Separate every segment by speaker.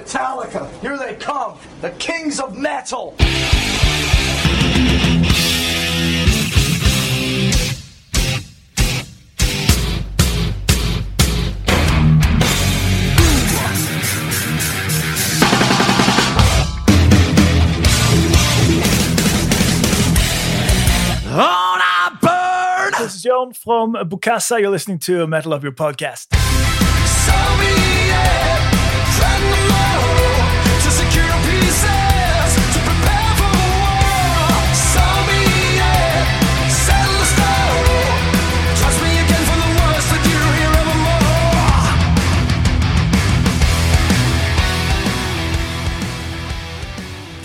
Speaker 1: Metallica, here they come, the kings of metal.
Speaker 2: On burn. This is John from Bukasa. You're listening to Metal Up Your Podcast.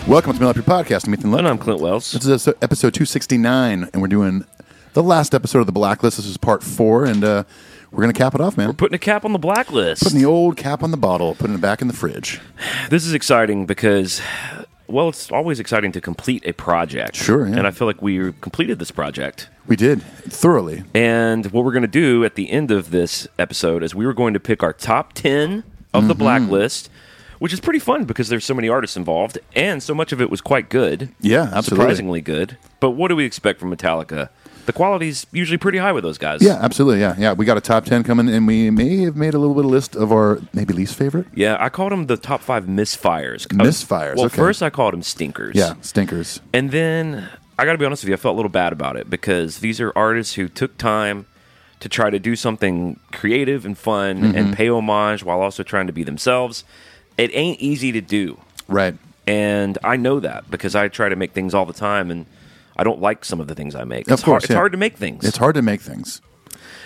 Speaker 3: Welcome to Mail Up Your Podcast. I'm Ethan Lund.
Speaker 4: And Oh, I'm Clint Wells.
Speaker 3: This is episode 269, and we're doing the last episode of The Blacklist. This is part four, and uh, we're going to cap it off, man.
Speaker 4: Putting a cap on the blacklist.
Speaker 3: Putting the old cap on the bottle, putting it back in the fridge.
Speaker 4: this is exciting because, well, it's always exciting to complete a project.
Speaker 3: Sure, yeah.
Speaker 4: And I feel like we completed this project.
Speaker 3: We did thoroughly.
Speaker 4: And what we're going to do at the end of this episode is we were going to pick our top 10 of
Speaker 3: Mm-hmm.
Speaker 4: the blacklist, which is pretty fun because there's so many artists involved and so much of it was quite good.
Speaker 3: Yeah, absolutely.
Speaker 4: Surprisingly good. But what do we expect from Metallica? The quality's usually pretty high with those guys.
Speaker 3: Yeah, absolutely. Yeah, yeah. We got a top 10 coming, and we may have made a little bit of list of our maybe least favorite.
Speaker 4: Yeah, I called them the top five misfires.
Speaker 3: Misfires,
Speaker 4: Well,
Speaker 3: okay.
Speaker 4: first I called them stinkers.
Speaker 3: Yeah, stinkers.
Speaker 4: And then I got to be honest with you, I felt a little bad about it because these are artists who took time to try to do something creative and fun
Speaker 3: Mm-hmm.
Speaker 4: and pay homage while also trying to be themselves. It ain't easy to do.
Speaker 3: Right.
Speaker 4: And I know that because I try to make things all the time and I don't like some of the things I make.
Speaker 3: Of
Speaker 4: it's hard,
Speaker 3: course,
Speaker 4: it's
Speaker 3: yeah.
Speaker 4: hard to make things.
Speaker 3: It's hard to make things.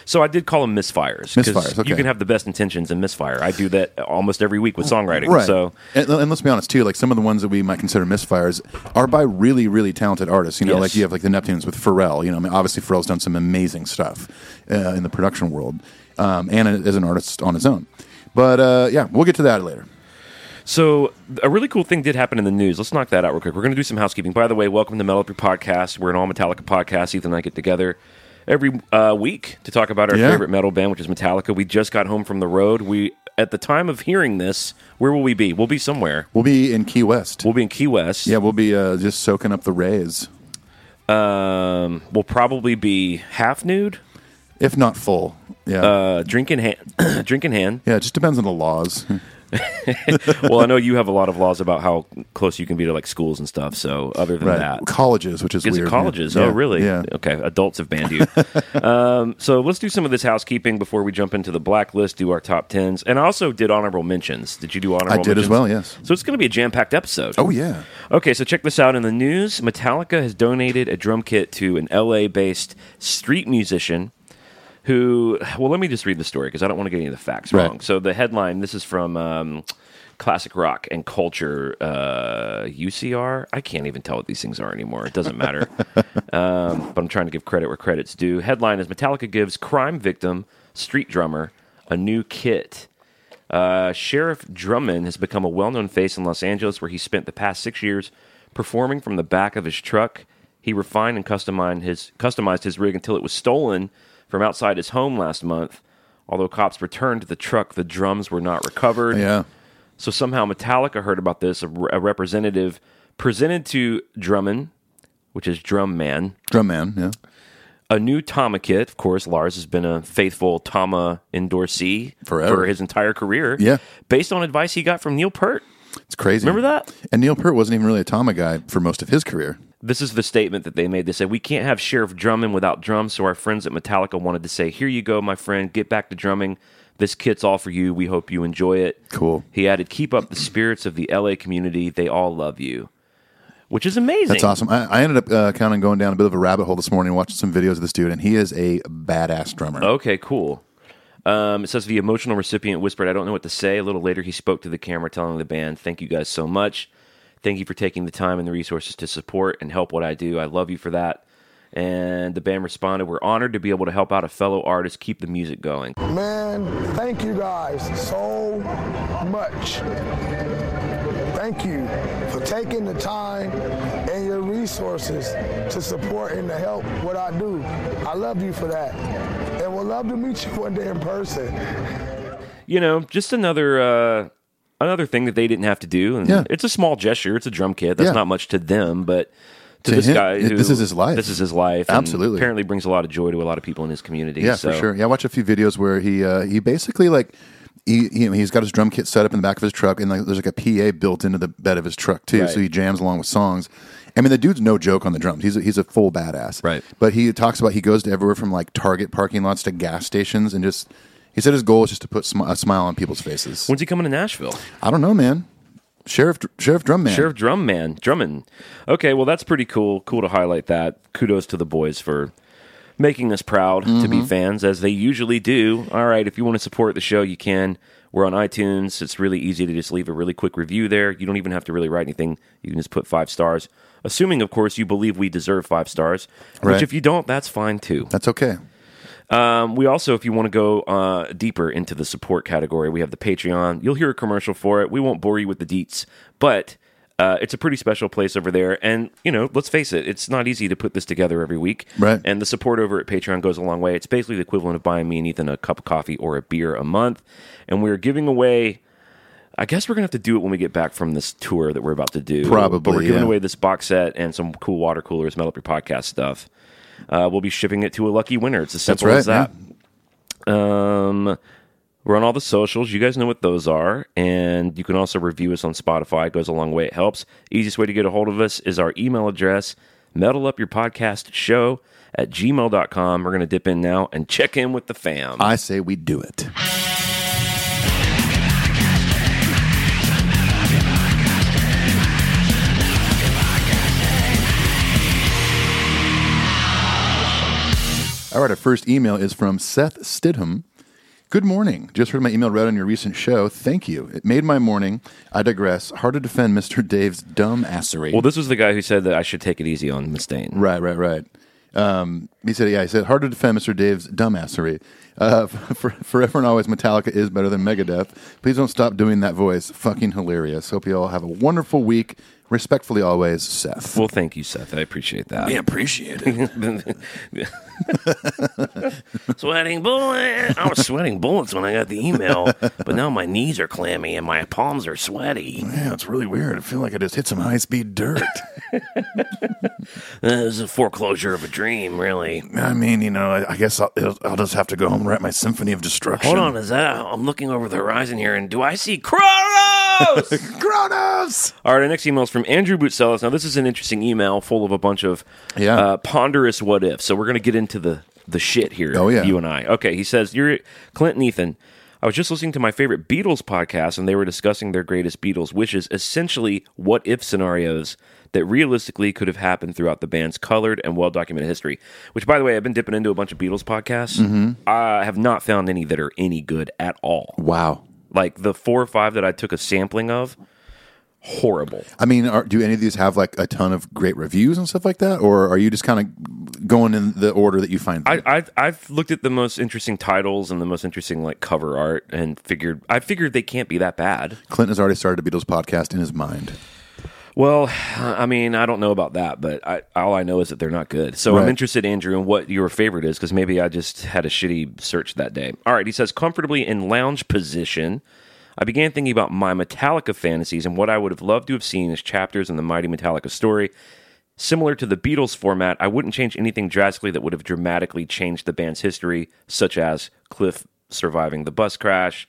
Speaker 4: So I did call them misfires. 'cause
Speaker 3: Misfires, okay.
Speaker 4: You can have the best intentions and misfire. I do that almost every week with songwriting.
Speaker 3: Oh, Right.
Speaker 4: So
Speaker 3: and, and let's be honest too. Like some of the ones that we might consider misfires are by really, really talented artists. You know,
Speaker 4: Yes.
Speaker 3: like you have like the Neptunes with Pharrell. You know, I mean, obviously Pharrell's done some amazing stuff uh, in the production world, um, and as an artist on his own. But uh, yeah, we'll get to that later.
Speaker 4: So a really cool thing did happen in the news. Let's knock that out real quick. We're going to do some housekeeping. By the way, welcome to Metal Up Your Podcast. We're an all Metallica podcast. Ethan and I get together every uh, week to talk about our
Speaker 3: Yeah.
Speaker 4: favorite metal band, which is Metallica. We just got home from the road. We at the time of hearing this, where will we be? We'll be somewhere.
Speaker 3: We'll be in Key West.
Speaker 4: We'll be in Key West.
Speaker 3: yeah, we'll be uh, just soaking up the rays,
Speaker 4: Um, we'll probably be half nude,
Speaker 3: if not full. Yeah,
Speaker 4: uh, drink in hand. drink in hand.
Speaker 3: yeah. It just depends on the laws.
Speaker 4: Well, I know you have a lot of laws about how close you can be to like schools and stuff. So other than that,
Speaker 3: Colleges, which is
Speaker 4: Is
Speaker 3: weird.
Speaker 4: it colleges?
Speaker 3: Yeah.
Speaker 4: Oh, really?
Speaker 3: Yeah.
Speaker 4: Okay. Adults have banned you. um, so let's do some of this housekeeping before we jump into the blacklist, do our top tens. And I also did honorable mentions. Did you do honorable
Speaker 3: I did as
Speaker 4: mentions?
Speaker 3: well, yes.
Speaker 4: So it's going to be a jam packed episode.
Speaker 3: Oh yeah.
Speaker 4: Okay, so check this out in the news. Metallica has donated a drum kit to an LA based street musician who, well, let me just read the story because I don't want to get any of the facts
Speaker 3: Right.
Speaker 4: wrong. So the headline this is from um, Classic Rock and Culture, uh, UCR. I can't even tell what these things are anymore. It doesn't matter. um, but I'm trying to give credit where credit's due. Headline is Metallica gives crime victim, street drummer, a new kit. Uh, Sheriff Drummond has become a well known face in Los Angeles, where he spent the past six years performing from the back of his truck. He refined and customized his, customized his rig until it was stolen from outside his home last month. Although cops returned to the truck, the drums were not recovered.
Speaker 3: Yeah.
Speaker 4: So somehow Metallica heard about this. A, re- a representative presented to Drummond, which is Drum Man,
Speaker 3: Drum man. Yeah.
Speaker 4: a new Tama kit. Of course, Lars has been a faithful Tama endorsee
Speaker 3: Forever.
Speaker 4: for his entire career.
Speaker 3: Yeah.
Speaker 4: Based on advice he got from Neil Peart.
Speaker 3: It's crazy.
Speaker 4: Remember that?
Speaker 3: And Neil Peart wasn't even really a Tama guy for most of his career.
Speaker 4: This is the statement that they made. They said, We can't have Sheriff Drummond without drums. So our friends at Metallica wanted to say, Here you go, my friend. Get back to drumming. This kit's all for you. We hope you enjoy it.
Speaker 3: Cool.
Speaker 4: He added, Keep up the spirits of the LA community. They all love you. Which is amazing.
Speaker 3: That's awesome. I, I ended up uh, kind of going down a bit of a rabbit hole this morning, watching some videos of this dude, and he is a badass drummer.
Speaker 4: Okay, cool. Um, it says the emotional recipient whispered, I don't know what to say. A little later, he spoke to the camera, telling the band, Thank you guys so much. Thank you for taking the time and the resources to support and help what I do. I love you for that. And the band responded, We're honored to be able to help out a fellow artist keep the music going.
Speaker 5: Man, thank you guys so much. Thank you for taking the time and your resources to support and to help what I do. I love you for that. And would love to meet you one day in person.
Speaker 4: You know, just another uh, another thing that they didn't have to do. And
Speaker 3: Yeah.
Speaker 4: it's a small gesture. It's a drum kit. That's
Speaker 3: Yeah.
Speaker 4: not much to them, but to,
Speaker 3: To
Speaker 4: this
Speaker 3: him,
Speaker 4: guy,
Speaker 3: it-
Speaker 4: who,
Speaker 3: this is his life.
Speaker 4: This is his life. and
Speaker 3: Absolutely.
Speaker 4: apparently brings a lot of joy to a lot of people in his community.
Speaker 3: Yeah,
Speaker 4: so.
Speaker 3: for sure. Yeah, I watch a few videos where he uh, he basically like he, he he's got his drum kit set up in the back of his truck, and like, there's like a PA built into the bed of his truck too,
Speaker 4: Right.
Speaker 3: so he jams along with songs. I mean, the dude's no joke on the drums. He's a, he's a full badass.
Speaker 4: Right.
Speaker 3: But he talks about he goes to everywhere from like Target parking lots to gas stations, and just he said his goal is just to put smi- a smile on people's faces.
Speaker 4: When's he coming to Nashville?
Speaker 3: I don't know, man. Sheriff Sheriff Drum Man.
Speaker 4: Sheriff Drum Man, Drummond. Okay, well that's pretty cool. Cool to highlight that. Kudos to the boys for making us proud to
Speaker 3: Mm-hmm.
Speaker 4: be fans as they usually do. All right, if you want to support the show, you can. We're on iTunes. It's really easy to just leave a really quick review there. You don't even have to really write anything. You can just put five stars. Assuming, of course, you believe we deserve five stars. Which
Speaker 3: Right.
Speaker 4: if you don't, that's fine too.
Speaker 3: That's okay.
Speaker 4: Um, we also, if you want to go uh, deeper into the support category, we have the Patreon. You'll hear a commercial for it. We won't bore you with the deets, but uh, it's a pretty special place over there. And you know, let's face it, it's not easy to put this together every week.
Speaker 3: Right.
Speaker 4: And the support over at Patreon goes a long way. It's basically the equivalent of buying me and Ethan a cup of coffee or a beer a month. And we're giving away. I guess we're gonna have to do it when we get back from this tour that we're about to do. but
Speaker 3: Probably,
Speaker 4: we're giving
Speaker 3: yeah.
Speaker 4: away this box set and some cool water coolers, metal up your podcast stuff. Uh, we'll be shipping it to a lucky winner. It's as
Speaker 3: That's
Speaker 4: simple
Speaker 3: right.
Speaker 4: as that.
Speaker 3: man.
Speaker 4: Um, we're on all the socials. You guys know what those are. And you can also review us on Spotify. It goes a long way. It helps. Easiest way to get a hold of us is our email address, metalupyourpodcastshow at gmail.com. We're going to dip in now and check in with the fam.
Speaker 3: I say we do it. All right, our first email is from Seth Stidham. Good morning. Just heard my email read on your recent show. Thank you. It made my morning. I digress. Hard to defend Mr. Dave's dumb assery.
Speaker 4: well, this was the guy who said that I should take it easy on Mustaine.
Speaker 3: Right, right, right. Um, he said, yeah, he said, hard to defend Mr. Dave's dumbassery. Uh, for, forever and always, Metallica is better than Megadeth. Please don't stop doing that voice. Fucking hilarious. Hope you all have a wonderful week. Respectfully, always, Seth.
Speaker 4: Well, thank you, Seth. I appreciate that.
Speaker 1: appreciate it.
Speaker 4: sweating bullets. I was sweating bullets when I got the email, but now my knees are clammy and my palms are sweaty.
Speaker 3: Yeah, it's really weird. I feel like I just hit some high speed dirt.
Speaker 4: This is a foreclosure of a dream, really.
Speaker 3: I mean, you know, I, I guess I'll, I'll just have to go home and write my Symphony of Destruction.
Speaker 4: Hold on, is that? I'm looking over the horizon here, and do I see Kronos?
Speaker 3: Kronos!
Speaker 4: All right, our next email is from Andrew Bootsellis. Now, this is an interesting email full of a bunch of
Speaker 3: Yeah.
Speaker 4: uh, ponderous what ifs. So we're going to get into the the shit here.
Speaker 3: Oh, yeah.
Speaker 4: you and I. Okay, he says you're Clinton Ethan. I was just listening to my favorite Beatles podcast, and they were discussing their greatest Beatles wishes, essentially what if scenarios that realistically could have happened throughout the band's colored and well documented history. Which, by the way, I've been dipping into a bunch of Beatles podcasts.
Speaker 3: Mm-hmm.
Speaker 4: I have not found any that are any good at all.
Speaker 3: Wow.
Speaker 4: Like the four or five that I took a sampling of, horrible.
Speaker 3: I mean, are, do any of these have like a ton of great reviews and stuff like that? Or are you just kind of going in the order that you find them?
Speaker 4: I, I I've looked at the most interesting titles and the most interesting like cover art and figured I figured they can't be that bad.
Speaker 3: Clinton has already started a Beatles podcast in his mind.
Speaker 4: Well, I mean, I don't know about that, but I, all I know is that they're not good. So I'm
Speaker 3: Right.
Speaker 4: interested, Andrew, in what your favorite is because maybe I just had a shitty search that day. All right, he says comfortably in lounge position. I began thinking about my Metallica fantasies and what I would have loved to have seen as chapters in the mighty Metallica story. Similar to the Beatles format, I wouldn't change anything drastically that would have dramatically changed the band's history, such as Cliff surviving the bus crash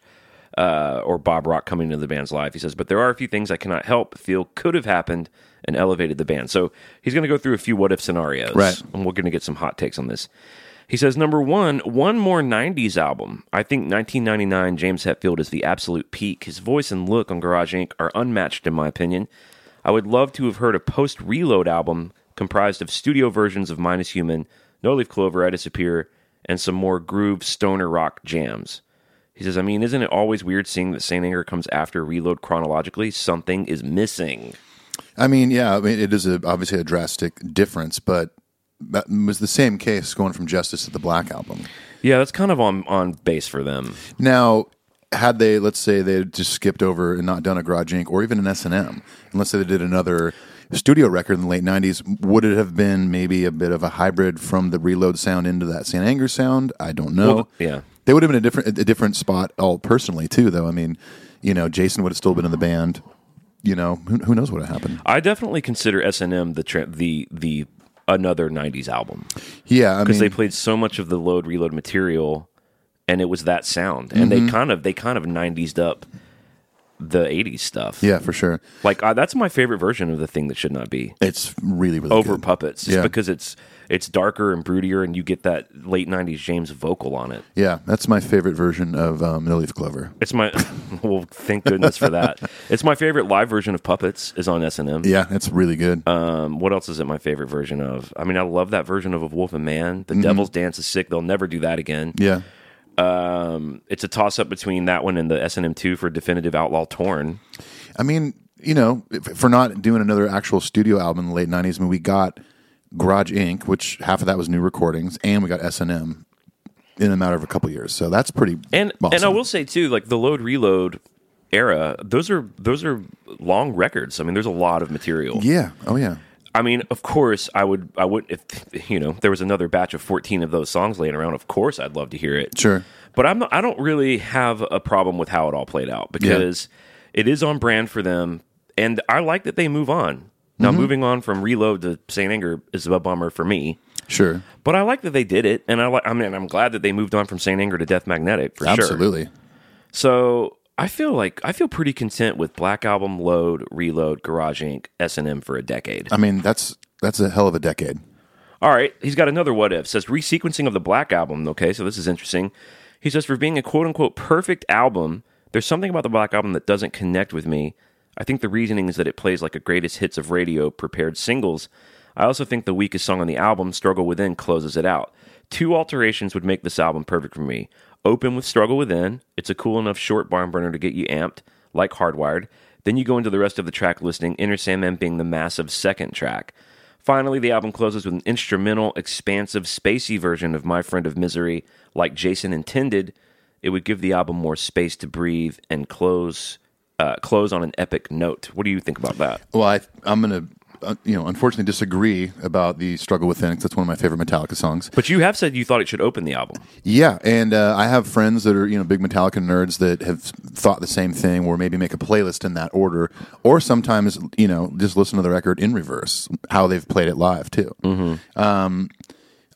Speaker 4: uh, or Bob Rock coming into the band's life. He says, but there are a few things I cannot help feel could have happened and elevated the band. So he's going to go through a few what if scenarios.
Speaker 3: Right.
Speaker 4: And we're going to get some hot takes on this. He says, number one, one more 90s album. I think 1999 James Hetfield is the absolute peak. His voice and look on Garage Inc. are unmatched, in my opinion. I would love to have heard a post reload album comprised of studio versions of Minus Human, No Leaf Clover, I Disappear, and some more groove stoner rock jams. He says, I mean, isn't it always weird seeing that Saint Anger comes after Reload chronologically? Something is missing.
Speaker 3: I mean, yeah, I mean, it is a, obviously a drastic difference, but that was the same case going from Justice to the Black album.
Speaker 4: Yeah, that's kind of on, on base for them.
Speaker 3: Now, had they, let's say, they had just skipped over and not done a Garage Inc. or even an S and M, and let's say they did another studio record in the late '90s, would it have been maybe a bit of a hybrid from the Reload sound into that San Anger sound? I don't know.
Speaker 4: Well, yeah.
Speaker 3: they would have been a different a different spot all personally too, though. I mean. you know, Jason would have still been in the band. You know, who, who knows what would have happened?
Speaker 4: I definitely consider S and M the tra- the the another '90s album
Speaker 3: Yeah, I mean,
Speaker 4: because they played so much of the load reload material, and it was that sound, and they kind of they kind of '90s up the '80s stuff.
Speaker 3: yeah, for sure.
Speaker 4: like uh, that's my favorite version of the thing that should not be
Speaker 3: It's really, really
Speaker 4: over
Speaker 3: good.
Speaker 4: puppets, just
Speaker 3: Yeah.
Speaker 4: because it's it's darker and broodier, and you get that late '90s James vocal on it.
Speaker 3: Yeah, that's my favorite version of um, No Leaf Clover.
Speaker 4: It's my well, thank goodness for that. It's my favorite live version of Puppets is on S and M.
Speaker 3: Yeah, that's really good.
Speaker 4: Um, what else is it my favorite version of? I mean, I love that version of A Wolf and Man.
Speaker 3: Mm-hmm.
Speaker 4: The Devil's Dance is sick. They'll never do that again.
Speaker 3: yeah,
Speaker 4: Um, it's a toss up between that one and the SNM2 for Definitive Outlaw Torn.
Speaker 3: I mean, you know, if- for not doing another actual studio album in the late '90s, I mean, we got Garage Inc., which half of that was new recordings, and we got S and M in a matter of a couple years. So that's pretty.
Speaker 4: And
Speaker 3: awesome.
Speaker 4: and I will say too, like the Load Reload era, those are those are long records. I mean, there's a lot of material.
Speaker 3: Yeah. Oh yeah.
Speaker 4: I mean, of course, I would I would if you know there was another batch of 14 of those songs laying around. Of course, I'd love to hear it.
Speaker 3: Sure.
Speaker 4: but I'm not, I don't really have a problem with how it all played out because it is on brand for them, and I like that they move on. Now, moving on from Reload to Saint Anger is a bummer for me,
Speaker 3: Sure.
Speaker 4: but I like that they did it, and I like. I mean, I'm glad that they moved on from Saint Anger to Death Magnetic for sure.
Speaker 3: Absolutely.
Speaker 4: So I feel like I feel pretty content with Black Album, Load, Reload, Garage Inc, S and M for a decade.
Speaker 3: I mean, that's that's a hell of a decade.
Speaker 4: All right, he's got another what if. Says resequencing of the Black album. Okay, so this is interesting. He says for being a quote unquote perfect album, there's something about the Black album that doesn't connect with me. I think the reasoning is that it plays like a greatest hits of radio prepared singles. I also think the weakest song on the album, Struggle Within, closes it out. Two alterations would make this album perfect for me. Open with Struggle Within. It's a cool enough short barn burner to get you amped, like Hardwired. Then you go into the rest of the track listing, Inner Sandman being the massive second track. Finally, the album closes with an instrumental, expansive, spacey version of My Friend of Misery, like Jason intended. It would give the album more space to breathe and close uh, close on an epic note. What do you think about that?
Speaker 3: Well, I, I'm gonna, uh, you know, unfortunately disagree about the struggle within. 'cause that's one of my favorite Metallica songs.
Speaker 4: But you have said you thought it should open the album.
Speaker 3: Yeah, and uh, I have friends that are you know big Metallica nerds that have thought the same thing, or maybe make a playlist in that order, or sometimes you know just listen to the record in reverse, how they've played it live too. Um,
Speaker 4: Mm-hmm.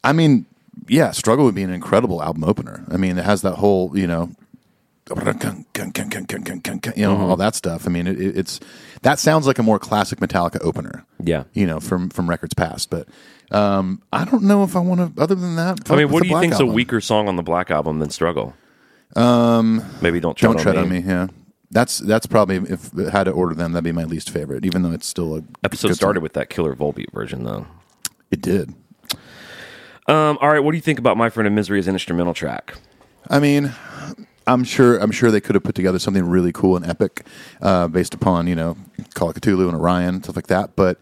Speaker 3: I mean, yeah, struggle would be an incredible album opener. I mean, it has that whole you know. You know
Speaker 4: Mm-hmm.
Speaker 3: all that stuff. I mean, it, it- it's that sounds like a more classic Metallica opener.
Speaker 4: Yeah.
Speaker 3: you know from from records past, but um, I don't know if I want to. Other than that,
Speaker 4: I
Speaker 3: fuck
Speaker 4: mean,
Speaker 3: with
Speaker 4: what
Speaker 3: the
Speaker 4: do you
Speaker 3: Black
Speaker 4: think's a
Speaker 3: Album.
Speaker 4: weaker song on the Black album than Struggle? Um, maybe don't tread
Speaker 3: Don't
Speaker 4: on
Speaker 3: tread
Speaker 4: me.
Speaker 3: on me. Yeah, that's that's probably if I had to order them, that'd be my least favorite. Even though it's still a
Speaker 4: Episode
Speaker 3: good
Speaker 4: started
Speaker 3: song.
Speaker 4: with that killer Volbeat version though.
Speaker 3: It did.
Speaker 4: Um, all right, what do you think about My Friend of Misery as an instrumental track?
Speaker 3: I mean, I'm sure I'm sure they could have put together something really cool and epic, uh, based upon you know Call of Cthulhu and Orion stuff like that. But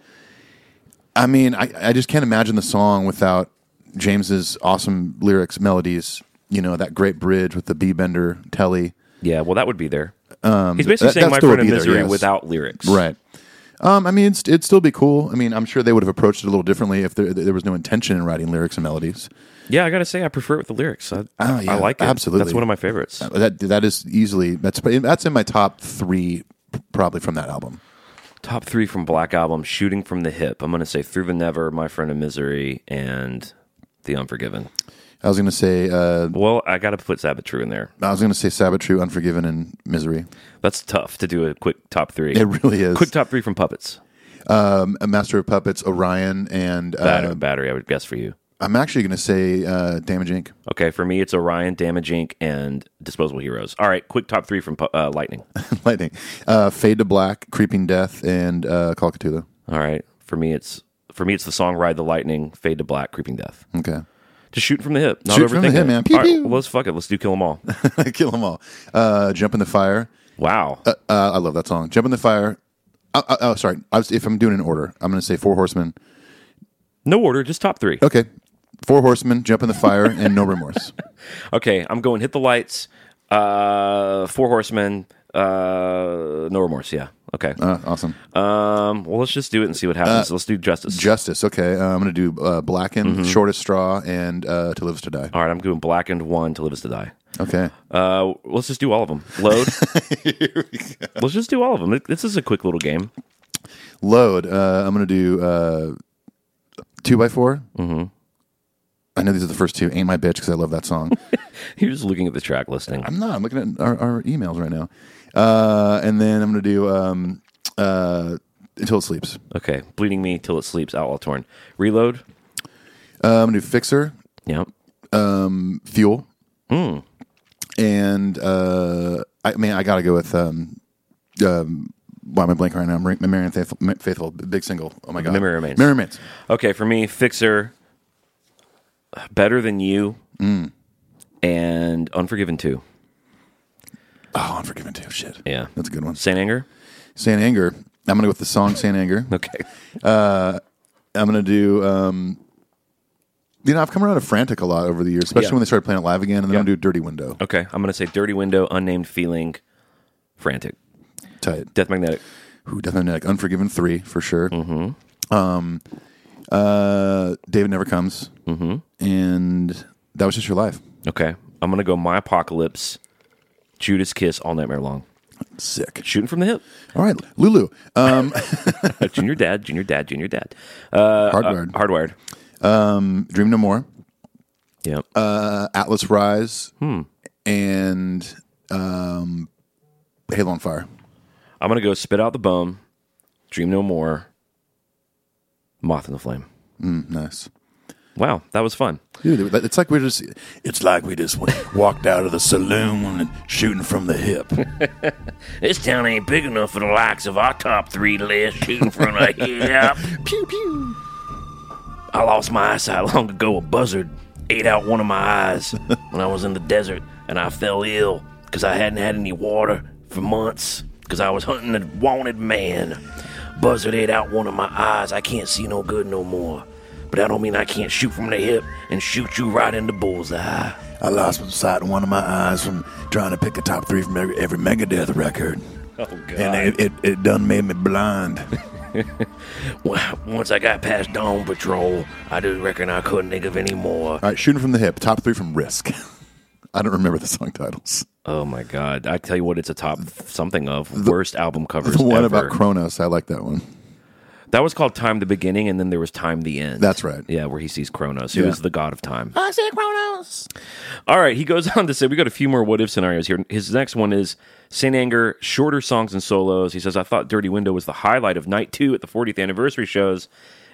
Speaker 3: I mean, I, I just can't imagine the song without James's awesome lyrics, melodies. You know that great bridge with the B bender telly.
Speaker 4: Yeah, well, that would be there. He's basically
Speaker 3: Um, that-
Speaker 4: saying
Speaker 3: that
Speaker 4: My
Speaker 3: still
Speaker 4: Friend
Speaker 3: would
Speaker 4: of
Speaker 3: be there,
Speaker 4: Misery
Speaker 3: yes.
Speaker 4: without lyrics.
Speaker 3: Right. Um, I mean, it'd, it'd still be cool. I mean, I'm sure they would have approached it a little differently if there, there was no intention in writing lyrics and melodies.
Speaker 4: Yeah, I gotta say, I prefer it with the lyrics. I,
Speaker 3: Oh, yeah,
Speaker 4: I like it.
Speaker 3: absolutely. Uh,
Speaker 4: That's one of my favorites.
Speaker 3: That that is easily that's that's in my top three, probably from that album.
Speaker 4: Top three from Black Album: "Shooting from the Hip." I'm gonna say "Through the Never," "My Friend of Misery," and "The Unforgiven."
Speaker 3: I was gonna say uh,
Speaker 4: Well, I gotta put Sabbath True in there.
Speaker 3: I was gonna say Sabatru, Unforgiven, and Misery.
Speaker 4: That's tough to do a quick top three.
Speaker 3: It really is.
Speaker 4: quick top three from Puppets.
Speaker 3: A Master of Puppets, Orion, and
Speaker 4: Batter,
Speaker 3: uh,
Speaker 4: battery, I would guess for you.
Speaker 3: I'm actually gonna say uh, Damage Inc.
Speaker 4: Okay, for me, it's Orion, Damage Inc., and Disposable Heroes. All right, quick top three from Pu- uh, Lightning.
Speaker 3: Lightning, uh, Fade to Black, Creeping Death, and uh, Call of Cthulhu.
Speaker 4: All right, for me, it's for me, it's the song "Ride the Lightning," "Fade to Black," "Creeping Death."
Speaker 3: Okay,
Speaker 4: Just shoot from the hip. Not
Speaker 3: Shoot from the
Speaker 4: overthinking
Speaker 3: hip,
Speaker 4: it.
Speaker 3: man. Pew,
Speaker 4: All right,
Speaker 3: pew.
Speaker 4: well, let's fuck it. Let's do kill them all.
Speaker 3: kill them all. Uh, Jump in the fire.
Speaker 4: Wow.
Speaker 3: Uh, uh, I love that song. Jump in the fire. Uh, uh, oh, sorry. I was, if I'm doing an order, I'm gonna say Four Horsemen.
Speaker 4: no order, just top three.
Speaker 3: Okay, Four Horsemen, Jump in the fire, and No Remorse.
Speaker 4: Okay, I'm going hit the lights, uh, four horsemen, uh, no remorse. Yeah. Okay.
Speaker 3: Uh, awesome.
Speaker 4: Um, well, let's just do it and see what happens. let's do justice.
Speaker 3: Justice. Okay, uh, I'm gonna do Mm-hmm. uh, Blackened, Shortest Straw, and uh, To Live Is to Die.
Speaker 4: all right, I'm doing blackened one to live is to die.
Speaker 3: Okay.
Speaker 4: Uh, let's just do all of them. Load. Let's just do all of them. This is a quick little game.
Speaker 3: Load. Uh, I'm gonna do uh, two by 4 Mm-hmm. I know these are the first two. Ain't my bitch because I love that song.
Speaker 4: You're just looking at the track listing.
Speaker 3: I'm not. I'm looking at our, our emails right now. Uh, and then I'm gonna do um, uh, until it sleeps.
Speaker 4: Okay, bleeding me till it sleeps. Outlaw torn. Reload.
Speaker 3: Uh, I'm gonna do fixer,
Speaker 4: Yep.
Speaker 3: fuel,
Speaker 4: Hmm.
Speaker 3: and uh, I man, I gotta go with um, um, why am I blanking right now? Mar- Marian Faithful, Ma- Faithful, big single. Oh my god,
Speaker 4: Memory Remains.
Speaker 3: Memory remains.
Speaker 4: Okay, for me, Fixer, Better Than You,
Speaker 3: Mm.
Speaker 4: and Unforgiven 2.
Speaker 3: Oh, Unforgiven too. Shit.
Speaker 4: Yeah.
Speaker 3: that's a good one.
Speaker 4: Saint Anger?
Speaker 3: Saint Anger. I'm gonna go with the song Saint Anger.
Speaker 4: Okay.
Speaker 3: I'm gonna do. Um, you know, I've come around to Frantic a lot over the years, especially
Speaker 4: Yeah.
Speaker 3: when they started playing it live again. And then I'm
Speaker 4: Yeah.
Speaker 3: gonna do Dirty Window.
Speaker 4: Okay, I'm going to say Dirty Window, Unnamed Feeling, Frantic,
Speaker 3: Tight.
Speaker 4: Death Magnetic.
Speaker 3: Who definitely like Unforgiven three for sure. Mm-hmm. Um, uh, David never comes. Mm-hmm. And that was just your life.
Speaker 4: Okay, I'm going to go My Apocalypse, Judas Kiss, All Nightmare Long.
Speaker 3: Sick.
Speaker 4: Shooting from the hip.
Speaker 3: All right, Lulu. Um,
Speaker 4: junior Dad, Junior Dad, Junior Dad. Uh,
Speaker 3: Hardwired.
Speaker 4: uh, hardwired.
Speaker 3: Dream No More.
Speaker 4: Yeah.
Speaker 3: Uh, Atlas Rise. And um, Halo on Fire.
Speaker 4: I'm going to go Spit Out the Bone, Dream No More, Moth in the Flame.
Speaker 3: Nice.
Speaker 4: Wow, that was fun.
Speaker 3: Dude, it's like we just it's like we just walked out of the saloon and shooting from the hip.
Speaker 4: This town ain't big enough for the likes of our top three list shooting from the hip.
Speaker 3: pew pew.
Speaker 4: I lost my eyesight long ago. A buzzard ate out one of my eyes when I was in the desert, and I fell ill because I hadn't had any water for months because I was hunting a wanted man. Buzzard ate out one of my eyes. I can't see no good no more. But that don't mean I can't shoot from the hip and shoot you right in the bullseye.
Speaker 3: I lost my sight in one of my eyes from trying to pick a top three from every, every Megadeth record,
Speaker 4: Oh, God.
Speaker 3: and it, it, it done made me blind.
Speaker 4: Well, once I got past Dawn Patrol, I just reckon I couldn't think of any more.
Speaker 3: All right, shooting from the hip. Top three from Risk. I don't remember the song titles.
Speaker 4: Oh my god! I tell you what, it's a top something of worst album covers
Speaker 3: The one
Speaker 4: ever.
Speaker 3: about Kronos. I like that one.
Speaker 4: that was called "Time the Beginning," and then there was "Time the End."
Speaker 3: That's right.
Speaker 4: Yeah, where he sees Kronos, who is
Speaker 3: Yeah.
Speaker 4: the god of time. I see Kronos. All right, he goes on to say, "We got a few more what if scenarios here." His next one is Saint Anger, shorter songs and solos. He says, "I thought Dirty Window was the highlight of night two at the 40th anniversary shows.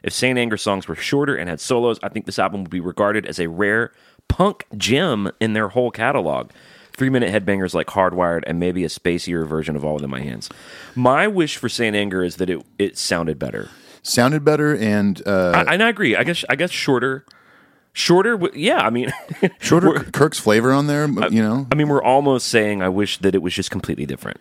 Speaker 4: If Saint Anger songs were shorter and had solos, I think this album would be regarded as a rare punk gem in their whole catalog." Three minute headbangers like Hardwired and maybe a spacier version of All Within My Hands. My wish for Saint Anger is that it it sounded better.
Speaker 3: Sounded better and uh,
Speaker 4: I, and I agree. I guess I guess shorter, shorter. w- Yeah, I mean,
Speaker 3: shorter. Kirk's flavor on there. You know.
Speaker 4: I mean, we're almost saying I wish that it was just completely different.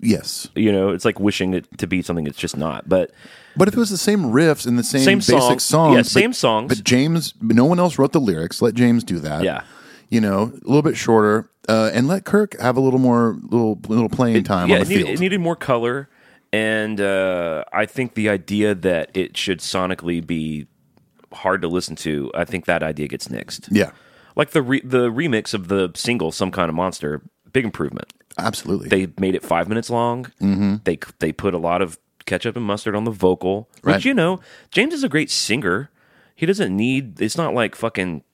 Speaker 3: Yes.
Speaker 4: You know, it's like wishing it to be something it's just not. But
Speaker 3: But if it was the same riffs and the same,
Speaker 4: Same
Speaker 3: basic
Speaker 4: song.
Speaker 3: songs,
Speaker 4: Yeah,
Speaker 3: but-
Speaker 4: same songs.
Speaker 3: But James, no one else wrote the lyrics. Let James do that.
Speaker 4: Yeah.
Speaker 3: you know, a little bit shorter, uh, and let Kirk have a little more little little playing time
Speaker 4: yeah,
Speaker 3: on
Speaker 4: it,
Speaker 3: the
Speaker 4: need-
Speaker 3: field.
Speaker 4: it needed more color, and uh, I think the idea that it should sonically be hard to listen to, I think that idea gets nixed.
Speaker 3: yeah,
Speaker 4: Like the re- the remix of the single "Some Kind of Monster," big improvement.
Speaker 3: absolutely.
Speaker 4: they made it five minutes long. Mm-hmm. They they put a lot of ketchup and mustard on the vocal, which
Speaker 3: Right.
Speaker 4: you know, James is a great singer. He doesn't need. It's not like fucking,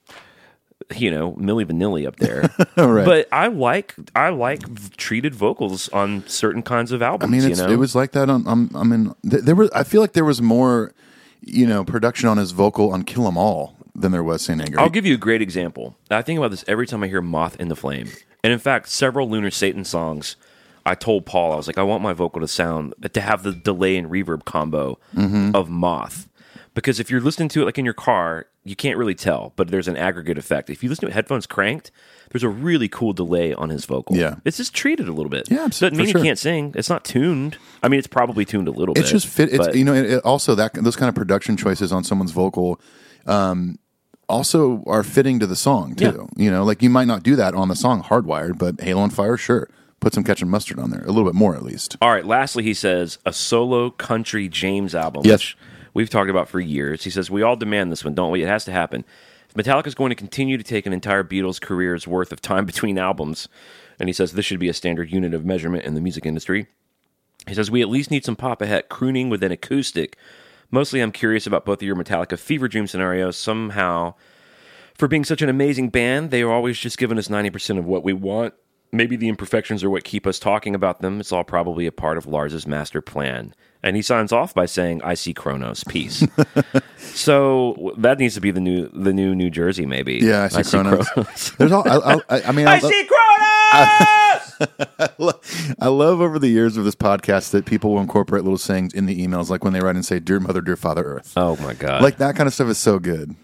Speaker 4: you know, Millie Vanilli up there.
Speaker 3: Right.
Speaker 4: But I like I like v- treated vocals on certain kinds of albums.
Speaker 3: I mean, it's,
Speaker 4: you know,
Speaker 3: it was like that on. on I mean, th- there was. I feel like there was more, you know, production on his vocal on "Kill 'Em All" than there was Saint Anger.
Speaker 4: I'll give you a great example. I think about this every time I hear Moth in the Flame. And in fact, several Lunar Satan songs, I told Paul, I was like, I want my vocal to sound, to have the delay and reverb combo
Speaker 3: Mm-hmm.
Speaker 4: of Moth. Because if you're listening to it like in your car, you can't really tell, but there's an aggregate effect. If you listen to it headphones cranked, there's a really cool delay on his vocal.
Speaker 3: Yeah.
Speaker 4: It's just treated a little bit.
Speaker 3: Yeah, abs-
Speaker 4: Doesn't
Speaker 3: for
Speaker 4: mean
Speaker 3: sure.
Speaker 4: he can't sing. It's not tuned. I mean, it's probably tuned a little bit.
Speaker 3: it's just fit. It's
Speaker 4: but-
Speaker 3: you know, it, it also that those kind of production choices on someone's vocal, um, also are fitting to the song too. You know, like you might not do that on the song "Hardwired," but "Halo on Fire," sure, put some ketchup and mustard on there, a little bit more at least.
Speaker 4: All right. Lastly, he says a solo country James album.
Speaker 3: Yes.
Speaker 4: Which we've talked about for years. He says we all demand this one, don't we? It has to happen. Metallica is going to continue to take an entire Beatles career's worth of time between albums, and he says this should be a standard unit of measurement in the music industry. He says we at least need some Papa Het crooning with an acoustic. Mostly, I'm curious about both of your Metallica fever dream scenarios. Somehow, for being such an amazing band, they are always just giving us 90% of what we want. Maybe the imperfections are what keep us talking about them. It's all probably a part of Lars's master plan. And he signs off by saying, "I see Kronos, peace." so w- that needs to be the new, the new New Jersey, maybe.
Speaker 3: Yeah, I see, Kronos. There's all. I, I, I mean,
Speaker 4: I
Speaker 3: lo-
Speaker 4: see Kronos.
Speaker 3: lo- I love over the years of this podcast that people will incorporate little sayings in the emails, like when they write and say, "Dear Mother, Dear Father Earth."
Speaker 4: oh my god!
Speaker 3: like that kind of stuff is so good.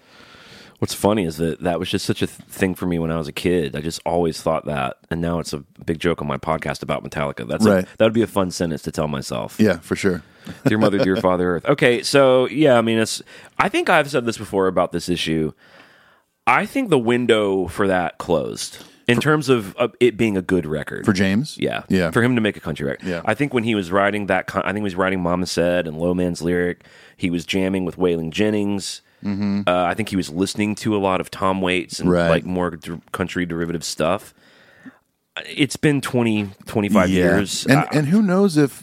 Speaker 4: What's funny is that that was just such a th- thing for me when I was a kid. I just always thought that, and now it's a big joke on my podcast about Metallica. That's
Speaker 3: Right.
Speaker 4: that would be a fun sentence to tell myself.
Speaker 3: Yeah, for sure.
Speaker 4: dear mother, dear father, Earth. Okay, so yeah, I mean, it's. I think I've said this before about this issue. I think the window for that closed in terms of uh, it being a good record
Speaker 3: For James,
Speaker 4: yeah,
Speaker 3: yeah.
Speaker 4: For him to make a country record,
Speaker 3: Yeah.
Speaker 4: I think when he was writing that, con- I think he was writing "Mama Said" and "Low Man's Lyric." He was jamming with Waylon Jennings. Mm-hmm. Uh, I think he was listening to a lot of Tom Waits and
Speaker 3: Right.
Speaker 4: like more der- country derivative stuff. It's been 20, 25 years.
Speaker 3: And
Speaker 4: I-
Speaker 3: and who knows if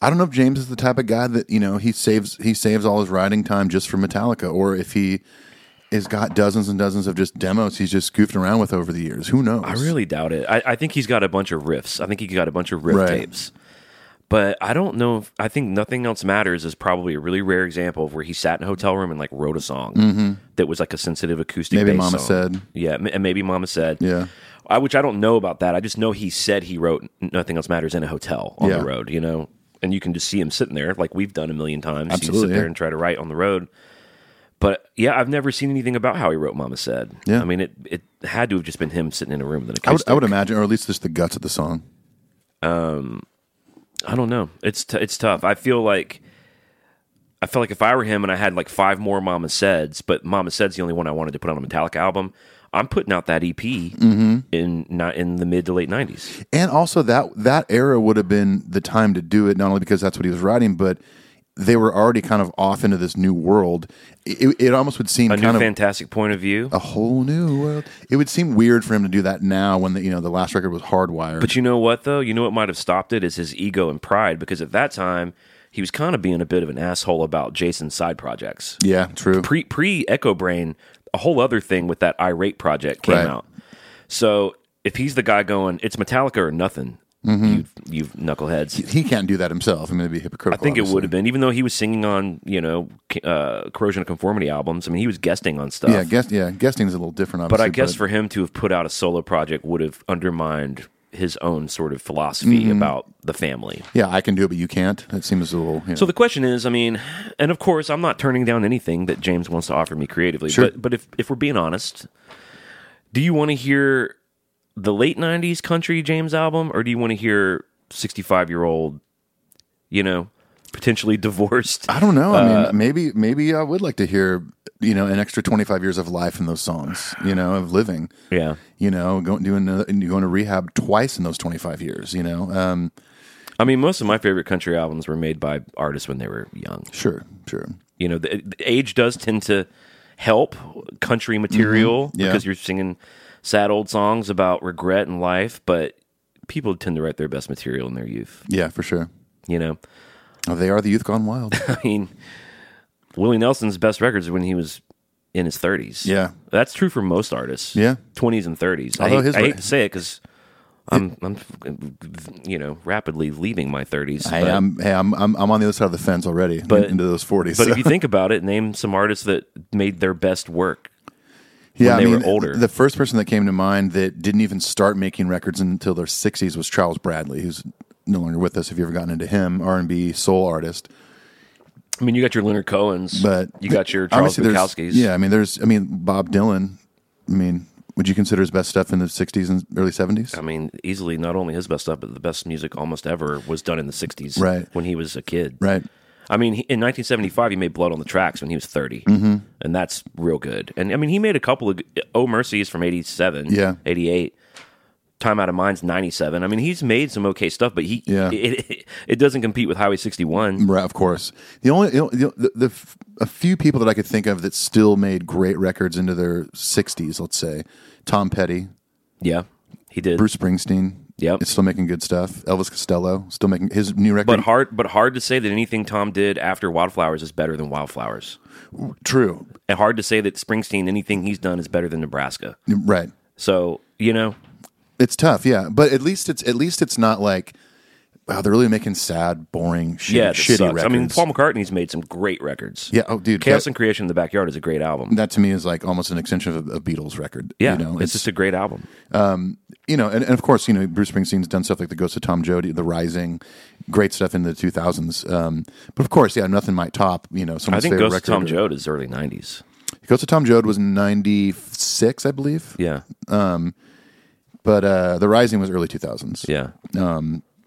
Speaker 3: I don't know if James is the type of guy that you know he saves he saves all his writing time just for Metallica, or if he has got dozens and dozens of just demos he's just goofed around with over the years. Who knows?
Speaker 4: I really doubt it. I, I think he's got a bunch of riffs. I think he got a bunch of riff
Speaker 3: Right.
Speaker 4: tapes. But I don't know. If, I think nothing else matters is probably a really rare example of where he sat in a hotel room and like wrote a song that was like a sensitive acoustic.
Speaker 3: Mm-hmm. Maybe
Speaker 4: bass
Speaker 3: Mama
Speaker 4: song.
Speaker 3: Said.
Speaker 4: Yeah, m- and maybe Mama said.
Speaker 3: Yeah.
Speaker 4: I, which I don't know about that. I just know he said he wrote "Nothing Else Matters" in a hotel on
Speaker 3: Yeah.
Speaker 4: the road. You know, and you can just see him sitting there, like we've done a million times. you
Speaker 3: Absolutely,
Speaker 4: sit there
Speaker 3: yeah.
Speaker 4: and try to write on the road. But yeah, I've never seen anything about how he wrote "Mama Said."
Speaker 3: Yeah.
Speaker 4: I mean, it it had to have just been him sitting in a room with an acoustic.
Speaker 3: I would, I would imagine, or at least just the guts of the song.
Speaker 4: I don't know. It's t- it's tough. I feel like I feel like if I were him and I had like five more Mama Said's, but Mama Said's the only one I wanted to put on a Metallica album. I'm putting out that EP
Speaker 3: Mm-hmm.
Speaker 4: in not in the mid to late '90s.
Speaker 3: And also that that era would have been the time to do it, not only because that's what he was writing, but they were already kind of off into this new world. It, it almost would seem
Speaker 4: A
Speaker 3: kind
Speaker 4: new
Speaker 3: of Oh.
Speaker 4: fantastic point of view.
Speaker 3: a whole new world. It would seem weird for him to do that now when the you know the last record was Hardwired.
Speaker 4: But you know what though? You know what might have stopped it is his ego and pride because at that time he was kind of being a bit of an asshole about Jason's side projects.
Speaker 3: yeah, true.
Speaker 4: pre pre Echo Brain, a whole other thing with that irate project came
Speaker 3: Right.
Speaker 4: out. So if he's the guy going, it's Metallica or nothing,
Speaker 3: Mm-hmm.
Speaker 4: you you knuckleheads.
Speaker 3: he can't do that himself. I mean, it'd be hypocritical.
Speaker 4: I think it would have been, even though he was singing on you know uh, Corrosion of Conformity albums. I mean, he was guesting on stuff.
Speaker 3: Yeah, guest, yeah, guesting is a little different.
Speaker 4: but
Speaker 3: Obviously,
Speaker 4: I guess for him to have put out a solo project would have undermined his own sort of philosophy
Speaker 3: Mm-hmm.
Speaker 4: about the family.
Speaker 3: yeah, I can do it, but you can't. That seems a little. You know,
Speaker 4: So the question is, I mean, and of course, I'm not turning down anything that James wants to offer me creatively.
Speaker 3: Sure.
Speaker 4: But, but if if we're being honest, do you want to hear the late '90s country James album, or do you want to hear 65 year old, you know, potentially divorced?
Speaker 3: I don't know. I
Speaker 4: uh,
Speaker 3: mean, maybe maybe I would like to hear you know an extra twenty five years of life in those songs. You know, of living.
Speaker 4: Yeah.
Speaker 3: You know, going doing another- and going to rehab twice in those twenty five years. You know, um,
Speaker 4: I mean, most of my favorite country albums were made by artists when they were young.
Speaker 3: sure, sure.
Speaker 4: you know, the, the age does tend to help country material
Speaker 3: Mm-hmm. yeah.
Speaker 4: because you're singing sad old songs about regret and life, but people tend to write their best material in their youth,
Speaker 3: Yeah, for sure.
Speaker 4: you know.
Speaker 3: Oh, they are the youth gone wild.
Speaker 4: I mean, Willie Nelson's best records are when he was in his 30s.
Speaker 3: Yeah.
Speaker 4: That's true for most artists.
Speaker 3: Yeah.
Speaker 4: 20s and 30s. I
Speaker 3: Although
Speaker 4: hate,
Speaker 3: his
Speaker 4: I
Speaker 3: re-
Speaker 4: hate to say it because I'm, I'm, you know, rapidly leaving my 30s.
Speaker 3: I
Speaker 4: but-
Speaker 3: am. Hey, I'm, I'm I'm on the other side of the fence already.
Speaker 4: But-
Speaker 3: into those forties.
Speaker 4: But if you think about it, name some artists that made their best work
Speaker 3: yeah,
Speaker 4: they
Speaker 3: I
Speaker 4: were
Speaker 3: mean,
Speaker 4: older.
Speaker 3: The first person that came to mind that didn't even start making records until their sixties was Charles Bradley, who's no longer with us. If you ever gotten into him, R and B soul artist,
Speaker 4: I mean, you got your Leonard Cohen's,
Speaker 3: but
Speaker 4: you got your Charles
Speaker 3: obviously there's-
Speaker 4: Bukowski's.
Speaker 3: Yeah, I mean, there's, I mean, Bob Dylan. I mean, would you consider his best stuff in the sixties and early seventies?
Speaker 4: I mean, easily not only his best stuff, but the best music almost ever was done in the '60s,
Speaker 3: Right.
Speaker 4: When he was a kid,
Speaker 3: Right.
Speaker 4: I mean, he, in 1975, he made Blood on the Tracks when he was 30,
Speaker 3: Mm-hmm.
Speaker 4: and that's real good. And I mean, he made a couple of Oh Mercies from '87,
Speaker 3: Yeah.
Speaker 4: '88. Time Out of Mind's 97. I mean, he's made some okay stuff, but he
Speaker 3: Yeah. Mm.
Speaker 4: it, it, it doesn't compete with Highway 61.
Speaker 3: Right, of course. The only you know, the, the, the f- a few people that I could think of that still made great records into their 60s, let's say. Tom Petty,
Speaker 4: Yeah, he did.
Speaker 3: Bruce Springsteen,
Speaker 4: Yep.
Speaker 3: is still making good stuff. Elvis Costello, still making his new record.
Speaker 4: but hard, but hard to say that anything Tom did after Wildflowers is better than Wildflowers,
Speaker 3: True,
Speaker 4: and hard to say that Springsteen anything he's done is better than Nebraska.
Speaker 3: right?
Speaker 4: So you know,
Speaker 3: It's tough, yeah. But at least it's at least it's not like wow, they're really making sad, boring, shitty,
Speaker 4: yeah, that
Speaker 3: shitty
Speaker 4: sucks.
Speaker 3: records.
Speaker 4: I mean, Paul McCartney's made some great records.
Speaker 3: yeah, oh, dude,
Speaker 4: Chaos
Speaker 3: that,
Speaker 4: and Creation in the Backyard is a great album.
Speaker 3: that to me is like almost an extension of a, a Beatles record.
Speaker 4: Yeah,
Speaker 3: you know,
Speaker 4: it's, just a great album.
Speaker 3: you know, and, and of course, you know, Bruce Springsteen's done stuff like the Ghost of Tom Jody, The Rising, great stuff in the 2000s. Um, but of course, yeah, nothing might top, you know,
Speaker 4: I
Speaker 3: someone's
Speaker 4: think
Speaker 3: favorite
Speaker 4: Ghost of
Speaker 3: record.
Speaker 4: Tom
Speaker 3: or-
Speaker 4: Joad is early '90s.
Speaker 3: Ghost of Tom Joad was 96, I believe.
Speaker 4: Yeah,
Speaker 3: But uh, The Rising was early 2000s.
Speaker 4: yeah.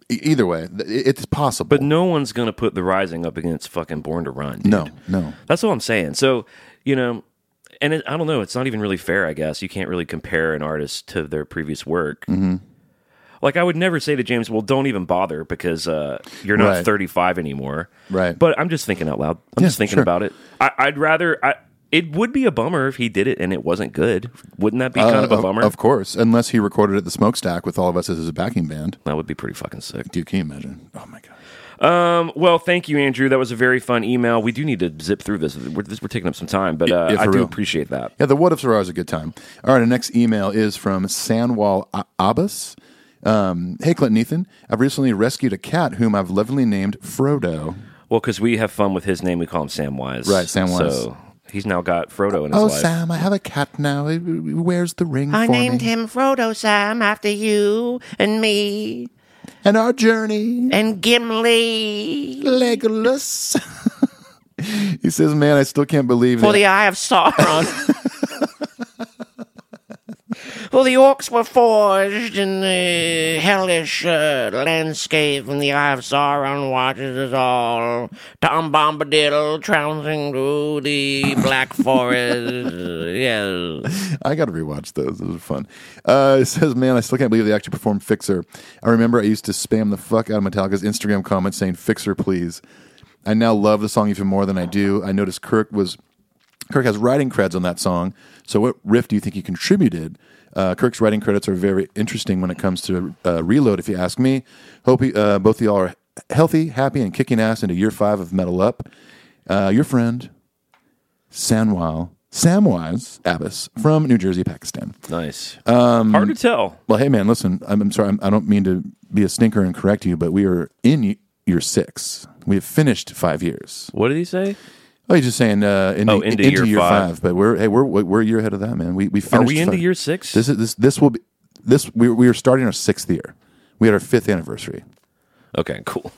Speaker 3: E- either way, th- it- it's possible.
Speaker 4: But no one's gonna put The Rising up against fucking Born to Run. dude.
Speaker 3: no, no.
Speaker 4: That's what I'm saying. So, you know, and it, I don't know. It's not even really fair, I guess. You can't really compare an artist to their previous work.
Speaker 3: Mm-hmm.
Speaker 4: Like, I would never say to James, well, don't even bother because uh, you're not
Speaker 3: Right.
Speaker 4: 35 anymore.
Speaker 3: Right.
Speaker 4: But I'm just thinking out loud. I'm
Speaker 3: Yeah,
Speaker 4: just thinking
Speaker 3: sure.
Speaker 4: about it. I, I'd rather. I, it would be a bummer if he did it and it wasn't good. Wouldn't that be kind of
Speaker 3: Uh,
Speaker 4: a bummer?
Speaker 3: Of course, unless he recorded at the Smokestack with all of us as his backing band.
Speaker 4: that would be pretty fucking sick.
Speaker 3: Dude, can you imagine? Oh my god.
Speaker 4: Um, well, thank you, Andrew. That was a very fun email. We do need to zip through this. We're, this, we're taking up some time, but uh,
Speaker 3: Yeah, for
Speaker 4: I do
Speaker 3: real.
Speaker 4: appreciate that.
Speaker 3: Yeah, the what ifs are always a good time. All right, our next email is from Sanwal A- Abbas. Um, hey, Clint and Ethan. I've recently rescued a cat whom I've lovingly named Frodo.
Speaker 4: Well, because we have fun with his name, we call him Samwise.
Speaker 3: Right, Samwise.
Speaker 4: So he's now got Frodo in his
Speaker 3: Oh,
Speaker 4: life.
Speaker 3: Sam, I have a cat now. He- he wears the ring
Speaker 6: I
Speaker 3: for
Speaker 6: named
Speaker 3: me.
Speaker 6: him Frodo Sam after you and me
Speaker 3: And our journey,
Speaker 6: and Gimli.
Speaker 3: Legolas. he says, man, I still can't believe
Speaker 6: For
Speaker 3: that.
Speaker 6: the Eye of Sauron. well, the orcs were forged in the hellish uh, landscape, and the Eye of Sauron watches us all. Tom Bombadil trouncing through the Black Forest. yes.
Speaker 3: I got to rewatch those. Those are fun. Uh, it says, man, I still can't believe they actually performed Fixer. I remember I used to spam the fuck out of Metallica's Instagram comments saying, Fixer, please. I now love the song even more than I do. I noticed Kirk was. Kirk has writing creds on that song. So, what riff do you think he contributed? Uh, Kirk's writing credits are very interesting when it comes to uh, Reload, if you ask me. Hope he, uh, both of y'all are healthy, happy, and kicking ass into year five of Metal Up. Uh, your friend, Sanwal, Samwise Abbas from New Jersey, Pakistan.
Speaker 4: Nice. Hard to tell.
Speaker 3: Well, hey man, listen, I'm, I'm sorry, I'm, I don't mean to be a stinker and correct you, but we are in y- year six. We have finished five years.
Speaker 4: What did he say?
Speaker 3: Oh, you're just saying uh, in,
Speaker 4: Oh, into year five.
Speaker 3: but we're hey, we're we're a year ahead of that, man. We we
Speaker 4: Are
Speaker 3: finished
Speaker 4: we into
Speaker 3: five-
Speaker 4: year six?
Speaker 3: This is this this will be this we we are starting our sixth year. We had our fifth anniversary.
Speaker 4: okay, cool.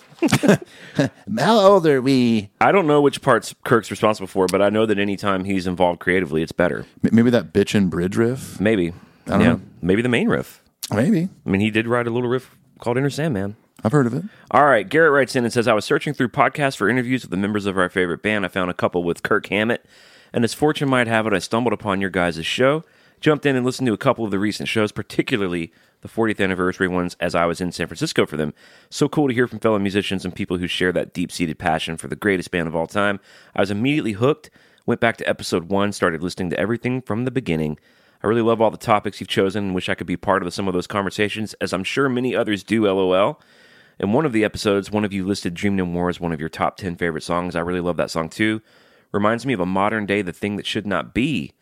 Speaker 3: How old are we?
Speaker 4: I don't know which parts Kirk's responsible for, but I know that anytime he's involved creatively, it's better.
Speaker 3: M- Maybe that bitch and bridge riff.
Speaker 4: Maybe.
Speaker 3: don't know.
Speaker 4: Maybe the main riff.
Speaker 3: Maybe
Speaker 4: I mean, he did write a little riff called Inner Sandman.
Speaker 3: I've heard of it.
Speaker 4: All right, Garrett writes in and says, I was searching through podcasts for interviews with the members of our favorite band. I found a couple with Kirk Hammett, and as fortune might have it, I stumbled upon your guys' show. Jumped in and listened to a couple of the recent shows, particularly the 40th anniversary ones, as I was in San Francisco for them. So cool to hear from fellow musicians and people who share that deep seated passion for the greatest band of all time. I was immediately hooked, went back to episode one, started listening to everything from the beginning. I really love all the topics you've chosen and wish I could be part of some of those conversations, as I'm sure many others do, lol. In one of the episodes, one of you listed Dream No More as one of your top 10 favorite songs. I really love that song too. Reminds me of a modern day The Thing That Should Not Be.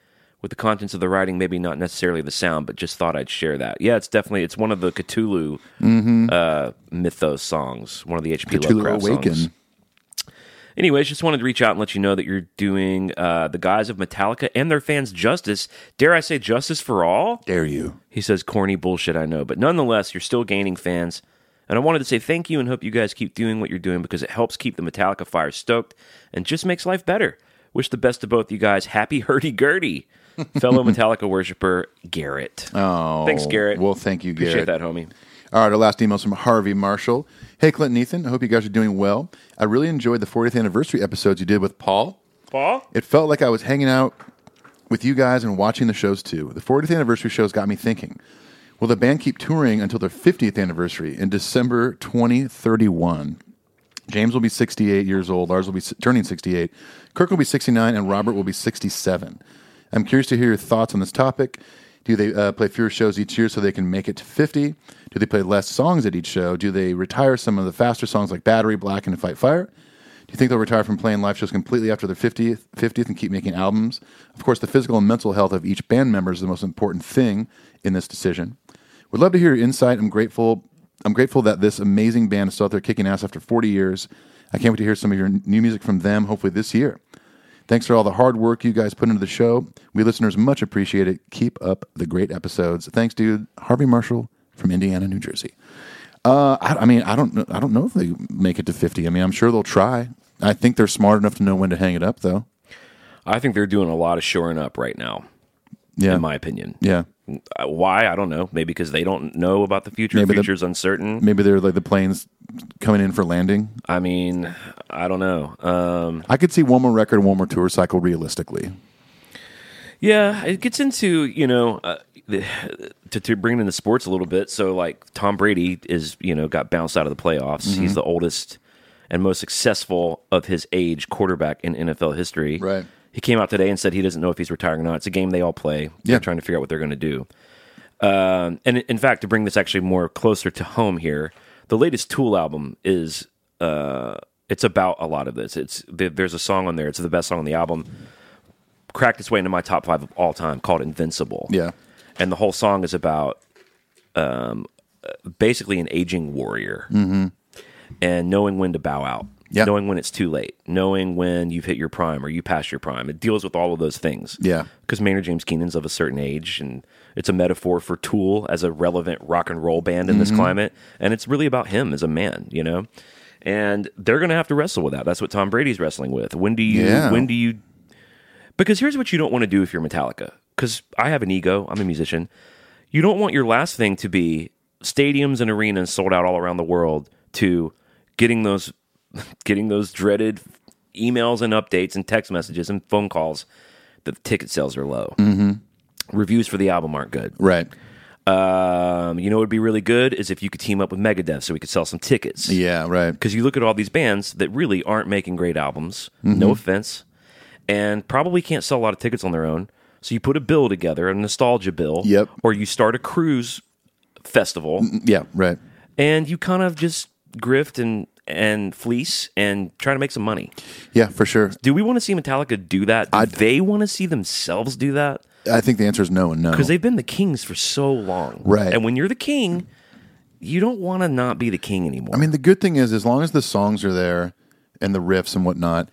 Speaker 4: With the contents of the writing, maybe not necessarily the sound, but just thought I'd share that. Yeah, it's definitely it's one of the Cthulhu uh, mythos songs, one of the HP
Speaker 3: Cthulhu
Speaker 4: Lovecraft
Speaker 3: Awaken.
Speaker 4: songs. Anyways, just wanted to reach out and let you know that you're doing uh, the guys of Metallica and their fans justice. Dare I say justice for all?
Speaker 3: Dare you?
Speaker 4: He says, corny bullshit, I know. But nonetheless, you're still gaining fans. And I wanted to say thank you and hope you guys keep doing what you're doing because it helps keep the Metallica fire stoked and just makes life better. Wish the best to both you guys. Happy hurdy-gurdy. Fellow Metallica worshiper, Garrett.
Speaker 3: Oh,
Speaker 4: Thanks, Garrett.
Speaker 3: Well, thank you, Garrett.
Speaker 4: Appreciate that, homie.
Speaker 3: All right, our last email is from Harvey Marshall. Hey, Clinton Ethan, I hope you guys are doing well. I really enjoyed the 40th anniversary episodes you did with Paul.
Speaker 4: Paul?
Speaker 3: It felt like I was hanging out with you guys and watching the shows too. The 40th anniversary shows got me thinking. Will the band keep touring until their 50th anniversary in December 2031? James will be 68 years old. Lars will be s- turning 68. Kirk will be 69, and Robert will be 67. I'm curious to hear your thoughts on this topic. Do they uh, play fewer shows each year so they can make it to 50? Do they play less songs at each show? Do they retire some of the faster songs like Battery, Black, and Fight Fire? Do you think they'll retire from playing live shows completely after their 50th, 50th and keep making albums? Of course, the physical and mental health of each band member is the most important thing in this decision. Would love to hear your insight. I'm grateful. I'm grateful that this amazing band is still out there kicking ass after 40 years. I can't wait to hear some of your new music from them, hopefully this year. Thanks for all the hard work you guys put into the show. We listeners much appreciate it. Keep up the great episodes. Thanks, dude. Harvey Marshall from Indiana, New Jersey. Uh, I, I mean, I don't, know- I don't know if they make it to fifty. I mean, I'm sure they'll try. I think they're smart enough to know when to hang it up, though.
Speaker 4: I think they're doing a lot of shoring up right now,
Speaker 3: Yeah,
Speaker 4: in my opinion.
Speaker 3: yeah.
Speaker 4: Uh, Why? I don't know. Maybe because they don't know about the future.
Speaker 3: Maybe
Speaker 4: the
Speaker 3: the-
Speaker 4: future's uncertain.
Speaker 3: Maybe they're like the planes coming in for landing.
Speaker 4: I mean, I don't know. Um,
Speaker 3: I could see one more record, one more tour cycle, realistically.
Speaker 4: yeah, it gets into you know uh, the, to to bring it into sports a little bit. So like Tom Brady is you know got bounced out of the playoffs. He's
Speaker 3: Mm-hmm.
Speaker 4: the oldest and most successful of his age quarterback in NFL history.
Speaker 3: Right.
Speaker 4: He came out today and said he doesn't know if he's retiring or not. It's a game they all play.
Speaker 3: Yeah.
Speaker 4: They're trying to figure out what they're going to do. Um, and in fact, to bring this actually more closer to home here, the latest Tool album is uh, it's about a lot of this. It's there- there's a song on there. It's the best song on the album. Cracked its way into my top five of all time, called "Invincible."
Speaker 3: Yeah.
Speaker 4: and the whole song is about um, uh, basically an aging warrior and knowing when to bow out,
Speaker 3: Mm-hmm. Yeah.
Speaker 4: knowing when it's too late, knowing when you've hit your prime or you pass your prime. It deals with all of those things.
Speaker 3: Yeah.
Speaker 4: Because Maynard James Keenan's of a certain age, and it's a metaphor for Tool as a relevant rock and roll band in this climate. And it's really about him as a man, you know? And they're going to have to wrestle with that. That's what Tom Brady's wrestling with. When do you,
Speaker 3: Yeah.
Speaker 4: when do you because here's what you don't want to do if you're Metallica. Because I have an ego. I'm a musician. You don't want your last thing to be stadiums and arenas sold out all around the world to getting those getting those dreaded emails and updates and text messages and phone calls that the ticket sales are low. Mm-hmm. Reviews for the album aren't good.
Speaker 3: Right.
Speaker 4: Um, you know what would be really good is if you could team up with Megadeth so we could sell some tickets
Speaker 3: Yeah. Right.
Speaker 4: because you look at all these bands that really aren't making great albums.
Speaker 3: Mm-hmm.
Speaker 4: No offense, and probably can't sell a lot of tickets on their own. So you put a bill together, a nostalgia bill,
Speaker 3: Yep.
Speaker 4: or you start a cruise festival,
Speaker 3: Yeah. Right.
Speaker 4: and you kind of just grift and and fleece and try to make some money.
Speaker 3: Yeah. For sure.
Speaker 4: Do we want to see Metallica do that? Do they want to see themselves do that?
Speaker 3: I think the answer is no and no.
Speaker 4: Because they've been the kings for so long,
Speaker 3: Right.
Speaker 4: And when you're the king, you don't want to not be the king anymore.
Speaker 3: I mean, the good thing is, as long as the songs are there and the riffs and whatnot,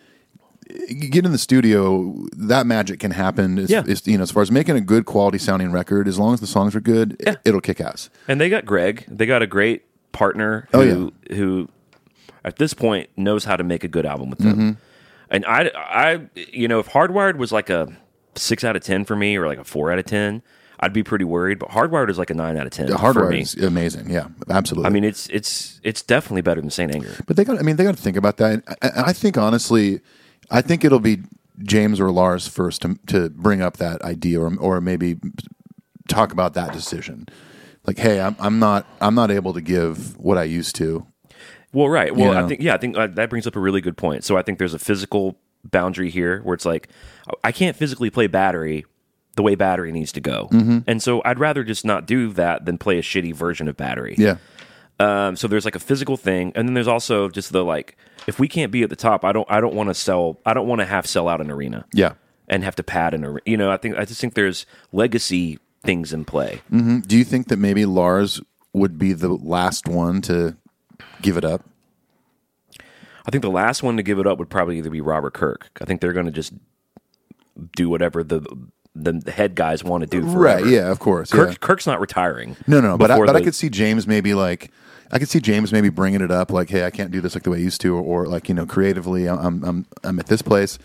Speaker 3: you get in the studio, that magic can happen. As,
Speaker 4: Yeah.
Speaker 3: as- you know, as far as making a good quality sounding record, as long as the songs are good, it, it'll kick ass.
Speaker 4: And they got Greg. They got a great partner
Speaker 3: Oh,
Speaker 4: who who at this point knows how to make a good album with
Speaker 3: Mm-hmm.
Speaker 4: them. And I I you know if Hardwired was like a 6 out of 10 for me or like a 4 out of 10, I'd be pretty worried, but Hardwired is like a 9 out of 10
Speaker 3: The
Speaker 4: for
Speaker 3: hardware
Speaker 4: me.
Speaker 3: is amazing. Yeah, absolutely.
Speaker 4: I mean it's it's it's definitely better than Saint Anger.
Speaker 3: But they got. I mean, they got to think about that. And I, I think honestly, I think it'll be James or Lars first to to bring up that idea, or or maybe talk about that decision. Like, hey, I'm I'm not I'm not able to give what I used to.
Speaker 4: Well, right. Well,
Speaker 3: Yeah.
Speaker 4: I think yeah, I think uh, that brings up a really good point. So I think there's a physical boundary here where it's like I can't physically play battery the way battery needs to go,
Speaker 3: Mm-hmm.
Speaker 4: and so I'd rather just not do that than play a shitty version of battery.
Speaker 3: Yeah,
Speaker 4: Um, so there's like a physical thing, and then there's also just the like if we can't be at the top, I don't I don't want to sell I don't want to half sell out an arena.
Speaker 3: yeah.
Speaker 4: And have to pad an arena. You know, I think I just think there's legacy things in play.
Speaker 3: Do you think that maybe Lars would be the last one to give it up?
Speaker 4: I think the last one to give it up would probably either be Robert Kirk. I think they're going to just do whatever the the head guys want to do. Forever.
Speaker 3: Right. Yeah. Of course.
Speaker 4: Kirk,
Speaker 3: yeah.
Speaker 4: Kirk's not retiring.
Speaker 3: No, no. But I,
Speaker 4: before
Speaker 3: but I
Speaker 4: the-
Speaker 3: could see James maybe like. I could see James maybe bringing it up, like, "Hey, I can't do this like the way I used to," or, or like, you know, creatively, I'm, I'm, I'm at this place,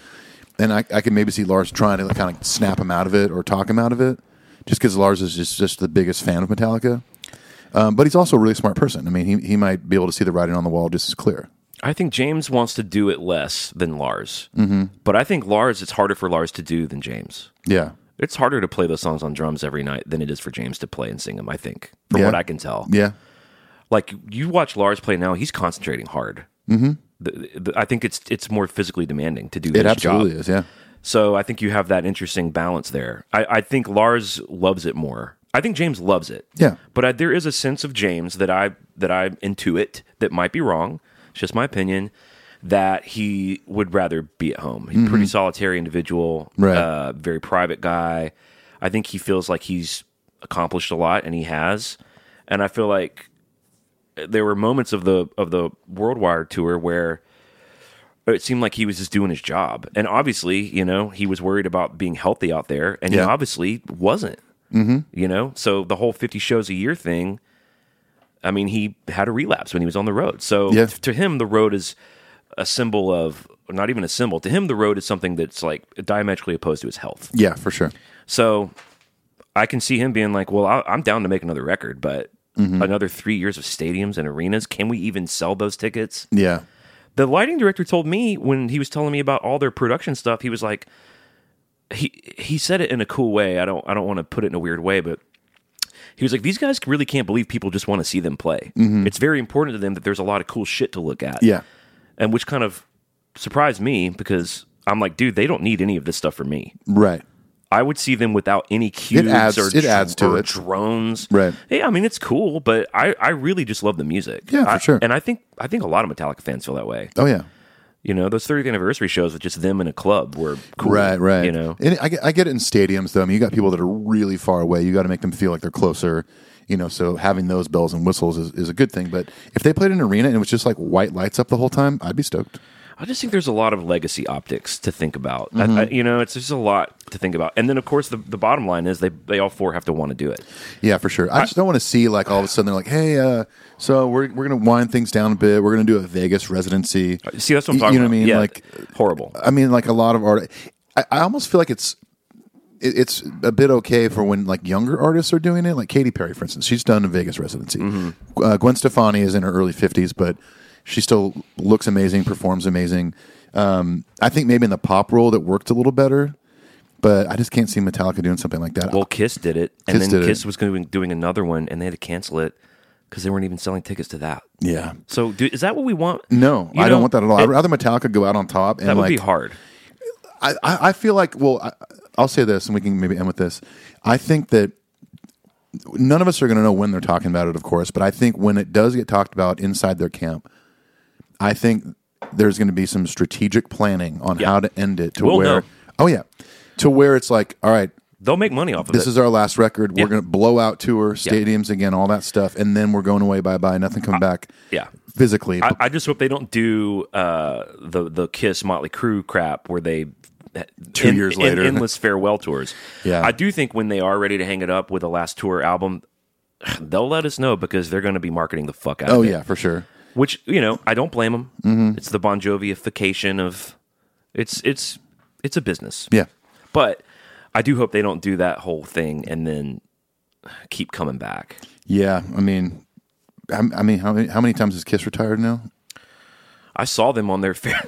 Speaker 3: and I, I could maybe see Lars trying to like, kind of snap him out of it or talk him out of it, just because Lars is just, just the biggest fan of Metallica, um, but he's also a really smart person. I mean, he, he might be able to see the writing on the wall just as clear.
Speaker 4: I think James wants to do it less than Lars, mm-hmm. but I think Lars it's harder for Lars to do than James.
Speaker 3: Yeah,
Speaker 4: It's harder to play those songs on drums every night than it is for James to play and sing them. I think, from
Speaker 3: Yeah.
Speaker 4: what I can tell.
Speaker 3: Yeah.
Speaker 4: Like you watch Lars play now, he's concentrating hard. Mm-hmm. I think it's it's more physically demanding to do.
Speaker 3: It
Speaker 4: his
Speaker 3: absolutely
Speaker 4: job.
Speaker 3: is. Yeah.
Speaker 4: So I think you have that interesting balance there. I, I think Lars loves it more. I think James loves it.
Speaker 3: Yeah.
Speaker 4: But I, there is a sense of James that I that I intuit that might be wrong. It's just my opinion that he would rather be at home. He's a pretty solitary individual.
Speaker 3: Mm-hmm. Right.
Speaker 4: Uh, very private guy. I think he feels like he's accomplished a lot, and he has. And I feel like there were moments of the of the Worldwide tour where it seemed like he was just doing his job. And obviously, you know, he was worried about being healthy out there, and he
Speaker 3: Yeah.
Speaker 4: obviously wasn't. Mm-hmm. You know, so the whole fifty shows a year thing. I mean, he had a relapse when he was on the road. So
Speaker 3: Yeah.
Speaker 4: to him, the road is a symbol of not even a symbol. To him, the road is something that's like diametrically opposed to his health.
Speaker 3: Yeah, for sure.
Speaker 4: So I can see him being like, "Well, I, I'm down to make another record, but another three years of stadiums and arenas. Can we even sell those tickets?"
Speaker 3: Yeah.
Speaker 4: the lighting director told me when he was telling me about all their production stuff, he was like, he he said it in a cool way. I don't I don't want to put it in a weird way, but he was like, these guys really can't believe people just want to see them play. It's very important to them that there's a lot of cool shit to look at.
Speaker 3: Yeah.
Speaker 4: and which kind of surprised me because I'm like, dude, they don't need any of this stuff from me.
Speaker 3: Right.
Speaker 4: I would see them without any cues
Speaker 3: adds-
Speaker 4: or,
Speaker 3: it adds to
Speaker 4: or
Speaker 3: it.
Speaker 4: drones.
Speaker 3: Right.
Speaker 4: Yeah, I mean it's cool, but I, I really just love the music.
Speaker 3: Yeah, for
Speaker 4: I-
Speaker 3: sure.
Speaker 4: And I think I think a lot of Metallica fans feel that way.
Speaker 3: Oh yeah.
Speaker 4: You know, those 30th anniversary shows with just them in a club were cool.
Speaker 3: Right, right.
Speaker 4: You know,
Speaker 3: and I get, I get it in stadiums though. I mean, you got people that are really far away. You got to make them feel like they're closer. You know, so having those bells and whistles is, is a good thing. But if they played in an arena and it was just like white lights up the whole time, I'd be stoked.
Speaker 4: I just think there's a lot of legacy optics to think about. I-
Speaker 3: Mm-hmm.
Speaker 4: I- you know, it's just a lot to think about. And then, of course, the, the bottom line is they, they all four have to want to do it.
Speaker 3: Yeah, for sure. I just don't want to see like all of a sudden they're like, hey, uh, so we're we're gonna wind things down a bit. We're gonna do a Vegas residency.
Speaker 4: Uh, See, that's what I'm
Speaker 3: You-
Speaker 4: talking
Speaker 3: You know
Speaker 4: about.
Speaker 3: what I mean?
Speaker 4: Yeah,
Speaker 3: Like,
Speaker 4: horrible.
Speaker 3: I mean, like a lot of art. I, I almost feel like it's it, it's a bit okay for when like younger artists are doing it. Like Katy Perry, for instance, she's done a Vegas residency.
Speaker 4: Mm-hmm.
Speaker 3: Uh, Gwen Stefani is in her early fifties, but she still looks amazing, performs amazing. Um, I think maybe in the pop world it worked a little better, but I just can't see Metallica doing something like that.
Speaker 4: Well, Kiss did it. And
Speaker 3: Kiss
Speaker 4: then
Speaker 3: did it.
Speaker 4: Kiss was doing, doing another one, and they had to cancel it because they weren't even selling tickets to that.
Speaker 3: yeah.
Speaker 4: So, do, is that what we want?
Speaker 3: No,
Speaker 4: You
Speaker 3: I
Speaker 4: know,
Speaker 3: don't want that at all.
Speaker 4: it-
Speaker 3: I'd rather Metallica go out on top Mm, and
Speaker 4: that would
Speaker 3: like
Speaker 4: be hard.
Speaker 3: I, I I feel like well I, I'll say this and we can maybe end with this. I think that none of us are going to know when they're talking about it, of course, but I think when it does get talked about inside their camp, I think there's going to be some strategic planning on
Speaker 4: Yeah.
Speaker 3: how to end it to
Speaker 4: We'll
Speaker 3: where
Speaker 4: know.
Speaker 3: oh yeah to where it's like all right
Speaker 4: They'll make money off of
Speaker 3: this
Speaker 4: it.
Speaker 3: is our last record
Speaker 4: Yeah.
Speaker 3: we're going to blow out tour stadiums again all that stuff and then we're going away bye bye nothing coming back
Speaker 4: Uh, yeah.
Speaker 3: physically
Speaker 4: I, I just hope they don't do uh, the the Kiss Motley Crue crap where they uh,
Speaker 3: Two years later.
Speaker 4: endless farewell tours.
Speaker 3: Yeah.
Speaker 4: I do think when they are ready to hang it up with a last tour album, they'll let us know because they're going to be marketing the fuck out.
Speaker 3: oh
Speaker 4: of it.
Speaker 3: yeah Mm-hmm. for sure
Speaker 4: which you know I don't blame them. It's the Bon Joviification of it's it's it's a business.
Speaker 3: yeah
Speaker 4: but I do hope they don't do that whole thing and then keep coming back.
Speaker 3: yeah I mean I, I mean how many, how many times is Kiss retired now
Speaker 4: I saw them on their fair.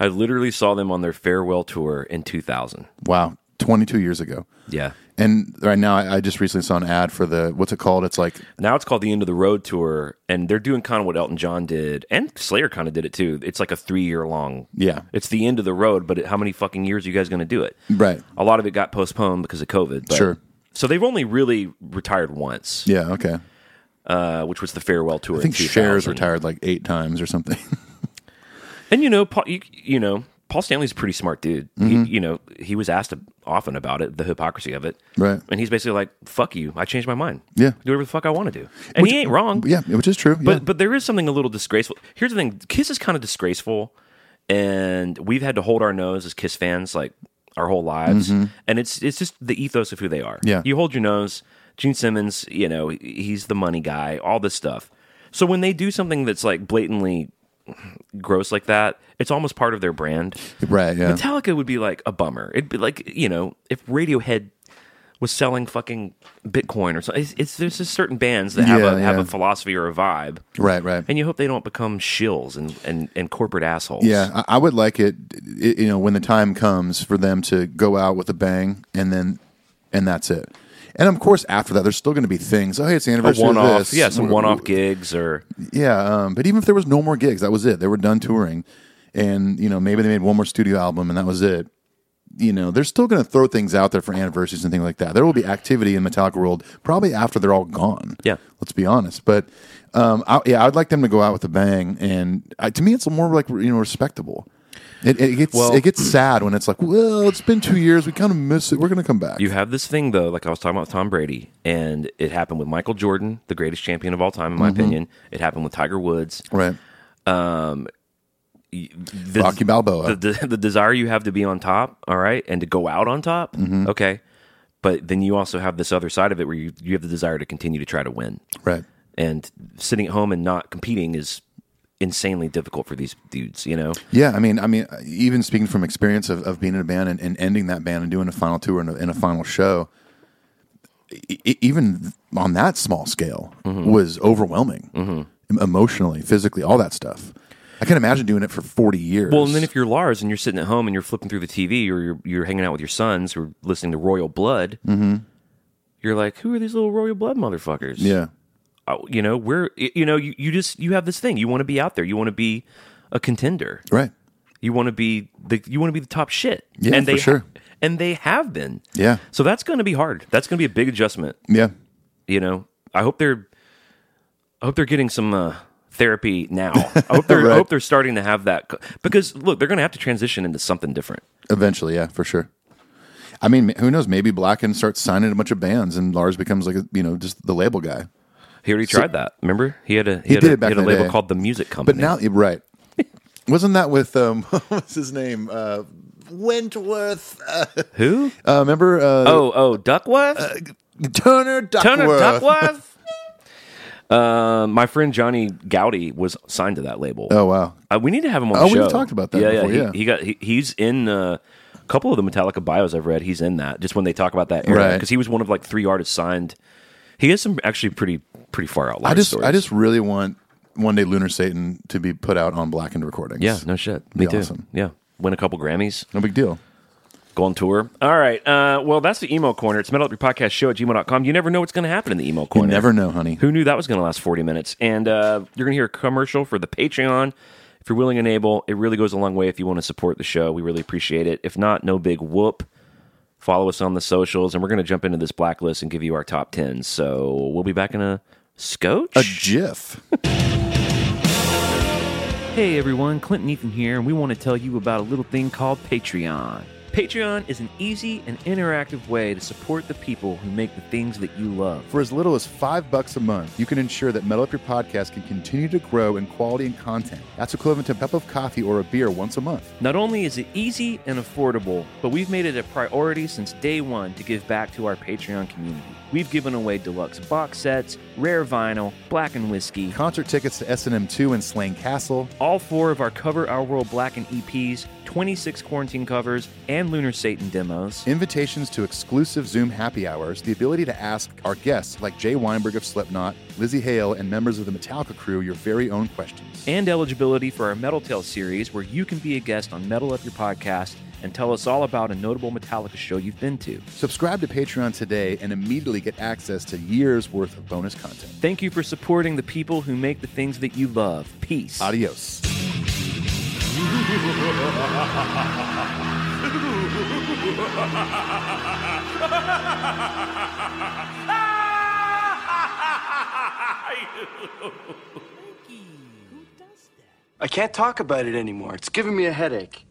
Speaker 4: I literally saw them on their farewell tour in 2000.
Speaker 3: Wow, 22 years ago.
Speaker 4: Yeah.
Speaker 3: And right now, I, I just recently saw an ad for the what's it called? It's like
Speaker 4: Now it's called the End of the Road Tour, and they're doing kind of what Elton John did, and Slayer kind of did it too. It's like a three year long.
Speaker 3: Yeah.
Speaker 4: It's the end of the road, but how many fucking years are you guys going to do it?
Speaker 3: Right.
Speaker 4: A lot of it got postponed because of COVID. But,
Speaker 3: Sure.
Speaker 4: So they've only really retired once,
Speaker 3: yeah, okay.
Speaker 4: uh, which was the farewell tour.
Speaker 3: I think
Speaker 4: in
Speaker 3: Cher's
Speaker 4: 2000.
Speaker 3: retired like eight times or something.
Speaker 4: And you know, Paul, you, you know, Paul Stanley's a pretty smart dude.
Speaker 3: Mm-hmm.
Speaker 4: He, you know, he was asked often about it, the hypocrisy of it.
Speaker 3: Right.
Speaker 4: And he's basically like, "Fuck you, I changed my mind.
Speaker 3: Yeah.
Speaker 4: do whatever the fuck I want to do." And he ain't wrong.
Speaker 3: yeah, which is true.
Speaker 4: But
Speaker 3: yeah.
Speaker 4: but there is something a little disgraceful. Here's the thing: Kiss is kind of disgraceful, and we've had to hold our nose as Kiss fans like our whole lives, and it's it's just the ethos of who they are.
Speaker 3: Mm-hmm. Yeah.
Speaker 4: you hold your nose. Gene Simmons, you know, he- he's the money guy. All this stuff. So when they do something that's like blatantly gross like that, it's almost part of their brand.
Speaker 3: right, yeah.
Speaker 4: Metallica would be like a bummer. It'd be like you know if Radiohead was selling fucking Bitcoin or something. It's, it's there's just certain bands that have
Speaker 3: Yeah,
Speaker 4: a have
Speaker 3: yeah.
Speaker 4: a philosophy or a vibe,
Speaker 3: Right, right.
Speaker 4: and you hope they don't become shills and and, and corporate assholes.
Speaker 3: Yeah, I, I would like it, i You know, when the time comes for them to go out with a bang, and then, and that's it. And of course, after that, there's still going to be things. Oh, hey, it's the
Speaker 4: a
Speaker 3: anniversary
Speaker 4: one
Speaker 3: of
Speaker 4: off.
Speaker 3: this.
Speaker 4: Yeah, some
Speaker 3: W-
Speaker 4: one off
Speaker 3: w-
Speaker 4: gigs or
Speaker 3: Yeah, um, but even if there was no more gigs, that was it. They were done touring, and you know, maybe they made one more studio album, and that was it. You know, they're still going to throw things out there for anniversaries and things like that. There will be activity in Metallica world probably after they're all gone.
Speaker 4: Yeah.
Speaker 3: let's be honest. But um, I, yeah, I'd like them to go out with a bang, and I, to me, it's more like you know respectable. It, it gets
Speaker 4: Well-
Speaker 3: it gets sad when it's like, well, it's been two years. We kind of miss it. We're going to come back.
Speaker 4: You have this thing though, like I was talking about Tom Brady, and it happened with Michael Jordan, the greatest champion of all time, in
Speaker 3: Mm-hmm.
Speaker 4: my opinion. It happened with Tiger Woods.
Speaker 3: right,
Speaker 4: The,
Speaker 3: Rocky Balboa.
Speaker 4: The, the, the desire you have to be on top, all right, and to go out on top,
Speaker 3: Mm-hmm.
Speaker 4: okay. But then you also have this other side of it where you, you have the desire to continue to try to win.
Speaker 3: right.
Speaker 4: And sitting at home and not competing is insanely difficult for these dudes, you know?
Speaker 3: Yeah, I mean, I mean, even speaking from experience of, of being in a band and, and ending that band and doing a final tour and a, and a final show, e- e- even on that small scale,
Speaker 4: Mm-hmm.
Speaker 3: was overwhelming Em- emotionally, physically, all that stuff. I can imagine doing it for forty years.
Speaker 4: Well, and then if you're Lars and you're sitting at home and you're flipping through the TV or you're, you're hanging out with your sons or listening to Royal Blood,
Speaker 3: Mm-hmm.
Speaker 4: you're like, who are these little Royal Blood motherfuckers?
Speaker 3: yeah,
Speaker 4: Uh, you know, we're, y- you know, you, you just, you have this thing. You want to be out there. You want to be a contender.
Speaker 3: right,
Speaker 4: You want to be the, you want to be the top shit.
Speaker 3: Yeah,
Speaker 4: and they,
Speaker 3: for sure.
Speaker 4: And they have been.
Speaker 3: Yeah.
Speaker 4: So that's going to be hard. That's going to be a big adjustment.
Speaker 3: yeah,
Speaker 4: You know, I hope they're, I hope they're getting some, uh, therapy now. I hope they're, I
Speaker 3: Right.
Speaker 4: hope they're starting to have that c- because look, they're going to have to transition into something different.
Speaker 3: eventually, yeah, for sure. I mean, who knows? Maybe Blacken starts signing a bunch of bands, and Lars becomes like a, you know just the label guy.
Speaker 4: He already tried that. Remember, he had a he, had
Speaker 3: did
Speaker 4: a,
Speaker 3: it back
Speaker 4: he had a
Speaker 3: in the
Speaker 4: label
Speaker 3: day.
Speaker 4: called the Music
Speaker 3: But
Speaker 4: Company.
Speaker 3: now, right? Wasn't that with um, what was his name? Uh, Wentworth.
Speaker 4: who?
Speaker 3: Uh, remember uh,
Speaker 4: oh, oh, Duckworth,
Speaker 3: Turner Duckworth?
Speaker 4: Turner Duckworth. Uh, my friend Johnny Gowdy was signed to that label.
Speaker 3: Oh wow!
Speaker 4: Uh, we need to have him on
Speaker 3: Oh,
Speaker 4: the
Speaker 3: we've
Speaker 4: show.
Speaker 3: talked about that
Speaker 4: Yeah,
Speaker 3: before,
Speaker 4: He,
Speaker 3: yeah.
Speaker 4: he got he, he's in uh, a couple of the Metallica bios I've read. He's in that just when they talk about that era
Speaker 3: Right.
Speaker 4: because he was one of like three artists signed. He has some actually pretty pretty far out.
Speaker 3: I just
Speaker 4: stories.
Speaker 3: I just really want one day Lunar Satan to be put out on Blackened Recordings.
Speaker 4: yeah no shit me
Speaker 3: Be
Speaker 4: too
Speaker 3: awesome.
Speaker 4: yeah win a couple Grammys.
Speaker 3: no big deal.
Speaker 4: Go on tour. All right. Uh, well, that's the email corner. It's metal up your podcast show at gmail.com. You never know what's going to happen in the email
Speaker 3: You
Speaker 4: corner.
Speaker 3: never know, honey.
Speaker 4: Who knew that was going to last 40 minutes? And uh, you're going to hear a commercial for the Patreon. If you're willing and able, it really goes a long way if you want to support the show. We really appreciate it. If not, no big whoop. Follow us on the socials, and we're going to jump into this blacklist and give you our top 10. So we'll be back in a scotch.
Speaker 3: A GIF.
Speaker 4: Hey everyone, Clinton Ethan here, and we want to tell you about a little thing called Patreon. Patreon is an easy and interactive way to support the people who make the things that you love.
Speaker 3: For as little as five bucks a month, you can ensure that Metal Up Your Podcast can continue to grow in quality and content. That's equivalent to a cup of coffee or a beer once a month.
Speaker 4: Not only is it easy and affordable, but we've made it a priority since day one to give back to our Patreon community. We've given away deluxe box sets, rare vinyl, black and whiskey,
Speaker 3: Concert tickets to SNM2 and Slane Castle.
Speaker 4: all four of our Cover Our World Black and EPs, 26 quarantine covers, and Lunar Satan demos.
Speaker 3: Invitations to exclusive Zoom happy hours, the ability to ask our guests like Jay Weinberg of Slipknot, Lizzie Hale, and members of the Metallica crew your very own questions.
Speaker 4: and eligibility for our Metal Tales series, where you can be a guest on Metal Up Your Podcast and tell us all about a notable Metallica show you've been to.
Speaker 3: Subscribe to Patreon today and immediately get access to years worth of bonus content.
Speaker 4: Thank you for supporting the people who make the things that you love. Peace.
Speaker 3: Adios.
Speaker 1: I can't talk about it anymore. It's giving me a headache.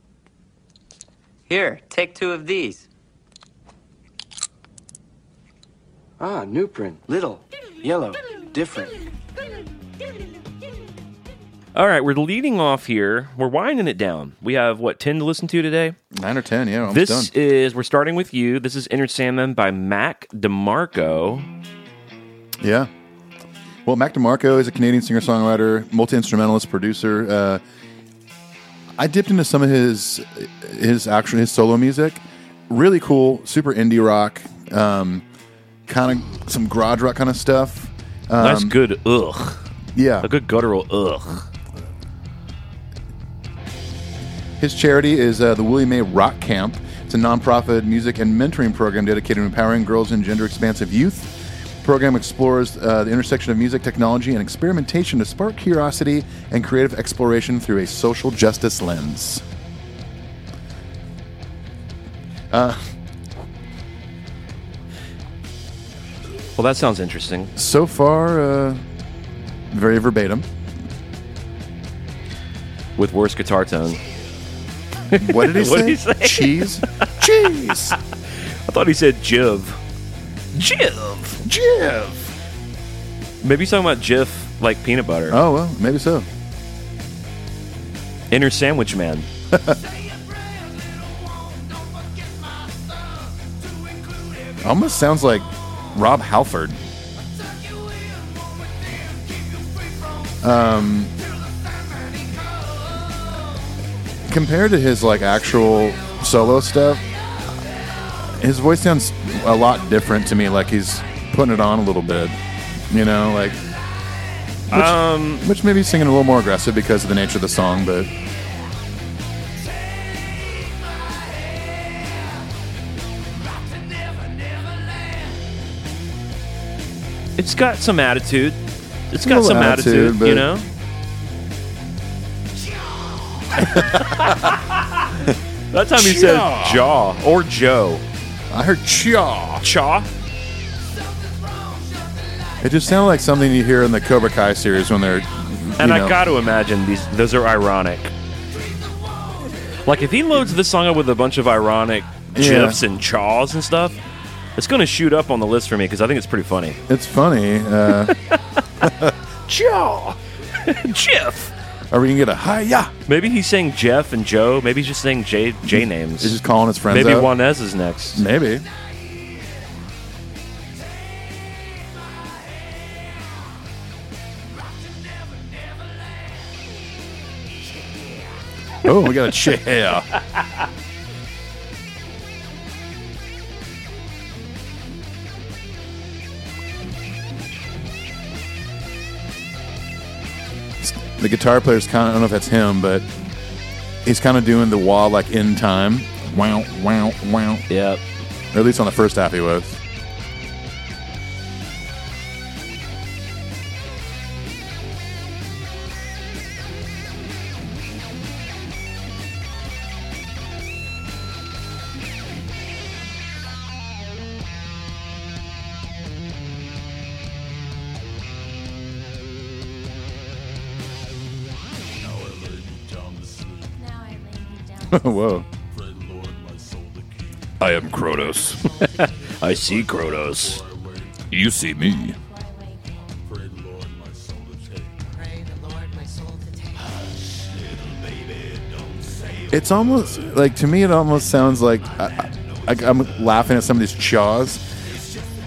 Speaker 7: Here, take two of these.
Speaker 1: Ah, new print. Little, yellow, different.
Speaker 4: All right, we're leading off here. We're winding it down. We have, what, 10 to listen to today?
Speaker 3: Nine or ten, yeah, I'm
Speaker 4: this
Speaker 3: done.
Speaker 4: is, we're starting with you. This is Inner Salmon by Mac DeMarco.
Speaker 3: Yeah. Well, Mac DeMarco is a Canadian singer songwriter, multi instrumentalist, producer. Uh, I dipped into some of his his actual his solo music. Really cool, super indie rock. Um, kind of some garage rock kind of stuff. Um,
Speaker 4: That's good. Ugh.
Speaker 3: Yeah.
Speaker 4: A good guttural. Ugh.
Speaker 3: His charity is uh, the William A. Rock Camp. It's a nonprofit music and mentoring program dedicated to empowering girls and gender expansive youth. The program explores uh, the intersection of music, technology, and experimentation to spark curiosity and creative exploration through a social justice lens.
Speaker 4: Well, that sounds interesting.
Speaker 3: So far, uh, very verbatim.
Speaker 4: With worse guitar tone.
Speaker 3: What did he say?
Speaker 4: What did he say?
Speaker 3: Cheese? Cheese!
Speaker 4: I thought he said jiv. Jiv.
Speaker 3: Jiv!
Speaker 4: Maybe he's talking about jiff like peanut butter.
Speaker 3: Oh, well, maybe so.
Speaker 4: Inner sandwich man.
Speaker 3: Almost sounds like Rob Halford. Um, compared to his like actual solo stuff, his voice sounds a lot different to me. Like he's putting it on a little bit, you know, like
Speaker 4: Um,
Speaker 3: which maybe singing a little more aggressive because of the nature of the song. But
Speaker 4: it's got some attitude. It's got
Speaker 3: Little
Speaker 4: some
Speaker 3: attitude,
Speaker 4: attitude,
Speaker 3: but-
Speaker 4: you know. that time he said jaw or Joe.
Speaker 3: I heard "Cha."
Speaker 4: Chaw.
Speaker 3: It just sounded like something you hear in the Cobra Kai series when they're.
Speaker 4: And
Speaker 3: you
Speaker 4: I
Speaker 3: know-
Speaker 4: got to imagine these; those are ironic. Like if he loads this song up with a bunch of ironic
Speaker 3: Yeah.
Speaker 4: gifs and chaws and stuff, it's going to shoot up on the list for me because I think it's pretty funny.
Speaker 3: It's funny. Uh,
Speaker 4: Chaw, Jeff.
Speaker 3: Or we can get a hi yeah.
Speaker 4: Maybe he's saying Jeff and Joe. Maybe he's just saying J J names.
Speaker 3: He's just calling his friends.
Speaker 4: Maybe
Speaker 3: out.
Speaker 4: Juanes is next.
Speaker 3: Maybe. Oh, we got a chair. the guitar player's kind of, I don't know if that's him, but he's kind of doing the wah like in time. Wow, wow, wow.
Speaker 4: Yep.
Speaker 3: Or at least on the first half he was. Whoa. I am Kronos.
Speaker 4: I see Kronos.
Speaker 3: You see me. It's almost like to me. It almost sounds like I, I, I'm laughing at some of these chaws.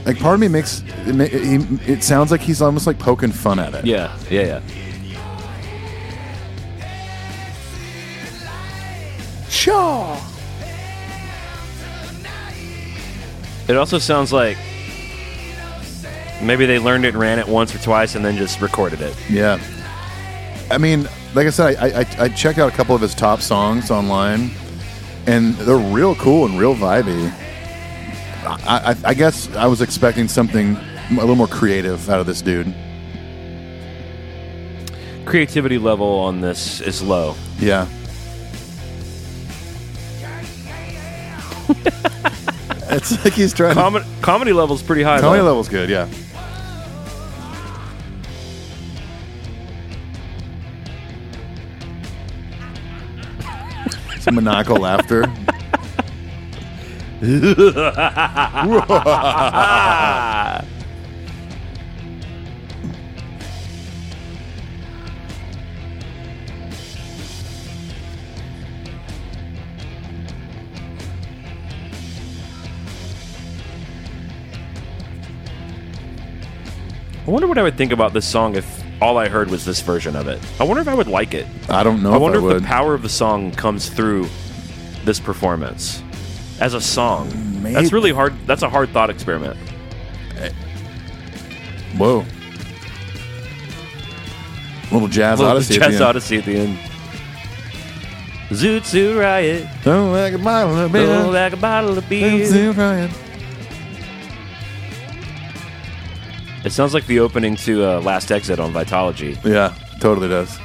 Speaker 3: Like part of me makes it, ma- he- it sounds like he's almost like poking fun at it.
Speaker 4: Yeah. Yeah. Yeah.
Speaker 3: chaw.
Speaker 4: It also sounds like maybe they learned it, and ran it once or twice, and then just recorded it.
Speaker 3: Yeah. I mean, like I said, I, I, I checked out a couple of his top songs online, and they're real cool and real vibey. I, I, I guess I was expecting something a little more creative out of this dude.
Speaker 4: Creativity level on this is low.
Speaker 3: Yeah. it's like he's trying to.
Speaker 4: Com- comedy level's pretty high.
Speaker 3: Comedy
Speaker 4: though.
Speaker 3: level's good, yeah. Some maniacal laughter.
Speaker 4: I wonder what I would think about this song if all I heard was this version of it. I wonder if I would like it.
Speaker 3: I don't know
Speaker 4: I wonder
Speaker 3: if I
Speaker 4: if
Speaker 3: would.
Speaker 4: the power of the song comes through this performance. as a song.
Speaker 3: Maybe.
Speaker 4: That's really hard. That's a hard thought experiment.
Speaker 3: Whoa. Little jazz
Speaker 4: Little
Speaker 3: odyssey. at the
Speaker 4: Jazz
Speaker 3: end.
Speaker 4: Odyssey at the end. Zoot Zoo Riot,
Speaker 3: Don't like a bottle of beer.
Speaker 4: blow like a bottle of
Speaker 3: Don't
Speaker 4: beer.
Speaker 3: see Ryan.
Speaker 4: It sounds like the opening to uh, Last Exit on Vitology.
Speaker 3: Yeah, totally does.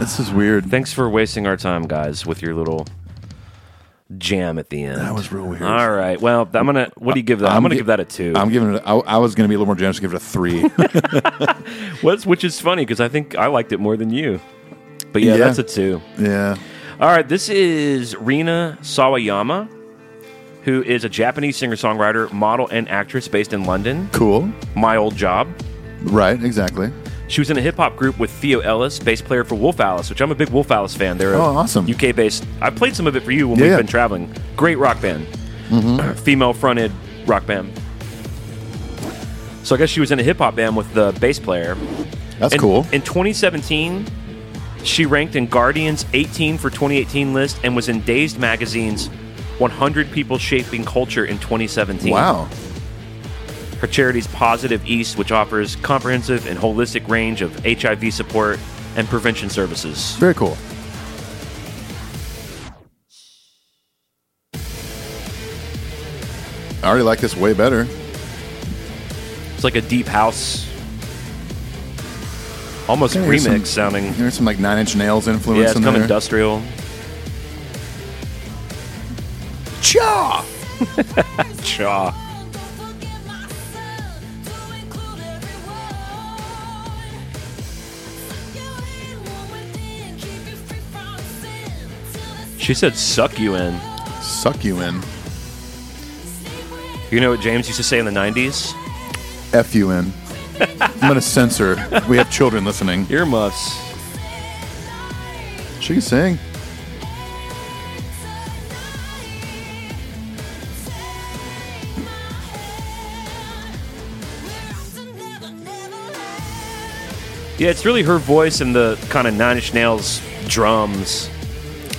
Speaker 3: this is weird.
Speaker 4: Thanks for wasting our time, guys, with your little jam at the end.
Speaker 3: That was real weird.
Speaker 4: All right. Well, I'm gonna. What do you give that? I'm,
Speaker 3: I'm
Speaker 4: gonna
Speaker 3: gi-
Speaker 4: give that a 2
Speaker 3: I'm giving it. I, I was going to be a little more generous. Give it a three.
Speaker 4: What's, which is funny because I think I liked it more than you. But yeah,
Speaker 3: Yeah.
Speaker 4: that's a two.
Speaker 3: yeah.
Speaker 4: All right, this is Rina Sawayama, who is a Japanese singer songwriter, model, and actress based in London.
Speaker 3: Cool.
Speaker 4: My old job.
Speaker 3: Right. Exactly.
Speaker 4: She was in a hip hop group with Theo Ellis, bass player for Wolf Alice, which I'm a big Wolf Alice fan. They're a
Speaker 3: Oh, awesome.
Speaker 4: UK based. I played some of it for you when
Speaker 3: Yeah,
Speaker 4: we've
Speaker 3: yeah. Mm-hmm.
Speaker 4: been traveling. Great rock band, female fronted rock band. So I guess she was in a hip hop band with the bass player.
Speaker 3: That's
Speaker 4: in,
Speaker 3: cool.
Speaker 4: In 2017, she ranked in Guardian's 18 for 2018 list and was in Dazed magazine's 100 People Shaping Culture in 2017.
Speaker 3: wow.
Speaker 4: Her charity's Positive East, which offers comprehensive and holistic range of HIV support and prevention services.
Speaker 3: Very cool. I already like this way better.
Speaker 4: It's like a deep house, almost
Speaker 3: Yeah, there's
Speaker 4: remix
Speaker 3: some-
Speaker 4: sounding.
Speaker 3: There's some like Nine Inch Nails influence
Speaker 4: Yeah, it's
Speaker 3: in
Speaker 4: kind of
Speaker 3: there.
Speaker 4: industrial.
Speaker 3: Cha!
Speaker 4: Cha. She said, suck you in.
Speaker 3: Suck you in.
Speaker 4: You know what James used to say in the 90s?
Speaker 3: F you in. I'm going to censor. We have children listening.
Speaker 4: Earmuffs.
Speaker 3: She can sing.
Speaker 4: Yeah, it's really her voice and the kind of Nine Inch Nails drums.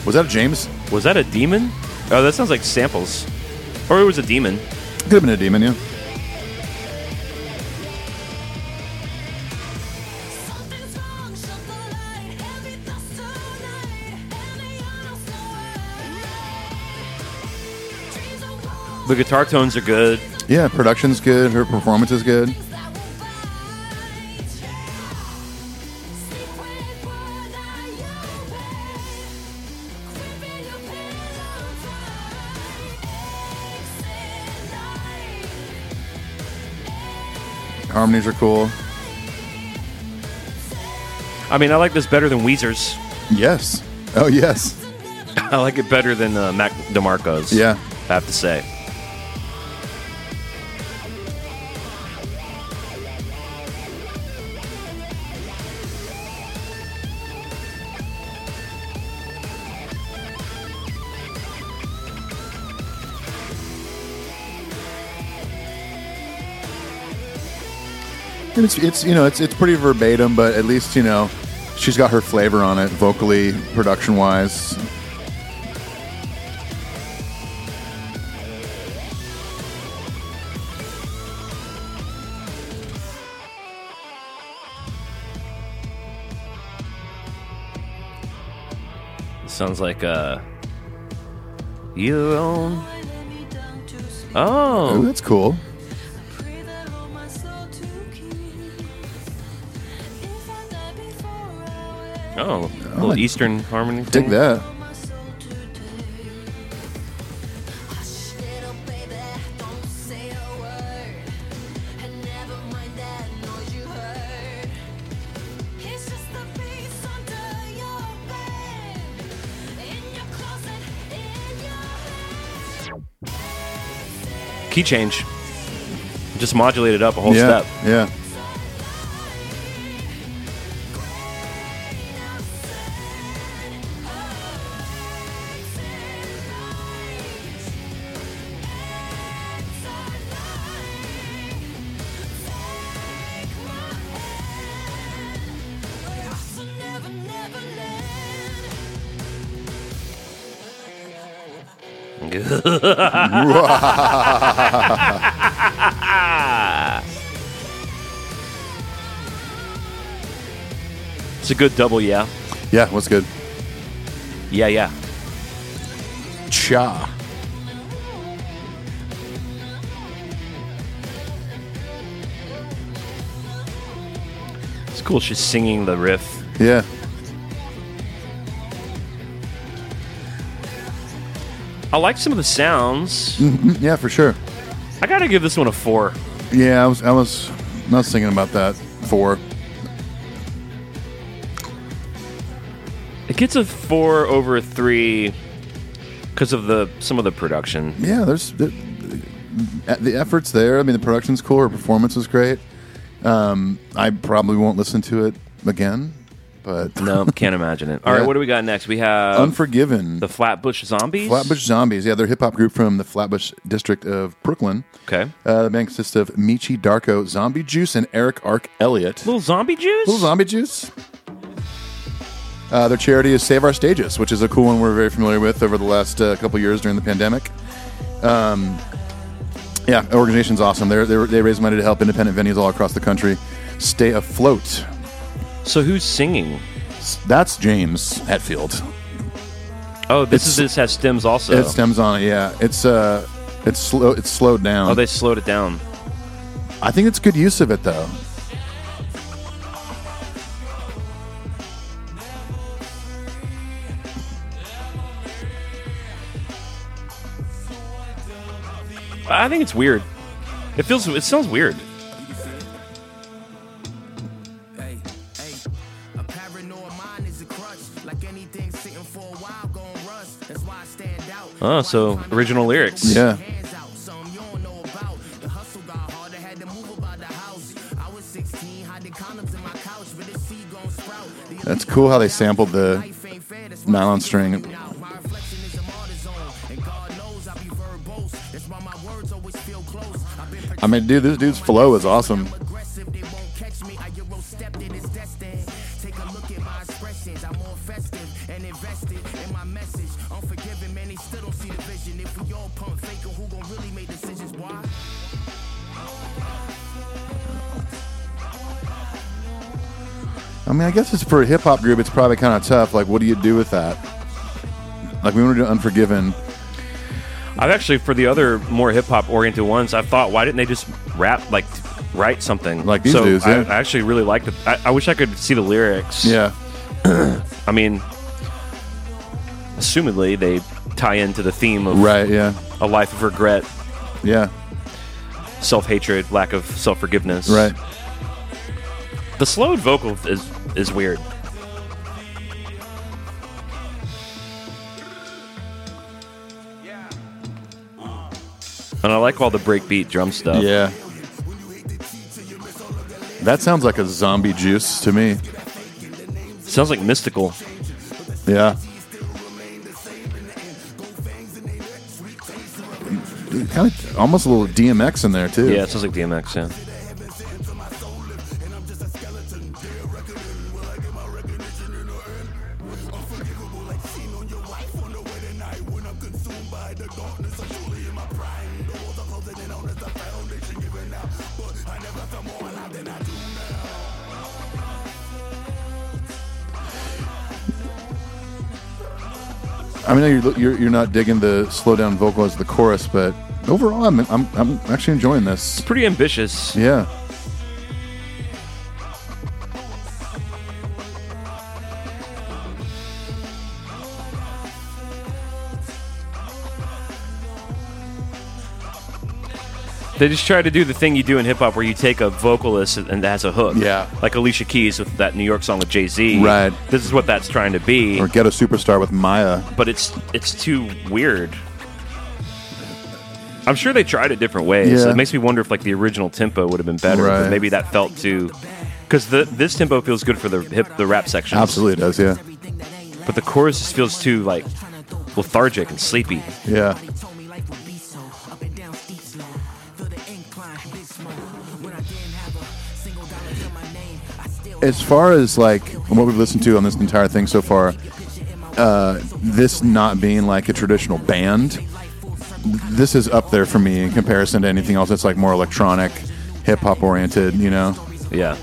Speaker 3: Was that a James?
Speaker 4: Was that a demon? Oh, that sounds like samples. Or it was a demon.
Speaker 3: Could have been a demon, yeah.
Speaker 4: The guitar tones are good.
Speaker 3: Yeah, production's good. Her performance is good. Harmonies are cool.
Speaker 4: I mean, I like this better than Weezer's.
Speaker 3: Yes. Oh, yes.
Speaker 4: I like it better than uh, Mac DeMarco's.
Speaker 3: Yeah.
Speaker 4: I have to say.
Speaker 3: And it's it's you know it's it's pretty verbatim, but at least you know she's got her flavor on it, vocally, production wise.
Speaker 4: It sounds like uh You own.
Speaker 3: Oh,
Speaker 4: Oh.
Speaker 3: that's cool.
Speaker 4: Oh. A little
Speaker 3: like-
Speaker 4: Eastern harmony.
Speaker 3: Dig
Speaker 4: thing.
Speaker 3: that.
Speaker 4: Key change. Just modulated up a whole
Speaker 3: yeah,
Speaker 4: step.
Speaker 3: yeah.
Speaker 4: It's a good double, yeah.
Speaker 3: Yeah, what's good?
Speaker 4: Yeah, yeah.
Speaker 3: Cha.
Speaker 4: It's cool. She's singing the riff.
Speaker 3: Yeah.
Speaker 4: I like some of the sounds.
Speaker 3: Mm, Yeah, for sure.
Speaker 4: I gotta give this one a four.
Speaker 3: Yeah, I was I was not thinking about that four.
Speaker 4: It gets a four over a three because of the some of the production.
Speaker 3: Yeah, there's the, the efforts there. I mean, the production's cool. Her performance was great. Um, I probably won't listen to it again, but
Speaker 4: No, can't imagine it. All right,
Speaker 3: Yeah.
Speaker 4: what do we got next? We have
Speaker 3: Unforgiven,
Speaker 4: the Flatbush Zombies.
Speaker 3: Flatbush Zombies. Yeah, they're a hip hop group from the Flatbush district of Brooklyn.
Speaker 4: Okay.
Speaker 3: Uh, the band consists of Michi Darko, Zombie Juice, and Eric Arc Elliott.
Speaker 4: Little zombie juice.
Speaker 3: Little Zombie Juice. Uh, their charity is Save Our Stages, which is a cool one we're very familiar with over the last uh, couple years during the pandemic. Um, yeah, the organization's awesome. They're, they're, they raise money to help independent venues all across the country stay afloat.
Speaker 4: so who's singing?
Speaker 3: That's James Hetfield.
Speaker 4: Oh, this
Speaker 3: It's-
Speaker 4: is this has stems also.
Speaker 3: It stems on it. Yeah, it's uh, it's slow. It's slowed down.
Speaker 4: oh, they slowed it down.
Speaker 3: I think it's good use of it though.
Speaker 4: I think it's weird. It feels. It sounds weird.
Speaker 8: Hey, hey. A paranoid mind is a crutch. Like anything sitting for a while, gon' rust. That's why I stand out.
Speaker 4: Oh, so original lyrics.
Speaker 3: Yeah.
Speaker 8: Hands out, something you don't know about. The hustle got hard, I had to move about the house. I was 16, hiding condoms in my couch, but the seed gon' sprout. The
Speaker 3: That's cool how they sampled the
Speaker 8: life ain't fair, that's why
Speaker 3: nylon string.
Speaker 8: now. My reflection is a martyr's own. And God knows I be verbose. That's why my words always feel close. I've been
Speaker 3: I mean, dude, this dude's flow is awesome.
Speaker 8: aggressive, they won't catch me. I euro stepped in it's destined. Take a look at my expressions. I'm more festive and invested in my message. Unforgiving, man, they still don't see the vision. If we all pump faker, who gon' really make decisions? Why?
Speaker 3: I mean, I guess it's for a hip hop group. It's probably kind of tough. Like, what do you do with that? Like, we want to do Unforgiven.
Speaker 4: I've actually for the other more hip hop oriented ones, I thought, why didn't they just rap like write something
Speaker 3: Like these
Speaker 4: so
Speaker 3: dudes,
Speaker 4: I,
Speaker 3: yeah.
Speaker 4: I actually really like the. I, I wish I could see the lyrics.
Speaker 3: Yeah,
Speaker 4: I mean, assumedly they tie into the theme of
Speaker 3: right. Yeah,
Speaker 4: a life of regret,
Speaker 3: yeah,
Speaker 4: self hatred, lack of self forgiveness.
Speaker 3: right.
Speaker 4: The slowed vocal is is weird. And I like all the breakbeat drum stuff.
Speaker 3: Yeah, that sounds like a zombie juice to me.
Speaker 4: Sounds like mystical.
Speaker 3: Yeah, kind of almost a little DMX in there too.
Speaker 4: Yeah, it sounds like DMX. Yeah.
Speaker 3: I mean, you're, you're you're not digging the slow down vocal as the chorus, but overall, I'm I'm I'm actually enjoying this.
Speaker 4: Pretty ambitious.
Speaker 3: Yeah.
Speaker 4: They just try to do the thing you do in hip hop where you take a vocalist and that has a hook.
Speaker 3: Yeah.
Speaker 4: Like Alicia Keys with that New York song with Jay Z.
Speaker 3: Right.
Speaker 4: This is what that's trying to be.
Speaker 3: Or get a superstar with Maya.
Speaker 4: But it's it's too weird. I'm sure they tried it different ways.
Speaker 3: Yeah.
Speaker 4: It makes me wonder if like the original tempo would have been better. but
Speaker 3: Right.
Speaker 4: Maybe that felt too because the this tempo feels good for the hip the rap section.
Speaker 3: Absolutely does. Yeah.
Speaker 4: But the chorus just feels too like lethargic and sleepy.
Speaker 3: Yeah. As far as like what we've listened to on this entire thing so far, uh, this not being like a traditional band, this is up there for me in comparison to anything else that's like more electronic, hip hop oriented. You know,
Speaker 4: Yeah.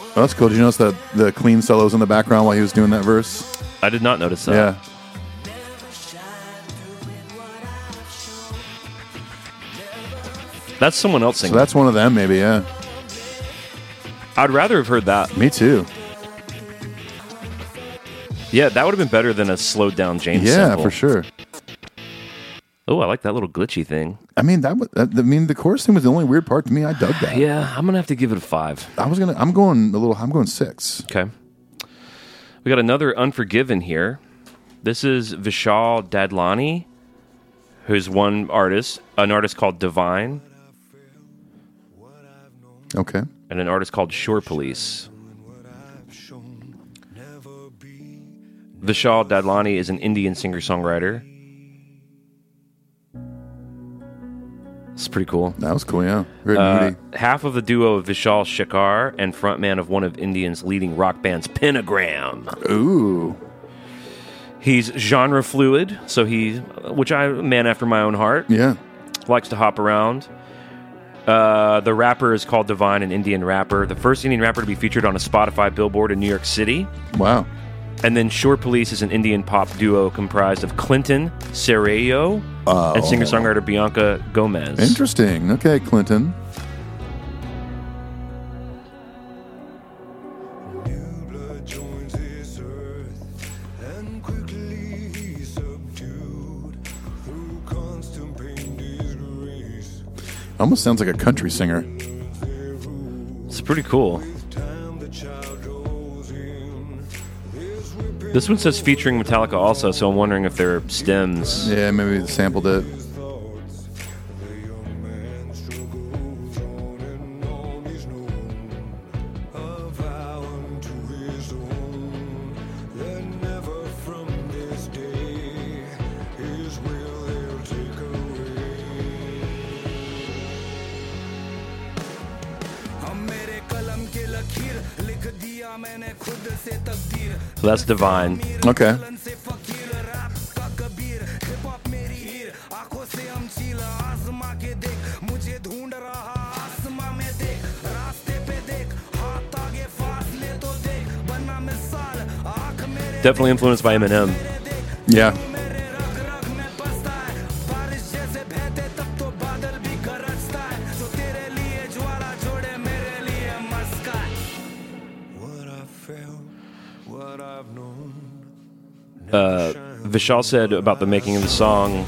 Speaker 3: oh, that's cool. Did you notice the the clean solos in the background while he was doing that verse?
Speaker 4: I did not notice that.
Speaker 3: yeah,
Speaker 4: That's someone else
Speaker 3: so
Speaker 4: singing.
Speaker 3: that's one of them maybe. Yeah,
Speaker 4: I'd rather have heard that.
Speaker 3: me too.
Speaker 4: Yeah, that would have been better than a slowed down James
Speaker 3: yeah,
Speaker 4: sample.
Speaker 3: for sure.
Speaker 4: Oh, I like that little glitchy thing.
Speaker 3: I mean that. wa- that- I mean the chorus thing was the only weird part to me. I dug that.
Speaker 4: Yeah, I'm gonna have to give it a five.
Speaker 3: I was gonna. I'm going a little. I'm going six.
Speaker 4: Okay. We got another Unforgiven here. This is Vishal Dadlani, who's one artist, an artist called Divine,
Speaker 3: Okay.
Speaker 4: and an artist called Shore Police. Vishal Dadlani is an Indian singer songwriter. It's pretty cool.
Speaker 3: That was cool. Yeah. Very
Speaker 4: Uh,
Speaker 3: moody.
Speaker 4: half of the duo of Vishal Shikar and frontman of one of India's leading rock bands, Pentagram.
Speaker 3: Ooh.
Speaker 4: He's genre fluid, so he, which I man after my own heart,
Speaker 3: Yeah.
Speaker 4: likes to hop around. Uh, the rapper is called Divine, an Indian rapper, the first Indian rapper to be featured on a Spotify billboard in New York City.
Speaker 3: Wow.
Speaker 4: And then Shore Police is an Indian pop duo comprised of Clinton Serrao and singer songwriter Bianca Gomez.
Speaker 3: Oh. Interesting. Okay, Clinton. Almost sounds like a country singer.
Speaker 4: It's pretty cool. This one says featuring Metallica also, so I'm wondering if they're stems.
Speaker 3: Yeah, maybe they sampled it.
Speaker 4: So that's divine.
Speaker 3: Okay.
Speaker 4: Definitely influenced by Eminem.
Speaker 3: Yeah.
Speaker 4: Uh, Vishal said about the making of the song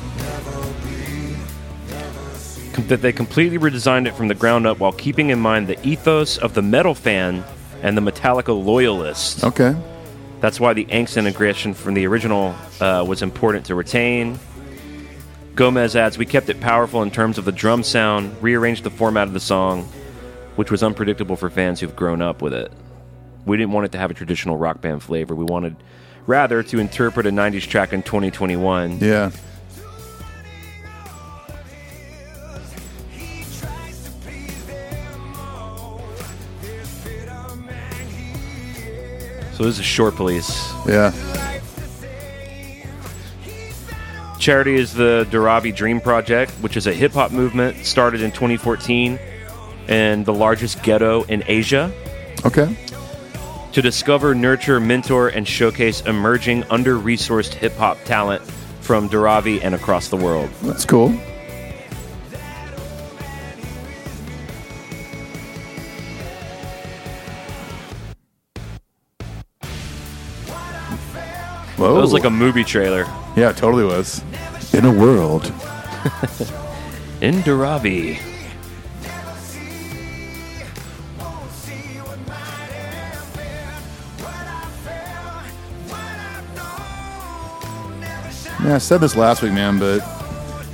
Speaker 4: com- that they completely redesigned it from the ground up while keeping in mind the ethos of the metal fan and the Metallica loyalist.
Speaker 3: Okay.
Speaker 4: That's why the angst and aggression from the original uh, was important to retain. Gomez adds, We kept it powerful in terms of the drum sound, rearranged the format of the song, which was unpredictable for fans who've grown up with it. We didn't want it to have a traditional rock band flavor. We wanted, rather, to interpret a 90s track in 2021.
Speaker 3: Yeah.
Speaker 4: So this is Short Police.
Speaker 3: Yeah.
Speaker 4: Charity is the Dharavi Dream Project, which is a hip hop movement started in 2014 in the largest ghetto in Asia.
Speaker 3: Okay.
Speaker 4: to discover, nurture, mentor, and showcase emerging under resourced hip hop talent from Dharavi and across the world.
Speaker 3: That's cool. Whoa.
Speaker 4: That was like a movie trailer.
Speaker 3: yeah, it totally was. In a world.
Speaker 4: In Dharavi.
Speaker 3: Yeah, I said this last week, man, but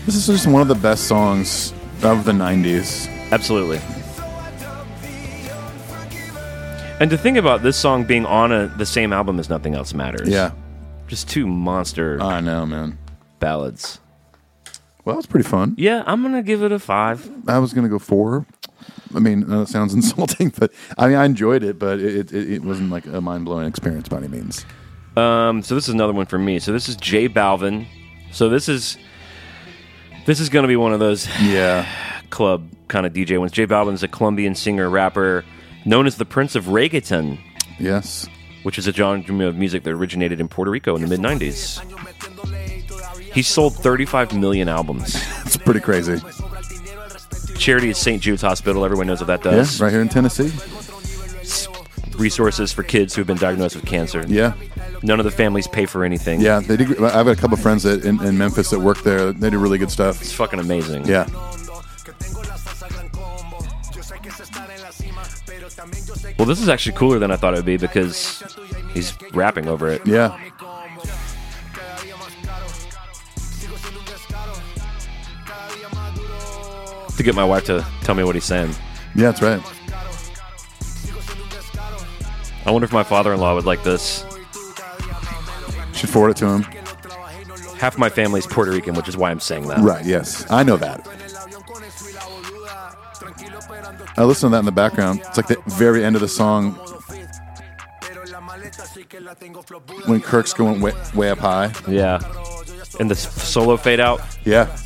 Speaker 3: this is just one of the best songs of the 90s.
Speaker 4: Absolutely. And to think about this song being on a, the same album as Nothing Else Matters.
Speaker 3: Yeah. Uh.
Speaker 4: Just two monster
Speaker 3: I know, man.
Speaker 4: ballads.
Speaker 3: Well, it's pretty fun.
Speaker 4: Yeah, I'm going to give it a five.
Speaker 3: I was gonna go four. I mean, uh, that sounds insulting, but I mean, I enjoyed it, but it it, it wasn't like a mind blowing experience by any means.
Speaker 4: Um, so this is another one for me. So this is Jay Balvin. So this is this is going to be one of those
Speaker 3: Yeah.
Speaker 4: club kind of DJ ones. Jay Balvin is a Colombian singer rapper known as the Prince of Reggaeton,
Speaker 3: Yes.
Speaker 4: which is a genre of music that originated in Puerto Rico in the mid '90s. He sold 35 million albums.
Speaker 3: It's pretty crazy.
Speaker 4: Charity is St. Jude's Hospital. Everyone knows what that
Speaker 3: Yeah.
Speaker 4: does.
Speaker 3: Right here in Tennessee.
Speaker 4: Resources for kids who have been diagnosed with cancer.
Speaker 3: Yeah.
Speaker 4: None of the families pay for anything.
Speaker 3: Yeah. They do, I've got a couple of friends that in, in Memphis that work there. They do really good stuff.
Speaker 4: It's fucking amazing.
Speaker 3: Yeah.
Speaker 4: Well, this is actually cooler than I thought it would be because he's rapping over it.
Speaker 3: Yeah.
Speaker 4: To get my wife to tell me what he's saying.
Speaker 3: Yeah, that's right.
Speaker 4: I wonder if my father in law would like this.
Speaker 3: Should forward it to him.
Speaker 4: Half my family's Puerto Rican, which is why I'm saying that.
Speaker 3: Right. Yes. I know that. I listen to that in the background. It's like the very end of the song when Kirk's going way, way up high.
Speaker 4: Yeah. And the s- solo fade out.
Speaker 3: Yeah.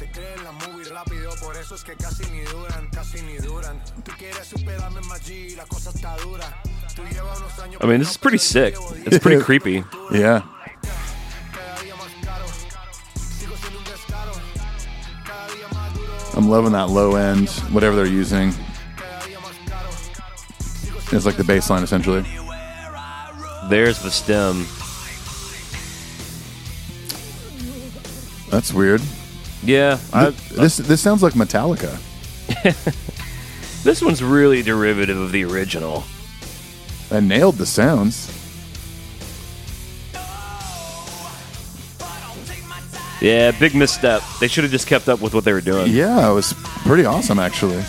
Speaker 4: I mean, this is pretty sick. It's pretty creepy.
Speaker 3: Yeah. I'm loving that low end, whatever they're using. It's like the bass line, essentially.
Speaker 4: There's the stem.
Speaker 3: That's weird.
Speaker 4: Yeah. I,
Speaker 3: Th- this this sounds like Metallica.
Speaker 4: this one's really derivative of the original.
Speaker 3: I nailed the sounds.
Speaker 4: Yeah, big misstep. They should have just kept up with what they were doing.
Speaker 3: Yeah, it was pretty awesome, actually.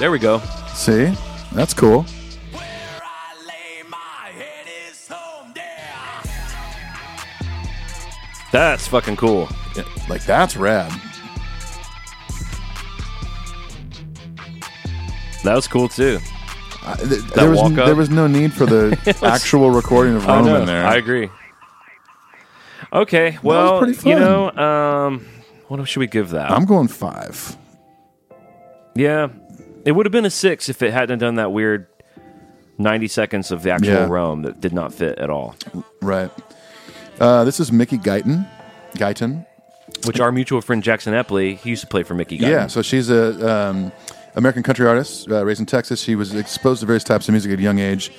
Speaker 4: There we go.
Speaker 3: See, that's cool.
Speaker 4: That's fucking cool.
Speaker 3: Like that's rad.
Speaker 4: That was cool too.
Speaker 3: I- th- there was
Speaker 4: walk up?
Speaker 3: there was no need for the actual recording of
Speaker 4: I
Speaker 3: Rome
Speaker 4: know.
Speaker 3: in there.
Speaker 4: I agree. Okay, well,
Speaker 3: pretty fun.
Speaker 4: you know, um, what should we give that?
Speaker 3: I'm going five.
Speaker 4: yeah, it would have been a six if it hadn't done that weird ninety seconds of the actual
Speaker 3: Yeah.
Speaker 4: Rome that did not fit at all.
Speaker 3: Right. Uh, this is Mickey Guyton. Guyton.
Speaker 4: Which our mutual friend Jackson Epley, he used to play for Mickey. Guyton.
Speaker 3: Yeah, so she's a um, American country artist uh, raised in Texas. She was exposed to various types of music at a young age.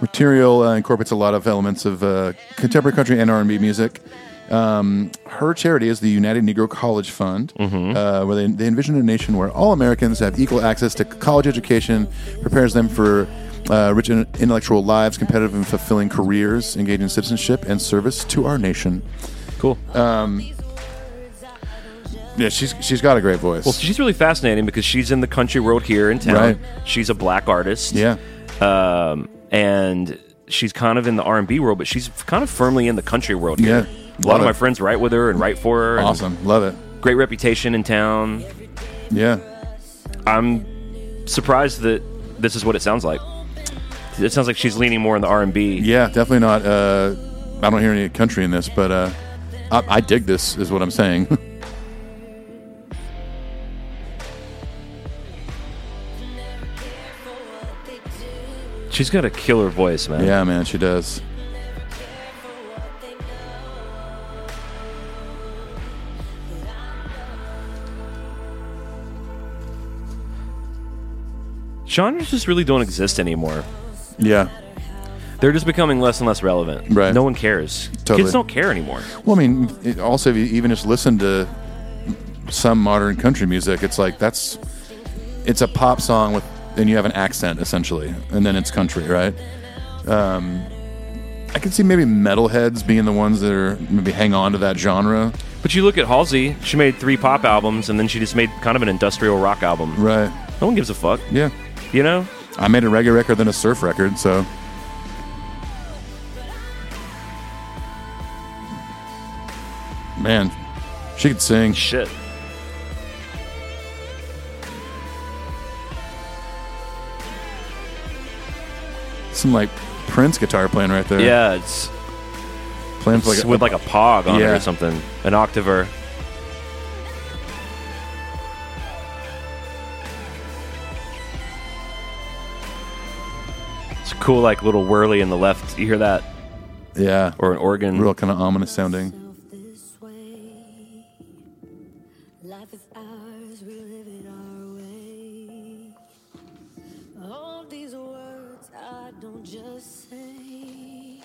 Speaker 3: Material uh, incorporates a lot of elements of uh, contemporary country and R and B music. Um, her charity is the United Negro College Fund, uh, where they, they envision a nation where all Americans have equal access to college education, prepares them for uh, rich in- intellectual lives, competitive and fulfilling careers, engaged in citizenship and service to our nation.
Speaker 4: cool.
Speaker 3: Uh, Yeah, she's she's got a great voice.
Speaker 4: Well, she's really fascinating because she's in the country world here in town.
Speaker 3: Right.
Speaker 4: She's a black artist.
Speaker 3: yeah,
Speaker 4: um, and she's kind of in the R and B world, but she's kind of firmly in the country world. Here.
Speaker 3: Yeah.
Speaker 4: a lot
Speaker 3: Love
Speaker 4: of my
Speaker 3: it.
Speaker 4: friends write with her and write for her. and
Speaker 3: awesome, love it.
Speaker 4: great reputation in town.
Speaker 3: Yeah.
Speaker 4: I'm surprised that this is what it sounds like. It sounds like she's leaning more in the R and B.
Speaker 3: Yeah, definitely not. Uh, I don't hear any country in this, but uh, I, I dig this, is what I'm saying.
Speaker 4: She's got a killer voice, man.
Speaker 3: yeah, man, she does.
Speaker 4: genres just really don't exist anymore.
Speaker 3: Yeah.
Speaker 4: They're just becoming less and less relevant.
Speaker 3: Right.
Speaker 4: No one cares.
Speaker 3: Totally.
Speaker 4: Kids don't care anymore.
Speaker 3: Well, I mean, it, also, if you even just listen to some modern country music, it's like that's it's a pop song with, and you have an accent essentially, and then it's country, right? Um, I can see maybe metalheads being the ones that are maybe hang on to that genre,
Speaker 4: But you look at Halsey. She made three pop albums, and then she just made kind of an industrial rock album.
Speaker 3: right?
Speaker 4: No one gives a fuck.
Speaker 3: Yeah,
Speaker 4: You know.
Speaker 3: I made a reggae record, then a surf record, so man, she could sing.
Speaker 4: Shit.
Speaker 3: some like Prince guitar playing right there.
Speaker 4: Yeah, it's
Speaker 3: playing for, like,
Speaker 4: s- with like a pog on it
Speaker 3: Yeah.
Speaker 4: or something, an octaver. It's a cool, like little whirly in the left. You hear that,
Speaker 3: yeah,
Speaker 4: or an organ?
Speaker 3: real kind of ominous sounding.
Speaker 9: this way. Life is ours, we live it our way. All these words I don't just say,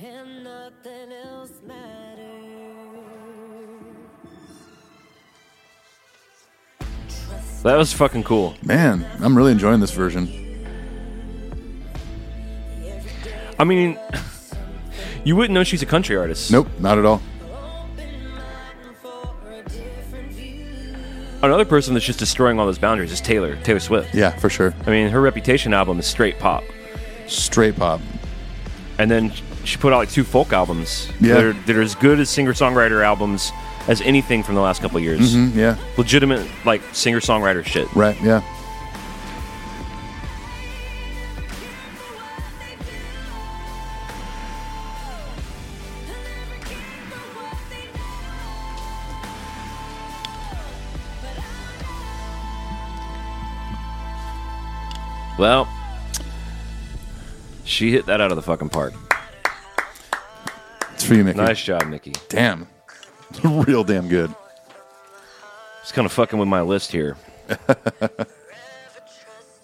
Speaker 9: and nothing else matters.
Speaker 4: That was fucking cool.
Speaker 3: Man, I'm really enjoying this version.
Speaker 4: I mean, you wouldn't know she's a country artist.
Speaker 3: Nope, not at all.
Speaker 4: Another person that's just destroying all those boundaries is Taylor Taylor Swift.
Speaker 3: Yeah, for sure.
Speaker 4: I mean, her Reputation album is straight pop,
Speaker 3: Straight pop.
Speaker 4: and then she put out like two folk albums
Speaker 3: Yeah.
Speaker 4: that, are, that are as good as singer songwriter albums as anything from the last couple of years.
Speaker 3: Mm, yeah,
Speaker 4: Legitimate like singer songwriter shit.
Speaker 3: right. Yeah,
Speaker 4: Well, she hit that out of the fucking park.
Speaker 3: it's for you, Mickey.
Speaker 4: Nice job, Nikki.
Speaker 3: Damn, real damn good.
Speaker 4: It's kind of fucking with my list here.
Speaker 9: Never trust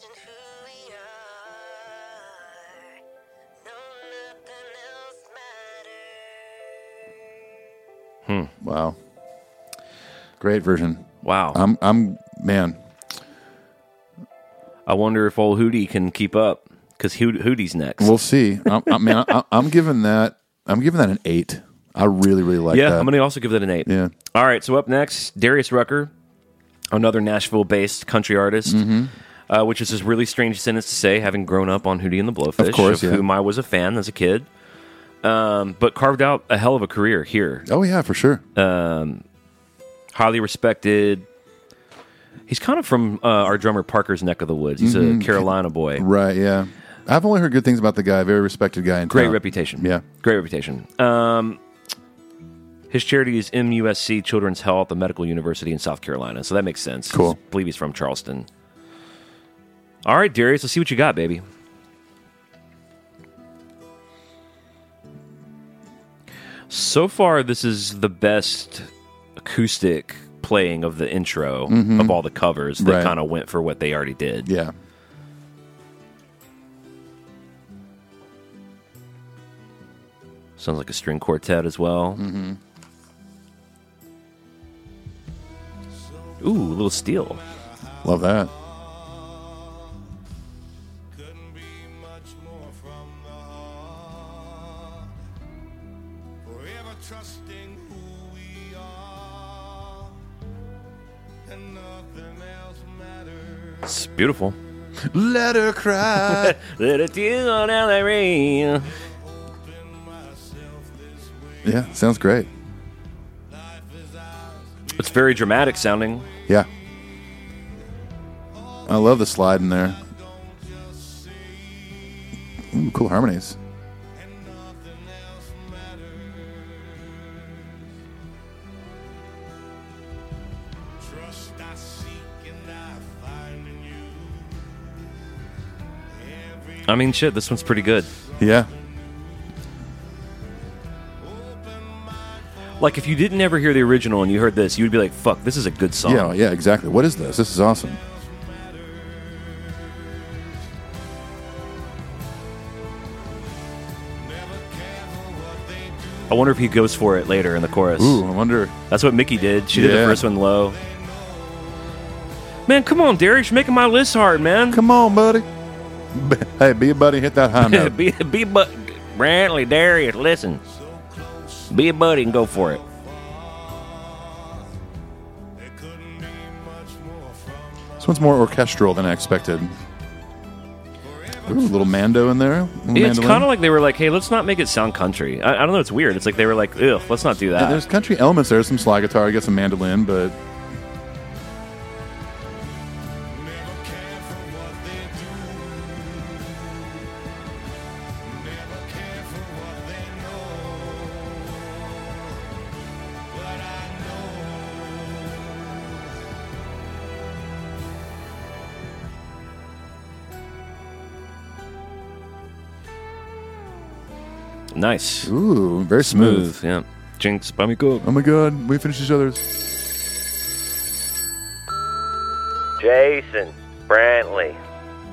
Speaker 9: in who we are. No, nothing else matters.
Speaker 3: Wow, great version.
Speaker 4: Wow.
Speaker 3: I'm, I'm, man.
Speaker 4: I wonder if old Hootie can keep up because Hootie's next.
Speaker 3: We'll see. I'm, I mean, I, I'm giving that. I'm giving that an eight. I really, really like
Speaker 4: yeah,
Speaker 3: that.
Speaker 4: I'm going to also give that an eight.
Speaker 3: Yeah.
Speaker 4: All right. So up next, Darius Rucker, another Nashville-based country artist,
Speaker 3: Mm-hmm.
Speaker 4: uh, which is this really strange sentence to say, having grown up on Hootie and the Blowfish,
Speaker 3: Of course, yeah.
Speaker 4: whom I was a fan as a kid. Um, but carved out a hell of a career here.
Speaker 3: oh yeah, for sure.
Speaker 4: Highly respected. He's kind of from uh, our drummer Parker's neck of the woods. He's
Speaker 3: Mm-hmm.
Speaker 4: a Carolina boy.
Speaker 3: right. Yeah. I've only heard good things about the guy. Very respected guy. In
Speaker 4: Great
Speaker 3: town.
Speaker 4: reputation.
Speaker 3: uh, Yeah.
Speaker 4: Great reputation. Um, his charity is MUSC Children's Health, a medical university in South Carolina. So that makes sense.
Speaker 3: Cool.
Speaker 4: I believe he's from Charleston. All right, Darius, let's see what you got, baby. So far, this is the best acoustic playing of the intro of all the covers that
Speaker 3: Mm-hmm. Right.
Speaker 4: kind of went for what they already did.
Speaker 3: Yeah.
Speaker 4: Sounds like a string quartet as well. Mm-hmm. Ooh, a little steel.
Speaker 3: Love that.
Speaker 4: It's beautiful.
Speaker 3: Let her cry.
Speaker 4: Little tears on LA rain.
Speaker 3: yeah, sounds great.
Speaker 4: It's very dramatic sounding.
Speaker 3: Yeah. I love the slide in there. Ooh, cool harmonies.
Speaker 8: Trust I seek and I find in you.
Speaker 4: I mean, shit, this one's pretty good.
Speaker 3: Yeah.
Speaker 4: Like, if you didn't ever hear the original and you heard this, you would be like, fuck, this is a good song.
Speaker 3: Yeah, yeah, exactly. What is this? This is awesome.
Speaker 4: I wonder if he goes for it later in the chorus.
Speaker 3: Ooh, I wonder.
Speaker 4: That's what Mickey did. She did
Speaker 3: Yeah.
Speaker 4: the first one low. Man, come on, Derek. You're making my list hard, man.
Speaker 3: Come on, buddy. Hey, be a buddy, hit that high note.
Speaker 4: be be but Brantley Darius, listen. Be a buddy and go for it.
Speaker 3: This one's more orchestral than I expected. Ooh, little mando in there. Little
Speaker 4: Yeah, it's
Speaker 3: mandolin.
Speaker 4: kind of like they were like, "Hey, let's not make it sound country." I, I don't know. It's weird. It's like they were like, "Ugh, let's not do
Speaker 3: Yeah,
Speaker 4: that."
Speaker 3: there's country elements there. Some slide guitar, I guess some mandolin, but
Speaker 4: Nice.
Speaker 3: Ooh, very smooth.
Speaker 4: Yeah. Jinx, bummy cool.
Speaker 3: Oh my god, we finished each other's.
Speaker 10: Jason, Brantley,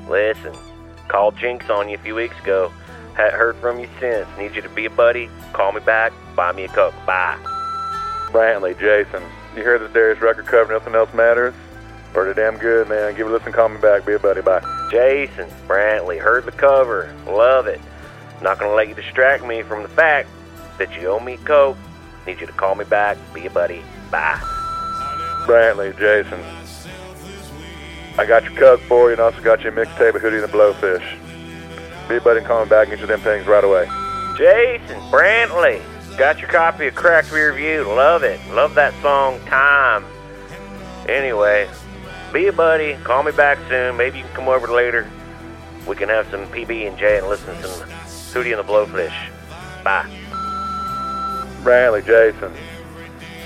Speaker 10: listen. Called Jinx on you a few weeks ago. Hadn't heard from you since. Need you to be a buddy. Call me back. Buy me a Coke. Bye.
Speaker 11: Brantley, Jason, you hear that Darius Rucker cover, nothing else matters? Pretty damn good, man. Give it a listen, call me back, be a buddy, bye.
Speaker 10: Jason, Brantley, heard the cover. Love it. Not gonna let you distract me from the fact that you owe me a Coke. Need you to call me back. Be a buddy. Bye.
Speaker 11: Brantley, Jason, I got your Coke for you and also got you a mixtape of Hootie and the Blowfish. Be a buddy and call me back and get you them things right away.
Speaker 10: Jason Brantley. Got your copy of Crack Rear View. Love it. Love that song, Time. Anyway, be a buddy. Call me back soon. Maybe you can come over later. We can have some PB and J and listen to some Hootie and the Blowfish. Bye.
Speaker 11: Brantley, Jason,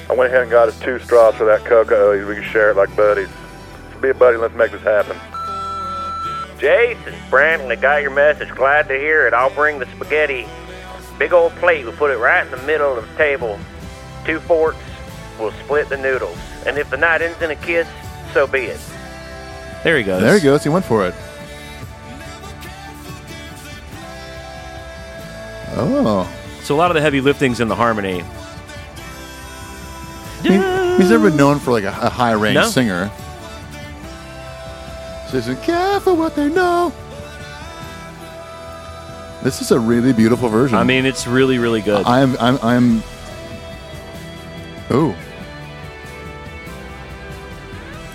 Speaker 11: I went ahead and got us two straws for that Coke I owe you. We can share it like buddies. So be a buddy and let's make this happen.
Speaker 10: Jason Brantley, got your message. Glad to hear it. I'll bring the spaghetti. Big old plate. We'll put it right in the middle of the table. Two forks. We'll split the noodles. And if the night ends in a kiss, so be it.
Speaker 4: There he goes.
Speaker 3: There he goes. He went for it. Oh,
Speaker 4: So a lot of the heavy lifting's in the harmony.
Speaker 3: He- he's never been known for like a, a high range
Speaker 4: No.
Speaker 3: singer. So he's like, careful what they know. This is a really beautiful version.
Speaker 4: I mean, it's really, really good.
Speaker 3: I'm, I'm, I'm. Oh,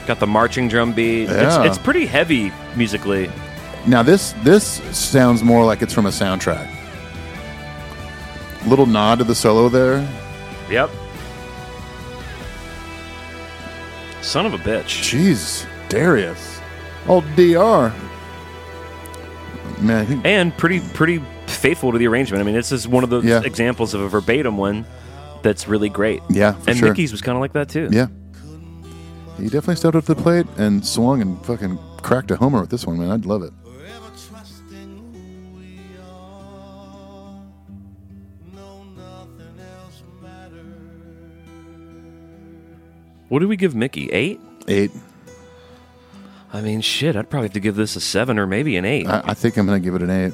Speaker 4: Got the marching drum beat.
Speaker 3: Yeah.
Speaker 4: It's, it's pretty heavy musically.
Speaker 3: now this this sounds more like it's from a soundtrack. Little nod to the solo there.
Speaker 4: Yep. Son of a bitch.
Speaker 3: Jeez, Darius, old Dr. Man, I think
Speaker 4: And pretty, pretty faithful to the arrangement. I mean, this is one of those
Speaker 3: Yeah.
Speaker 4: examples of a verbatim one that's really great.
Speaker 3: Yeah, for
Speaker 4: and
Speaker 3: sure.
Speaker 4: Mickey's was kind of like that too.
Speaker 3: Yeah. He definitely stepped up to the plate and swung and fucking cracked a homer with this one, man. I'd love it.
Speaker 4: What do we give Mickey? Eight?
Speaker 3: Eight.
Speaker 4: I mean, shit. I'd probably have to give this a seven or maybe an eight.
Speaker 3: I, I think I'm gonna give it an eight.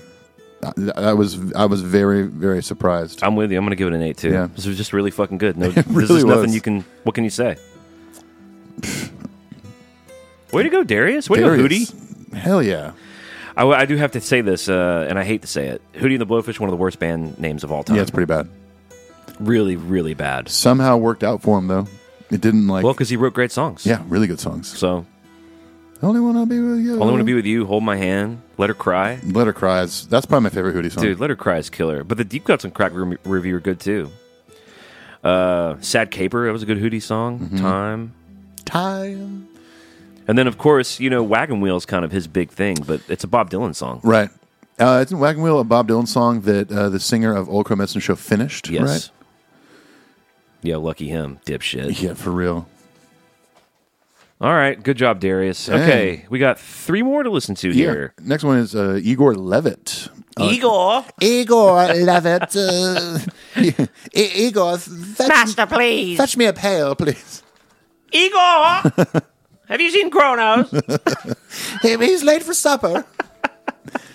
Speaker 3: I, I was I was very very surprised.
Speaker 4: I'm with you. I'm gonna give it an eight too.
Speaker 3: Yeah.
Speaker 4: This was just really fucking good. No, this
Speaker 3: really
Speaker 4: is nothing
Speaker 3: was.
Speaker 4: you can. What can you say? Way to go, Darius. Way to go,
Speaker 3: Darius.
Speaker 4: Hootie.
Speaker 3: Hell yeah.
Speaker 4: I, I do have to say this, uh, and I hate to say it. Hootie and the Blowfish, one of the worst band names of all time.
Speaker 3: Yeah, it's pretty bad.
Speaker 4: really, really bad.
Speaker 3: Somehow worked out for him though. It didn't like.
Speaker 4: Well, because he wrote great songs.
Speaker 3: yeah, really good songs.
Speaker 4: So
Speaker 3: Only one I'll be with you.
Speaker 4: only want to be with you. Hold my hand. Let her cry.
Speaker 3: Let her cries. That's probably my favorite Hootie song.
Speaker 4: Dude, Let Her Cry is killer. But the deep cuts on Crack Re- Review are good too. Uh, Sad Caper, that was a good Hootie song.
Speaker 3: Mm-hmm.
Speaker 4: Time.
Speaker 3: Time.
Speaker 4: And then, of course, you know, Wagon Wheel's kind of his big thing, but it's a Bob Dylan song.
Speaker 3: Right. Uh, it's in Wagon Wheel, a Bob Dylan song that uh, the singer of Old Crow Medicine Show finished.
Speaker 4: Yes.
Speaker 3: Right.
Speaker 4: Yeah, lucky him, dipshit.
Speaker 3: Yeah, for real.
Speaker 4: All right, good job, Darius.
Speaker 3: Dang.
Speaker 4: Okay, we got three more to listen to here.
Speaker 3: Yeah. Next one is uh, Igor Levitt. Uh,
Speaker 4: E-
Speaker 6: Igor,
Speaker 3: Igor Levitt. Uh, I- Igor, fetch,
Speaker 6: master, please.
Speaker 3: fetch me a pail, please.
Speaker 6: Igor, have you seen Kronos?
Speaker 3: He- He's late for supper.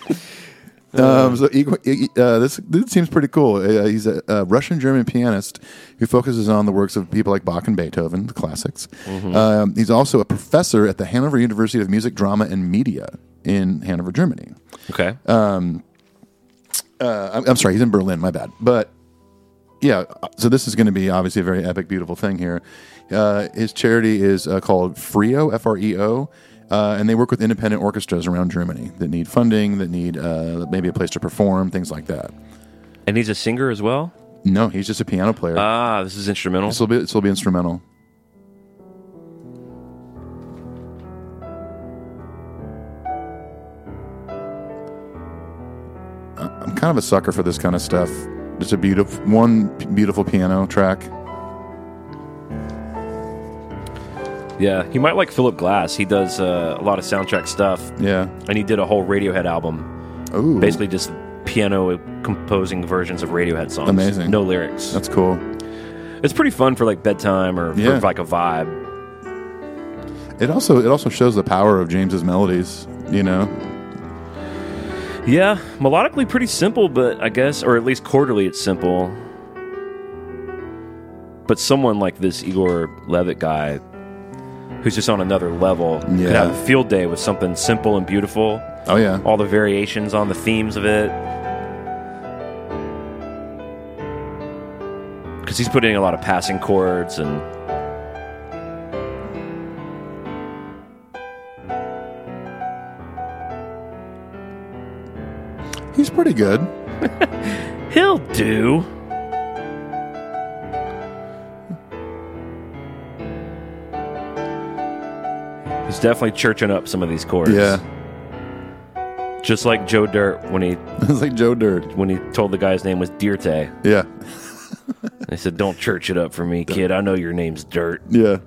Speaker 3: Um, so Igor, I- I- uh, this dude seems pretty cool. Uh, he's a, a Russian-German pianist who focuses on the works of people like Bach and Beethoven, the classics.
Speaker 6: Mm-hmm.
Speaker 3: Um, he's also a professor at the Hanover University of Music, Drama, and Media in Hanover, Germany.
Speaker 4: Okay.
Speaker 3: Uh, I'm, I'm sorry, he's in Berlin. My bad. But yeah, so this is going to be obviously a very epic, beautiful thing here. Uh, his charity is uh, called Freo, F R E O, uh, and they work with independent orchestras around Germany that need funding, that need uh, maybe a place to perform, things like that.
Speaker 4: and he's a singer as well.
Speaker 3: No, he's just a piano player.
Speaker 4: Ah, this is instrumental.
Speaker 3: this will be this will be instrumental. I- I'm kind of a sucker for this kind of stuff. Just a beautiful one beautiful piano track.
Speaker 4: Yeah, he might like Philip Glass. He does uh, a lot of soundtrack stuff,
Speaker 3: Yeah.
Speaker 4: and he did a whole Radiohead album,
Speaker 3: Ooh.
Speaker 4: basically just piano composing versions of Radiohead songs.
Speaker 3: Amazing.
Speaker 4: No lyrics.
Speaker 3: That's cool.
Speaker 4: It's pretty fun for like bedtime or
Speaker 3: Yeah.
Speaker 4: for like a vibe.
Speaker 3: It also it also shows the power of James's melodies. You know,
Speaker 4: Yeah, melodically pretty simple, but I guess, or at least quarterly, it's simple. But someone like this Igor Levitt guy, who's just on another level, could
Speaker 3: Yeah.
Speaker 4: have a field day with something simple and beautiful.
Speaker 3: Oh yeah,
Speaker 4: all the variations on the themes of it. Because he's putting in a lot of passing chords and.
Speaker 3: he's pretty good.
Speaker 4: He'll do. He's definitely churching up some of these chords.
Speaker 3: Yeah.
Speaker 4: Just like Joe Dirt when he
Speaker 3: It's like Joe Dirt.
Speaker 4: when he told the guy's name was Dirte.
Speaker 3: Yeah,
Speaker 4: They said, Don't church it up for me, kid. I know your name's Dirt.
Speaker 3: yeah.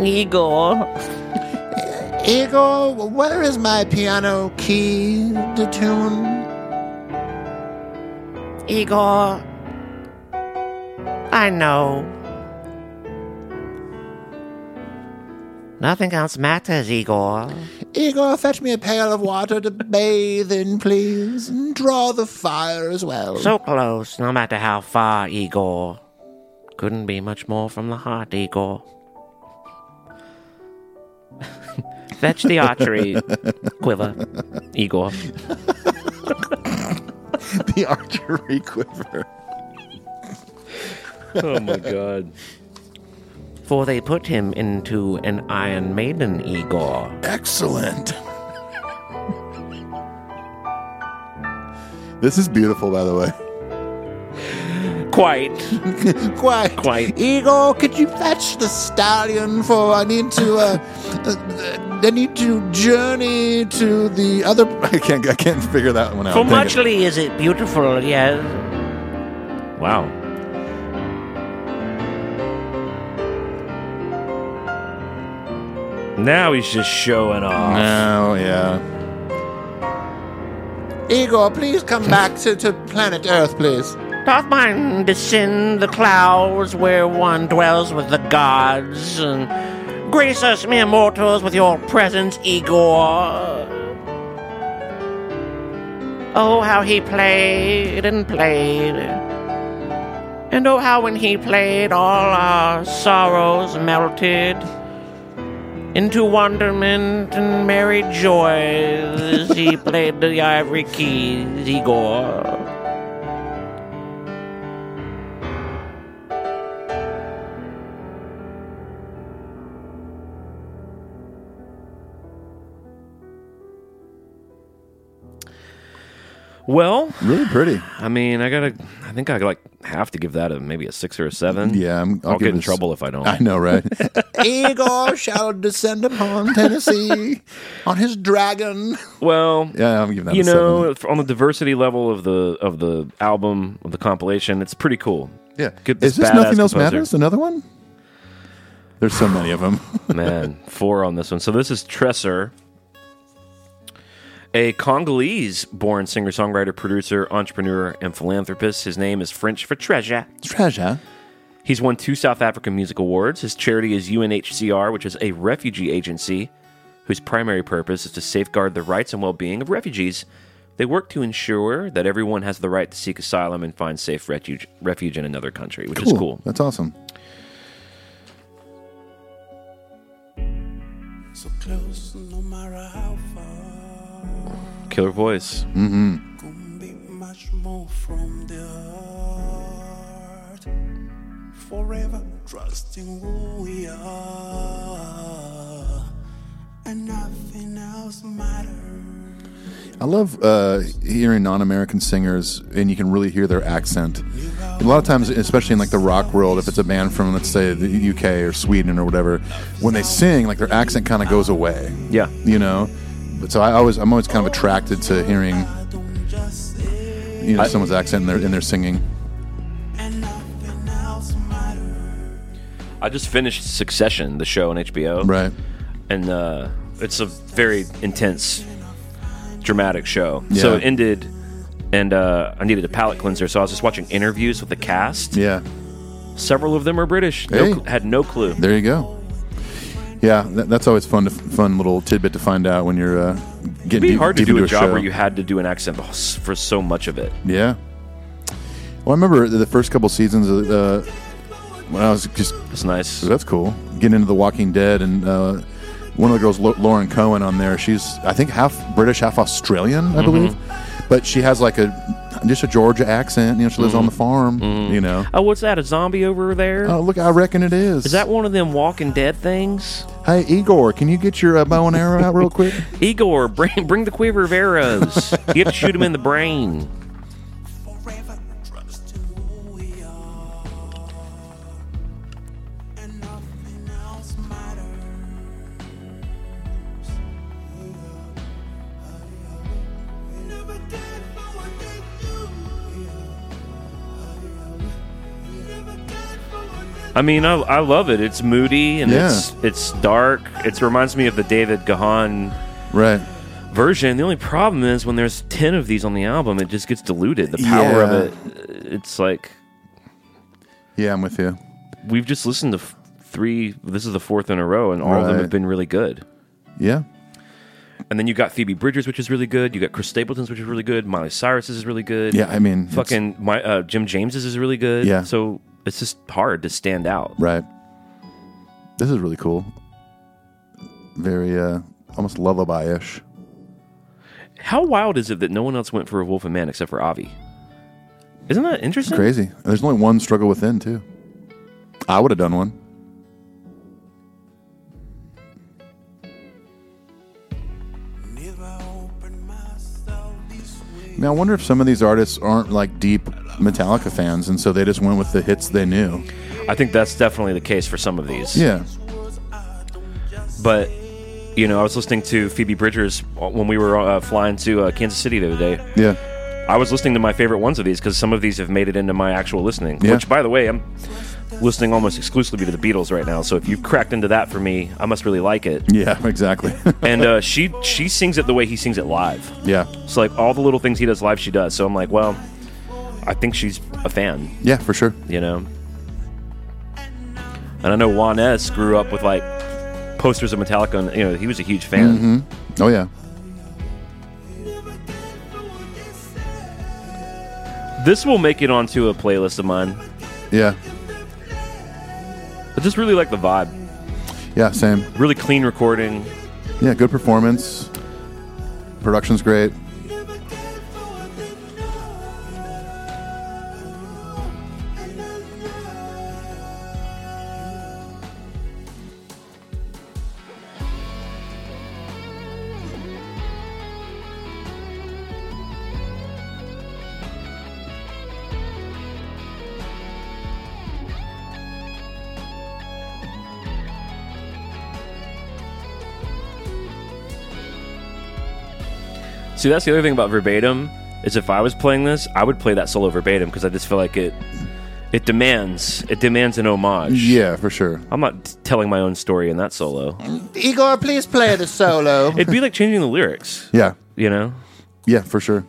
Speaker 6: Igor.
Speaker 12: Igor, where is my piano key to tune?
Speaker 6: Igor. I know. Nothing else matters, Igor.
Speaker 12: Igor, fetch me a pail of water to bathe in, please, and draw the fire as well.
Speaker 6: So close, no matter how far, Igor. Couldn't be much more from the heart, Igor. Fetch the archery quiver, Igor.
Speaker 3: the archery quiver.
Speaker 4: Oh my god.
Speaker 6: For they put him into an Iron Maiden, Igor.
Speaker 3: Excellent. This is beautiful, by the way.
Speaker 4: Quite.
Speaker 12: Quite.
Speaker 4: Quite.
Speaker 12: Igor, could you fetch the stallion for I need to, uh, uh, I need to journey to the other.
Speaker 3: I can't. I can't figure that one out.
Speaker 6: For
Speaker 3: Dang it.
Speaker 6: muchly is it beautiful, yes.
Speaker 4: Wow. Now he's just showing off.
Speaker 12: Oh,
Speaker 3: No, yeah.
Speaker 12: Igor, please come back to, to planet Earth, please.
Speaker 6: Doth mine descend the clouds where one dwells with the gods, and grace us mere mortals with your presence, Igor. Oh, how he played and played. And oh, how when he played, all our sorrows melted into wonderment and merry joys. he played the ivory keys, Igor.
Speaker 4: Well,
Speaker 3: Really pretty.
Speaker 4: I mean, I gotta. I think I like have to give that a maybe a six or a seven.
Speaker 3: Yeah, I'm,
Speaker 4: I'll,
Speaker 3: give
Speaker 4: get in
Speaker 3: this-
Speaker 4: trouble if I don't.
Speaker 3: I know, right?
Speaker 12: Igor shall descend upon Tennessee on his dragon.
Speaker 4: well,
Speaker 3: yeah, I'm giving that.
Speaker 4: you
Speaker 3: a
Speaker 4: know, if- on the diversity level of the of the album of the compilation, it's pretty cool.
Speaker 3: seven. yeah.
Speaker 4: Good.
Speaker 3: Is this
Speaker 4: badass
Speaker 3: nothing else
Speaker 4: composer.
Speaker 3: matters? Another one? There's so many of them.
Speaker 4: Man, four on this one. So this is Tresser, a Congolese-born singer-songwriter, producer, entrepreneur, and philanthropist. His name is French for treasure.
Speaker 3: Treasure.
Speaker 4: He's won two South African Music Awards. His charity is UNHCR, which is a refugee agency whose primary purpose is to safeguard the rights and well being of refugees. They work to ensure that everyone has the right to seek asylum and find safe refuge, refuge in another country, which is cool.
Speaker 3: That's awesome.
Speaker 8: So close, no matter how far.
Speaker 4: Killer voice.
Speaker 3: Mm-hmm.
Speaker 8: Gonna be much more from the heart. Forever trusting who we are. And nothing else matters.
Speaker 3: I love uh, hearing non-American singers, and you can really hear their accent. A lot of times, especially in like the rock world, if it's a band from let's say the UK or Sweden or whatever, when they sing, like their accent kind of goes away.
Speaker 4: Yeah,
Speaker 3: you know. But so I always, I'm always kind of attracted to hearing, you know,
Speaker 4: I-
Speaker 3: someone's accent in their in their singing.
Speaker 4: I just finished Succession, the show on HBO.
Speaker 3: Right.
Speaker 4: And uh, it's a very intense, dramatic show.
Speaker 3: Yeah.
Speaker 4: So it ended, and uh, I needed a palate cleanser, so I was just watching interviews with the cast.
Speaker 3: Yeah.
Speaker 4: Several of them are British. No
Speaker 3: Hey.
Speaker 4: cl- had no clue.
Speaker 3: There you go. Yeah, that, that's always fun, to, fun little tidbit to find out when you're uh, getting
Speaker 4: It'd be
Speaker 3: deep-
Speaker 4: hard to
Speaker 3: deep
Speaker 4: do
Speaker 3: into
Speaker 4: a job
Speaker 3: show.
Speaker 4: where you had to do an accent for so much of it.
Speaker 3: Yeah. Well, I remember the first couple seasons of uh, when I was just.
Speaker 4: That's nice.
Speaker 3: That's cool. Getting into The Walking Dead, and uh, one of the girls, Lo- Lauren Cohen, on there. She's I think half British, half Australian, I
Speaker 4: Mhm.
Speaker 3: believe. But she has like a just a Georgia accent. You know, she lives on
Speaker 4: Mhm.
Speaker 3: the farm. You know.
Speaker 4: Oh, what's that? A zombie over there?
Speaker 3: Oh, look! I reckon it is.
Speaker 4: Is that one of them Walking Dead things?
Speaker 3: Hey, Igor, can you get your uh, bow and arrow out real quick?
Speaker 4: Igor, bring bring the quiver of arrows. you have to shoot him in the brain. I mean, I, I love it. It's moody and
Speaker 3: Yeah.
Speaker 4: it's it's dark. It reminds me of the David Gahan
Speaker 3: Right.
Speaker 4: version. The only problem is when there's ten of these on the album, it just gets diluted. The power
Speaker 3: Yeah.
Speaker 4: of it, uh, it's like
Speaker 3: Yeah, I'm with you.
Speaker 4: we've just listened to f- three. This is the fourth in a row, and all of them
Speaker 3: Right.
Speaker 4: have been really good.
Speaker 3: Yeah.
Speaker 4: And then you got Phoebe Bridgers, which is really good. You got Chris Stapleton's, which is really good. Miley Cyrus is really good.
Speaker 3: Yeah, I mean, it's-
Speaker 4: fucking my uh, Jim James's is really good.
Speaker 3: Yeah.
Speaker 4: So it's just hard to stand out.
Speaker 3: Right. This is really cool. Very uh almost lullaby ish.
Speaker 4: How wild is it that no one else went for a Wolf and Man except for Avi? Isn't that
Speaker 3: It's
Speaker 4: interesting?
Speaker 3: crazy. And there's only one struggle within too. I would have done one. I mean, I wonder if some of these artists aren't like deep Metallica fans, and so they just went with the hits they knew.
Speaker 4: I think that's definitely the case for some of these.
Speaker 3: Yeah,
Speaker 4: But you know, I was listening to Phoebe Bridgers when we were uh, flying to uh, Kansas City the other day.
Speaker 3: yeah.
Speaker 4: I was listening to my favorite ones of these because some of these have made it into my actual listening.
Speaker 3: Yeah.
Speaker 4: Which, by the way, I'm listening almost exclusively to the Beatles right now. So if you've cracked into that for me, I must really like it.
Speaker 3: Yeah, exactly.
Speaker 4: and uh, she she sings it the way he sings it live.
Speaker 3: yeah.
Speaker 4: So like all the little things he does live, she does. So I'm like, well, I think she's a fan
Speaker 3: Yeah, for sure.
Speaker 4: you know. And I know Juan S grew up with like posters of Metallica, and you know he was a huge fan.
Speaker 3: Mm-hmm. Oh yeah.
Speaker 4: This will make it onto a playlist of mine.
Speaker 3: Yeah.
Speaker 4: I just really like the vibe.
Speaker 3: Yeah, same.
Speaker 4: Really clean recording.
Speaker 3: Yeah, good performance. Production's great.
Speaker 4: See, that's the other thing about verbatim is if I was playing this, I would play that solo verbatim because I just feel like it it demands it demands an homage.
Speaker 3: Yeah, for sure.
Speaker 4: I'm not t- telling my own story in that solo.
Speaker 12: Igor, please play the solo.
Speaker 4: It'd be like changing the lyrics,
Speaker 3: Yeah.
Speaker 4: you know.
Speaker 3: Yeah, for sure.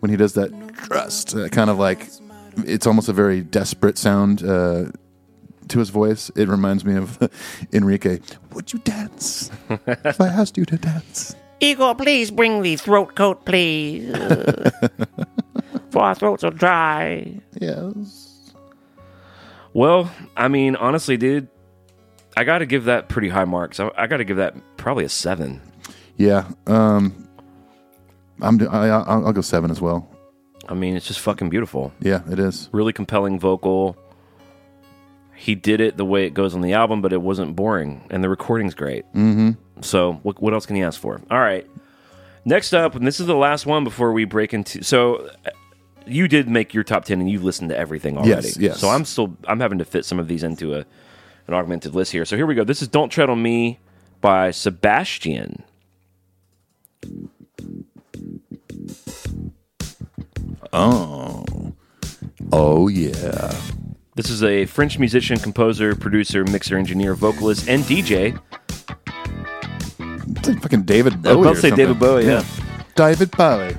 Speaker 3: When he does that trust, uh, kind of like it's almost a very desperate sound uh, to his voice. It reminds me of Enrique. Would you dance if I asked you to dance?
Speaker 6: Igor, please bring the throat coat, please. For our throats are dry.
Speaker 3: Yes.
Speaker 4: Well, I mean, honestly, dude, I got to give that pretty high marks. I, I got to give that probably a seven.
Speaker 3: Yeah. Um, I'm. do- I, I- I'll go seven as well.
Speaker 4: I mean, it's just fucking beautiful.
Speaker 3: Yeah, it is.
Speaker 4: Really compelling vocal. he did it the way it goes on the album, but it wasn't boring, and the recording's great.
Speaker 3: Mm-hmm.
Speaker 4: So what, what else can you ask for? All right. Next up, and this is the last one before we break into. So uh, you did make your top ten, and you listened to everything already.
Speaker 3: Yes, yes.
Speaker 4: So I'm still I'm having to fit some of these into a an augmented list here. So here we go. This is "Don't Tread on Me" by Sebastian.
Speaker 3: Oh. Oh, yeah.
Speaker 4: This is a French musician, composer, producer, mixer, engineer, vocalist, and DJ.
Speaker 3: It's like fucking David
Speaker 4: I was
Speaker 3: Bowie.
Speaker 4: about
Speaker 3: or
Speaker 4: to say David
Speaker 3: Oh, something.
Speaker 4: Bowie, yeah.
Speaker 3: David Bowie.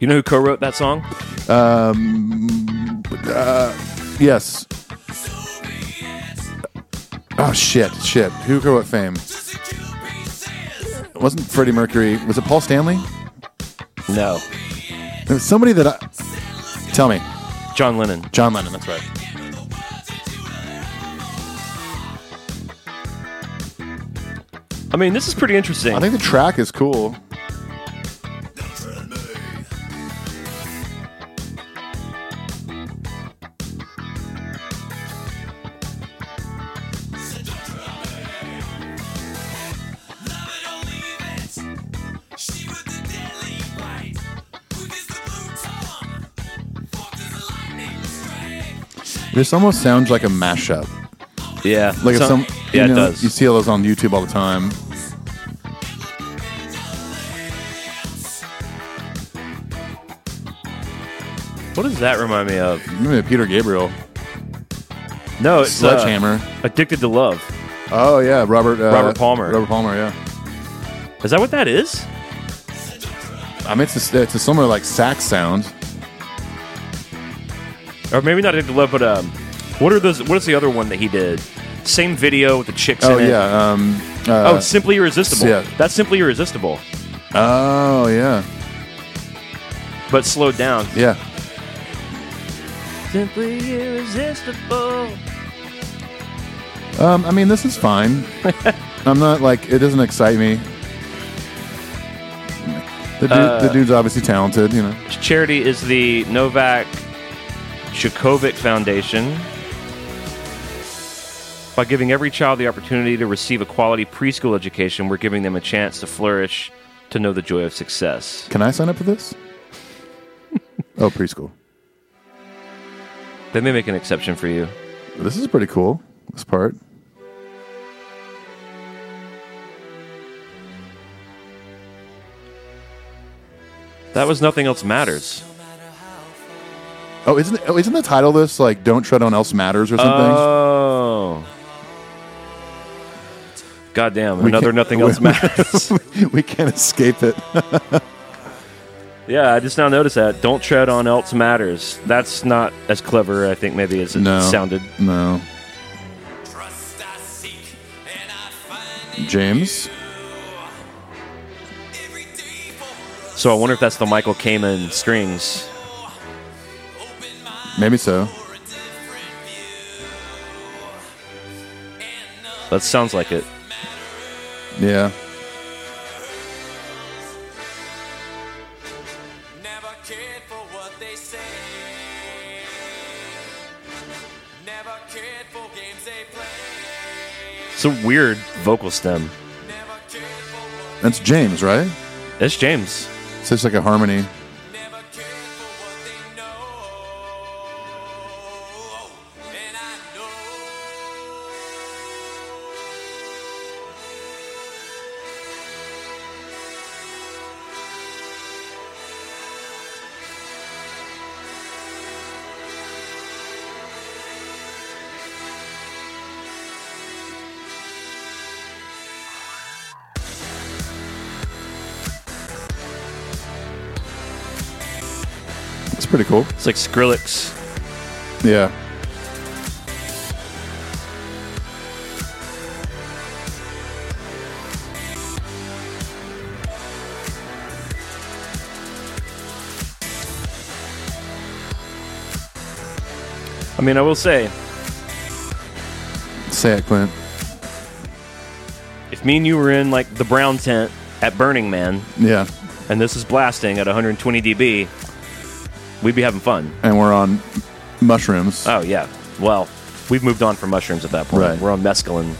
Speaker 4: You know who co-wrote that song?
Speaker 3: Um, uh, yes. Oh shit, shit. Who grew up fame? It wasn't Freddie Mercury. Was it Paul Stanley?
Speaker 4: No.
Speaker 3: There was somebody that I tell me.
Speaker 4: John Lennon.
Speaker 3: John Lennon, that's right.
Speaker 4: I mean, this is pretty interesting.
Speaker 3: I think the track is cool. This almost sounds like a mashup.
Speaker 4: Yeah.
Speaker 3: Like if
Speaker 4: Some-
Speaker 3: some
Speaker 4: yeah,
Speaker 3: you know,
Speaker 4: it does.
Speaker 3: You see those on YouTube all the time.
Speaker 4: What does that remind me of?
Speaker 3: Maybe Peter Gabriel.
Speaker 4: No, it's uh,
Speaker 3: Sledgehammer.
Speaker 4: Addicted to Love.
Speaker 3: Oh yeah, Robert uh,
Speaker 4: Robert Palmer.
Speaker 3: Robert Palmer, yeah.
Speaker 4: Is that what that is?
Speaker 3: I mean it's a, it's a similar like sax sound.
Speaker 4: Or maybe not Addicted to Love, but um, what are those? What is the other one that he did? Same video with the chicks
Speaker 3: Oh
Speaker 4: in it.
Speaker 3: yeah, um uh,
Speaker 4: oh, it's simply irresistible.
Speaker 3: yeah.
Speaker 4: That's simply irresistible,
Speaker 3: Oh yeah.
Speaker 4: but slowed down.
Speaker 3: Yeah.
Speaker 4: Simply irresistible.
Speaker 3: Um, I mean, this is fine. I'm not like it doesn't excite me. The, dude,
Speaker 4: Uh,
Speaker 3: the dude's obviously talented, you know.
Speaker 4: Charity is the Novak Djokovic Foundation. By giving every child the opportunity to receive a quality preschool education, we're giving them a chance to flourish, to know the joy of success.
Speaker 3: Can I sign up for this? oh, preschool.
Speaker 4: They may make an exception for you.
Speaker 3: This is pretty cool. This part.
Speaker 4: That was Nothing Else Matters.
Speaker 3: Oh, isn't oh, isn't the title of this like "Don't Tread on Else Matters" or something?
Speaker 4: Oh. Goddamn,
Speaker 3: We
Speaker 4: another
Speaker 3: can't-
Speaker 4: Nothing
Speaker 3: we-
Speaker 4: Else Matters.
Speaker 3: we can't escape it.
Speaker 4: yeah, I just now noticed that. Don't tread on Else Matters. That's not as clever, I think, maybe, as it
Speaker 3: no,
Speaker 4: sounded.
Speaker 3: No. James.
Speaker 4: So I wonder if that's the Michael Kamen strings.
Speaker 3: Maybe so.
Speaker 4: That sounds like it.
Speaker 3: Yeah.
Speaker 4: It's a weird vocal stem.
Speaker 3: That's James, right?
Speaker 4: That's James.
Speaker 3: It's just like a harmony. It's pretty cool.
Speaker 4: It's like Skrillex.
Speaker 3: Yeah.
Speaker 4: I mean, I will say,
Speaker 3: Say it, Clint.
Speaker 4: if me and you were in like the brown tent at Burning Man,
Speaker 3: Yeah.
Speaker 4: and this is blasting at 120 dB, we'd be having fun.
Speaker 3: and we're on mushrooms.
Speaker 4: Oh yeah. Well, we've moved on from mushrooms at that point.
Speaker 3: Right.
Speaker 4: We're on mescaline.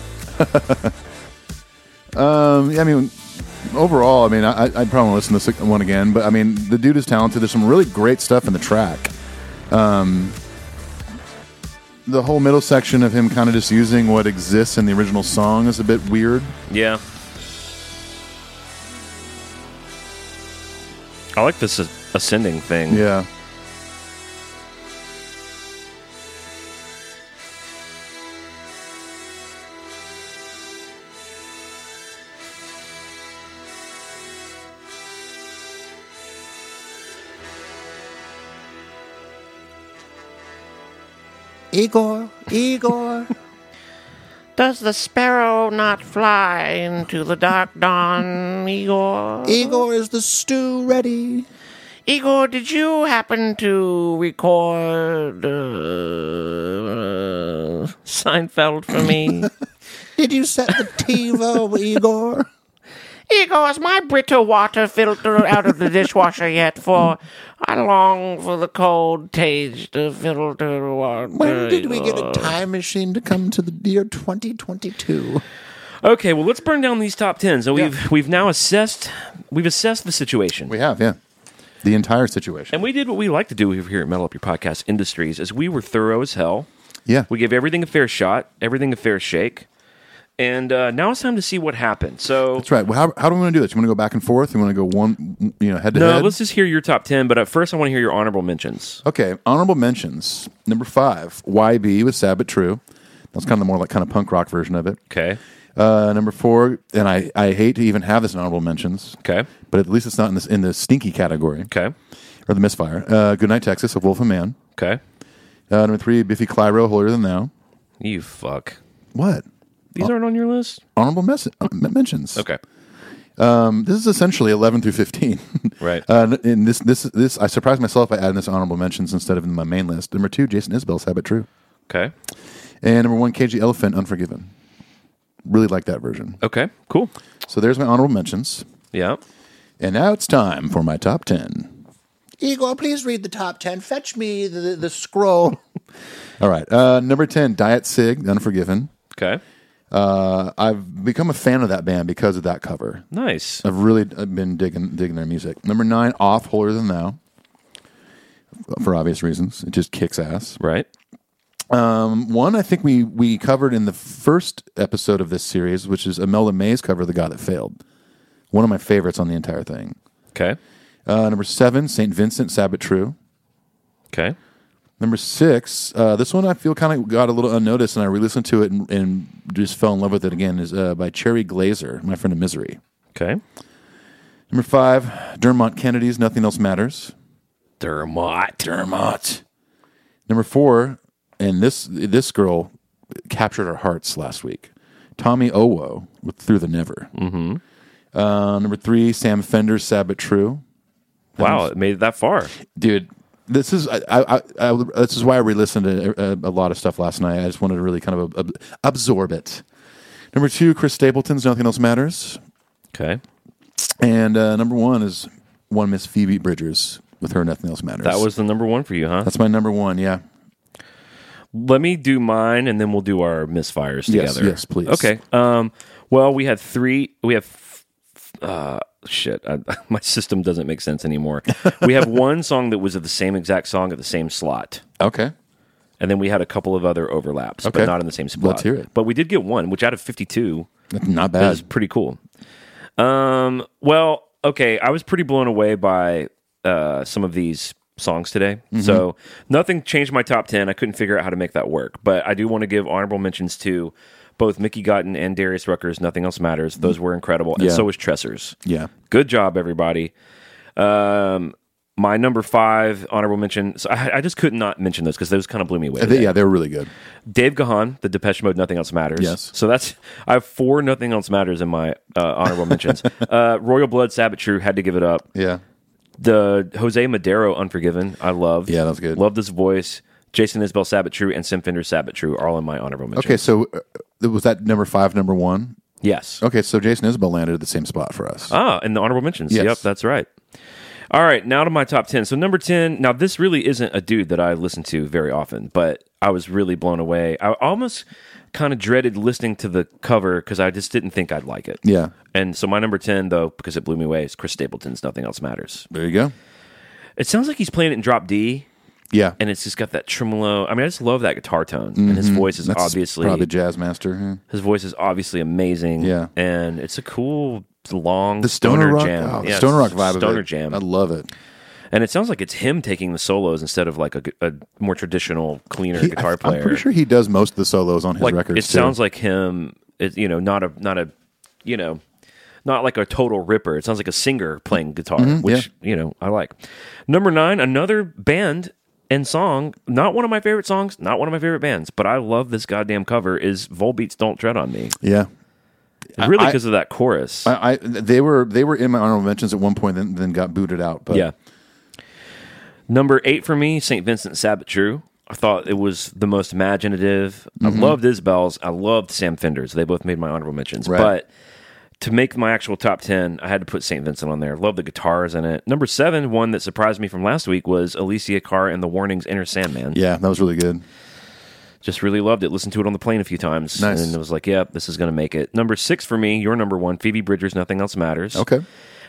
Speaker 3: Um, yeah, I mean, overall, I mean, I, I'd probably wanna listen to this one again, but I mean, the dude is talented. There's some really great stuff in the track. Um, the whole middle section of him kind of just using what exists in the original song is a bit weird.
Speaker 4: Yeah. I like this as- ascending thing.
Speaker 3: Yeah.
Speaker 12: Igor, Igor.
Speaker 6: Does the sparrow not fly into the dark dawn, Igor?
Speaker 12: Igor, is the stew ready?
Speaker 6: Igor, did you happen to record uh, Seinfeld for me?
Speaker 12: Did you set the TiVo, Igor?
Speaker 6: Igor, is my Brita water filter out of the dishwasher yet? For I long for the cold taste of filter water.
Speaker 12: When did we get a
Speaker 3: uh,
Speaker 6: Igor.
Speaker 12: time machine to come to the year 2022?
Speaker 4: Okay, well, let's burn down these top ten. So we've we've now assessed we've assessed the situation.
Speaker 3: We have, yeah. The entire situation.
Speaker 4: And we did what we like to do here at Metal Up Your Podcast Industries is we were thorough as hell.
Speaker 3: Yeah.
Speaker 4: We gave everything a fair shot, everything a fair shake. And uh, now it's time to see what happened. So
Speaker 3: That's right. Well, how, how do we want to do this? You want to go back and forth? You want to go one, you know, head to
Speaker 4: no,
Speaker 3: head?
Speaker 4: let's just hear your top ten, but at first I want to hear your honorable mentions.
Speaker 3: Okay, honorable mentions. Number five, YB with Sad But True. That's kind of the more like kind of punk rock version of it.
Speaker 4: Okay.
Speaker 3: Uh, number four, and I, I hate to even have this in honorable mentions.
Speaker 4: Okay.
Speaker 3: But at least it's not in this in the stinky category.
Speaker 4: Okay.
Speaker 3: Or the misfire. Uh, Goodnight Texas of Wolf and Man.
Speaker 4: Okay.
Speaker 3: Uh, number three, Biffy Clyro, Holier Than Thou.
Speaker 4: You fuck.
Speaker 3: What?
Speaker 4: These aren't on your list?
Speaker 3: Honorable mes- uh, mentions.
Speaker 4: Okay.
Speaker 3: Um, this is essentially 11 through 15.
Speaker 4: Right.
Speaker 3: Uh, and this, this, this, I surprised myself by adding this honorable mentions instead of in my main list. Number two, Jason Isbell's Habit True.
Speaker 4: Okay.
Speaker 3: And number one, Cage the Elephant, Unforgiven. Really like that version.
Speaker 4: Okay. Cool.
Speaker 3: So there's my honorable mentions.
Speaker 4: Yeah.
Speaker 3: And now it's time for my top 10.
Speaker 12: Igor, please read the top 10. Fetch me the, the scroll.
Speaker 3: All right. Uh, number 10, Diet Sig, Unforgiven.
Speaker 4: Okay.
Speaker 3: Uh, I've become a fan of that band because of that cover.
Speaker 4: Nice.
Speaker 3: I've really uh, been digging digging their music. Number nine, Off Holier Than Thou, for obvious reasons. It just kicks ass.
Speaker 4: Right.
Speaker 3: Um, one I think we we covered in the first episode of this series, which is Imelda May's cover of "The God That Failed," one of my favorites on the entire thing.
Speaker 4: Okay.
Speaker 3: Uh, number seven, Saint Vincent, Sabbath True.
Speaker 4: Okay.
Speaker 3: Number six, uh, this one I feel kind of got a little unnoticed, and I re-listened to it and, and just fell in love with it again. Is uh, by Cherry Glazer, my friend of Misery.
Speaker 4: Okay.
Speaker 3: Number five, Dermot Kennedy's "Nothing Else Matters."
Speaker 4: Dermot.
Speaker 3: Dermot. Number four, and this this girl captured our hearts last week. Tommy Owo with "Through the Never." Mm-hmm. Uh, number three, Sam Fender's "Sabbath True."
Speaker 4: Wow, it made it that far.
Speaker 3: dude this is I, I, I, this is why i re-listened to a, a lot of stuff last night i just wanted to really kind of ab- absorb it number two chris stapleton's nothing else matters
Speaker 4: Okay.
Speaker 3: and uh, number one is one miss phoebe bridgers with her nothing else matters
Speaker 4: That was the number one for you, huh?
Speaker 3: that's my number one yeah
Speaker 4: Let me do mine, and then we'll do our misfires
Speaker 3: Yes,
Speaker 4: together.
Speaker 3: yes, please.
Speaker 4: Okay. Um, well, we had three. We have. f- f- Uh, shit, I, my system doesn't make sense anymore. we have one song that was the same exact song at the same slot,
Speaker 3: okay
Speaker 4: and then we had a couple of other overlaps,
Speaker 3: Okay.
Speaker 4: but not in the same spot.
Speaker 3: Let's hear it.
Speaker 4: But we did get one, which out of fifty-two,
Speaker 3: That's not
Speaker 4: That is
Speaker 3: bad
Speaker 4: pretty cool. Um, well, okay, I was pretty blown away by uh, some of these songs today.
Speaker 3: Mm-hmm.
Speaker 4: So nothing changed my top ten. I couldn't figure out how to make that work, but I do want to give honorable mentions to both Mickey Gotten and Darius Rucker's "Nothing Else Matters." Those were incredible, and
Speaker 3: Yeah.
Speaker 4: so was Tresser's.
Speaker 3: yeah
Speaker 4: Good job, everybody. Um, my number five honorable mention. So I, I just could not mention those because those kind of blew me
Speaker 3: I
Speaker 4: away.
Speaker 3: think-
Speaker 4: today.
Speaker 3: yeah Uh, they were really good
Speaker 4: Dave Gahan, the Depeche Mode, Nothing Else Matters.
Speaker 3: Yes.
Speaker 4: So that's I have four Nothing Else Matters in my uh, honorable mentions. uh, Royal Blood, Sabbath True, had to give it up.
Speaker 3: yeah
Speaker 4: The Jose Madero, Unforgiven, I love.
Speaker 3: Yeah, that was good.
Speaker 4: Love this voice. Jason Isbell, Sabbath True, and Sim Fender, Sabbath True, are all in my honorable mentions.
Speaker 3: okay so uh, was that number five number one
Speaker 4: Yes.
Speaker 3: okay so jason isbell landed at the same spot for us
Speaker 4: Ah, in the honorable mentions.
Speaker 3: Yes.
Speaker 4: Yep, that's right. All right, now to my top 10. So, number 10, now this really isn't a dude that I listen to very often, but I was really blown away. I almost kind of dreaded listening to the cover because I just didn't think I'd like it.
Speaker 3: Yeah.
Speaker 4: And so, my number 10, though, because it blew me away, is Chris Stapleton's Nothing Else Matters.
Speaker 3: There you go.
Speaker 4: It sounds like he's playing it in drop D.
Speaker 3: Yeah.
Speaker 4: And it's just got that tremolo. I mean, I just love that guitar tone. And his
Speaker 3: Mhm.
Speaker 4: voice is
Speaker 3: That's
Speaker 4: obviously.
Speaker 3: probably jazz master. yeah.
Speaker 4: His voice is obviously amazing.
Speaker 3: Yeah.
Speaker 4: And it's a cool long
Speaker 3: The stoner rock-
Speaker 4: jam.
Speaker 3: oh, the
Speaker 4: Yeah,
Speaker 3: stoner
Speaker 4: it's-
Speaker 3: rock vibe of
Speaker 4: Stoner
Speaker 3: it.
Speaker 4: jam.
Speaker 3: I love it.
Speaker 4: And it sounds like it's him taking the solos instead of like a, a more traditional, cleaner
Speaker 3: He-
Speaker 4: guitar
Speaker 3: I,
Speaker 4: player.
Speaker 3: am pretty sure he does most of the solos on his
Speaker 4: like
Speaker 3: records.
Speaker 4: it
Speaker 3: too.
Speaker 4: sounds like him. It, you know, not a not a you know, not like a total ripper. It sounds like a singer playing guitar,
Speaker 3: Mhm,
Speaker 4: which you know I like. Number nine, another band and song. Not one of my favorite songs. Not one of my favorite bands, but I love this goddamn cover. Is Volbeat's "Don't Tread on Me."
Speaker 3: yeah.
Speaker 4: Really,
Speaker 3: I-
Speaker 4: because of that chorus.
Speaker 3: I, I they were they were in my honorable mentions at one point, then then got booted out. But
Speaker 4: yeah. Number eight for me, St. Vincent Sabbath True. I thought it was the most imaginative.
Speaker 3: Mhm.
Speaker 4: I loved Isbell's. I loved Sam Fender's. They both made my honorable mentions.
Speaker 3: Right.
Speaker 4: But to make my actual top 10, I had to put St. Vincent on there. Love the guitars in it. Number seven, one that surprised me from last week was Alicia Carr and the Warnings Inner Sandman.
Speaker 3: yeah, that was really good.
Speaker 4: Just really loved it. Listened to it on the plane a few times.
Speaker 3: Nice.
Speaker 4: And it was like, yep, this is going to make it. Number six for me, your number one, Phoebe Bridgers, Nothing Else Matters.
Speaker 3: Okay.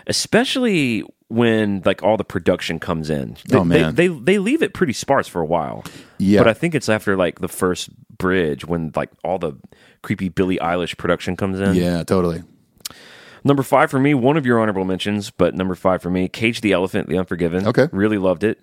Speaker 4: Especially when like all the production comes in. They,
Speaker 3: Oh, man.
Speaker 4: They, they, they leave it pretty sparse for a while.
Speaker 3: Yeah.
Speaker 4: But I think it's after like the first bridge when like all the creepy Billie Eilish production comes in.
Speaker 3: Yeah, totally.
Speaker 4: Number five for me, one of your honorable mentions, but number five for me, Cage the Elephant, The Unforgiven. Okay. Really loved it.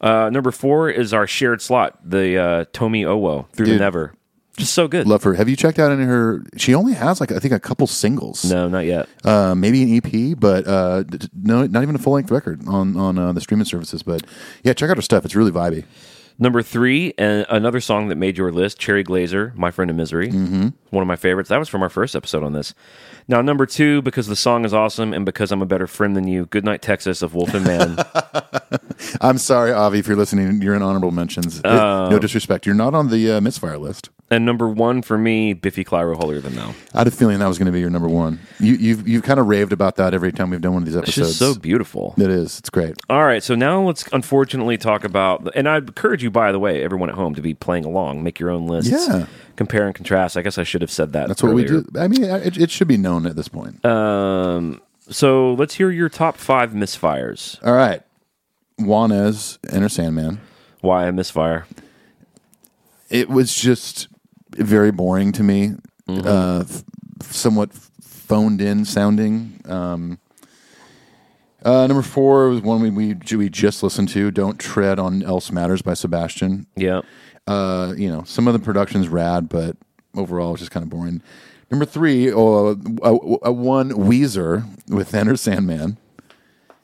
Speaker 4: Uh, number four is our shared slot, the uh, Tomi Owo, Through
Speaker 3: Dude.
Speaker 4: the Never. Just so good.
Speaker 3: Love her. Have you checked out any of her? She only has like I think a couple singles.
Speaker 4: No, not yet.
Speaker 3: Uh, maybe an EP, but uh, d- d- no, not even a full length record on on uh, the streaming services. But yeah, check out her stuff. It's really vibey.
Speaker 4: Number three, and another song that made your list, Cherry Glazer, My Friend in Misery.
Speaker 3: Mhm.
Speaker 4: One of my favorites. That was from our first episode on this. Now, number two, because the song is awesome and because I'm a better friend than you, Goodnight Texas of Wolf and Man.
Speaker 3: I'm sorry, Avi, if you're listening, you're in honorable mentions. It-
Speaker 4: Uh,
Speaker 3: no disrespect, you're not on the uh, misfire list.
Speaker 4: and number one for me, Biffy Clyro Holier Than Thou.
Speaker 3: I had a feeling that was going to be your number one. You, you've you've kind of raved about that every time we've done one of these
Speaker 4: It's
Speaker 3: episodes.
Speaker 4: just so beautiful.
Speaker 3: It is. It's great.
Speaker 4: All right, so now let's unfortunately talk about, and I encourage you, by the way, everyone at home to be playing along, make your own lists,
Speaker 3: Yeah.
Speaker 4: compare and contrast. I guess I should have said that.
Speaker 3: That's what we do. I mean, it, it should be known at this point.
Speaker 4: do. Um, so let's hear your top five misfires.
Speaker 3: All right. Juanes, Inner Sandman.
Speaker 4: Why a misfire?
Speaker 3: It was just very boring to me, uh, f- somewhat phoned in sounding. Um, uh, number four was one we, we we just listened to. Don't tread on Else Matters by Sebastian.
Speaker 4: Yeah.
Speaker 3: Uh, you know, some of the production's rad, but overall it's just kind of boring. Number three, oh, uh, uh, one Weezer with Enter Sandman.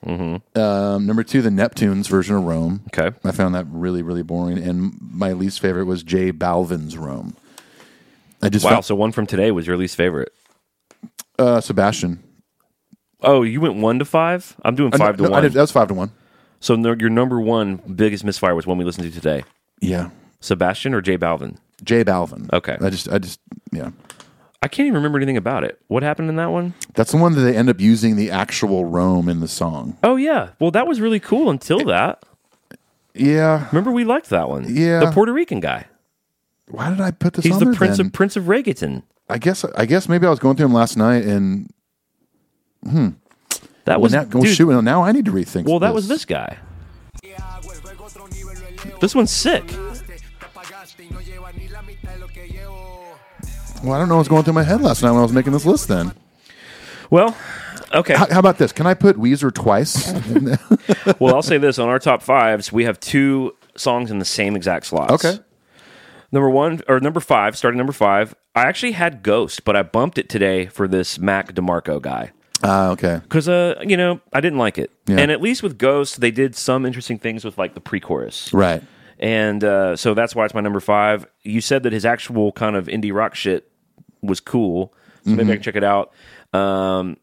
Speaker 3: Mm-hmm. Um, number two, the Neptunes version of Rome.
Speaker 4: Okay,
Speaker 3: I found that really really boring, and my least favorite was Jay Balvin's Rome. I just
Speaker 4: wow.
Speaker 3: found-
Speaker 4: so one from today was your least favorite.
Speaker 3: uh, Sebastian.
Speaker 4: Oh, you went one to five. I'm doing
Speaker 3: Uh, no,
Speaker 4: five to
Speaker 3: no, I
Speaker 4: one.
Speaker 3: did- that was five to one.
Speaker 4: so no, your number one biggest misfire was one we listened to today.
Speaker 3: Yeah,
Speaker 4: Sebastian or Jay Balvin?
Speaker 3: Jay Balvin.
Speaker 4: Okay.
Speaker 3: I just I just yeah.
Speaker 4: I can't even remember anything about it. What happened in that one?
Speaker 3: That's the one that they end up using the actual Rome in the song.
Speaker 4: Oh yeah. Well, that was really cool until that.
Speaker 3: Yeah.
Speaker 4: Remember we liked that one.
Speaker 3: Yeah.
Speaker 4: The Puerto Rican guy.
Speaker 3: Why did I put this?
Speaker 4: He's
Speaker 3: on
Speaker 4: the
Speaker 3: there
Speaker 4: prince
Speaker 3: then?
Speaker 4: of Prince of Reggaeton.
Speaker 3: I guess I guess maybe I was going through them last night and hmm.
Speaker 4: That was-
Speaker 3: well, now, well,
Speaker 4: dude.
Speaker 3: shoot, well, now I need to rethink.
Speaker 4: Well, that was this guy. This one's sick.
Speaker 3: Well, I don't know what was going through my head last night when I was making this list. Then.
Speaker 4: Well, okay.
Speaker 3: How, how about this? Can I put Weezer twice?
Speaker 4: well, I'll say this on our top fives, we have two songs in the same exact slots.
Speaker 3: Okay.
Speaker 4: Number one or number five, starting number five. I actually had Ghost, but I bumped it today for this Mac DeMarco guy
Speaker 3: Ah, okay.
Speaker 4: because uh, you know, I didn't like it.
Speaker 3: Yeah.
Speaker 4: And at least with Ghost, they did some interesting things with like the pre-chorus,
Speaker 3: Right.
Speaker 4: and uh, so that's why it's my number five. You said that his actual kind of indie rock shit was cool, so maybe
Speaker 13: Mhm.
Speaker 4: I can check it out. Um,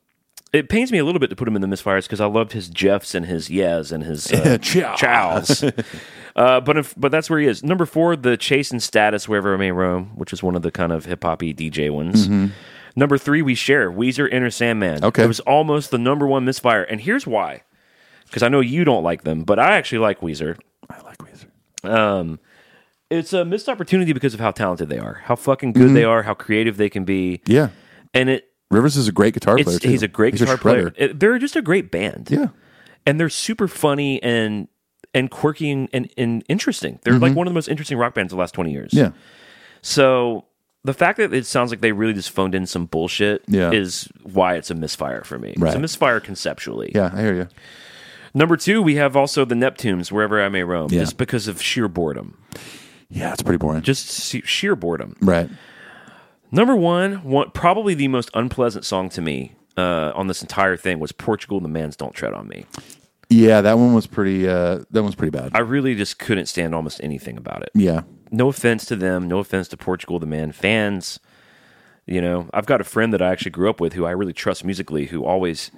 Speaker 4: it pains me a little bit to put him in the misfires because I loved his Jeffs and his yes and his uh,
Speaker 3: Chow.
Speaker 4: chows. uh, but if, but that's where he is. Number four, the chase and status wherever I may roam, which is one of the kind of hip hoppy DJ ones.
Speaker 3: Mhm.
Speaker 4: Number three, we share Weezer Inner Sandman.
Speaker 3: Okay.
Speaker 4: it was almost the number one misfire, and here's why. because I know you don't like them, but I actually like Weezer. I like Weezer. Um, it's a missed opportunity because of how talented they are, how fucking good
Speaker 3: Mhm.
Speaker 4: they are, how creative they can be.
Speaker 3: Yeah.
Speaker 4: and it
Speaker 3: Rivers is a great guitar
Speaker 4: it's-
Speaker 3: player. Too.
Speaker 4: He's a great guitar
Speaker 3: shredder.
Speaker 4: player. It- they're just a great band.
Speaker 3: Yeah.
Speaker 4: And they're super funny and and quirky and, and, and interesting. They're like one of the most interesting rock bands of the last 20 years.
Speaker 3: Mm-hmm. Yeah.
Speaker 4: So the fact that it sounds like they really just phoned in some bullshit
Speaker 3: Yeah.
Speaker 4: is why it's a misfire for me. It's a
Speaker 3: Right.
Speaker 4: misfire conceptually.
Speaker 3: Yeah, I hear you.
Speaker 4: Number two, we have also the Neptunes, Wherever I May Roam,
Speaker 3: Yeah.
Speaker 4: just because of sheer boredom.
Speaker 3: Yeah, it's pretty boring.
Speaker 4: Just se- sheer boredom.
Speaker 3: Right.
Speaker 4: Number one, one probably the most unpleasant song to me uh, on this entire thing was Portugal and the Man's Don't Tread on Me.
Speaker 3: Yeah, that one was pretty. Uh, that one's pretty bad.
Speaker 4: I really just couldn't stand almost anything about it.
Speaker 3: Yeah.
Speaker 4: No offense to them, no offense to Portugal the Man fans. You know, I've got a friend that I actually grew up with who I really trust musically who always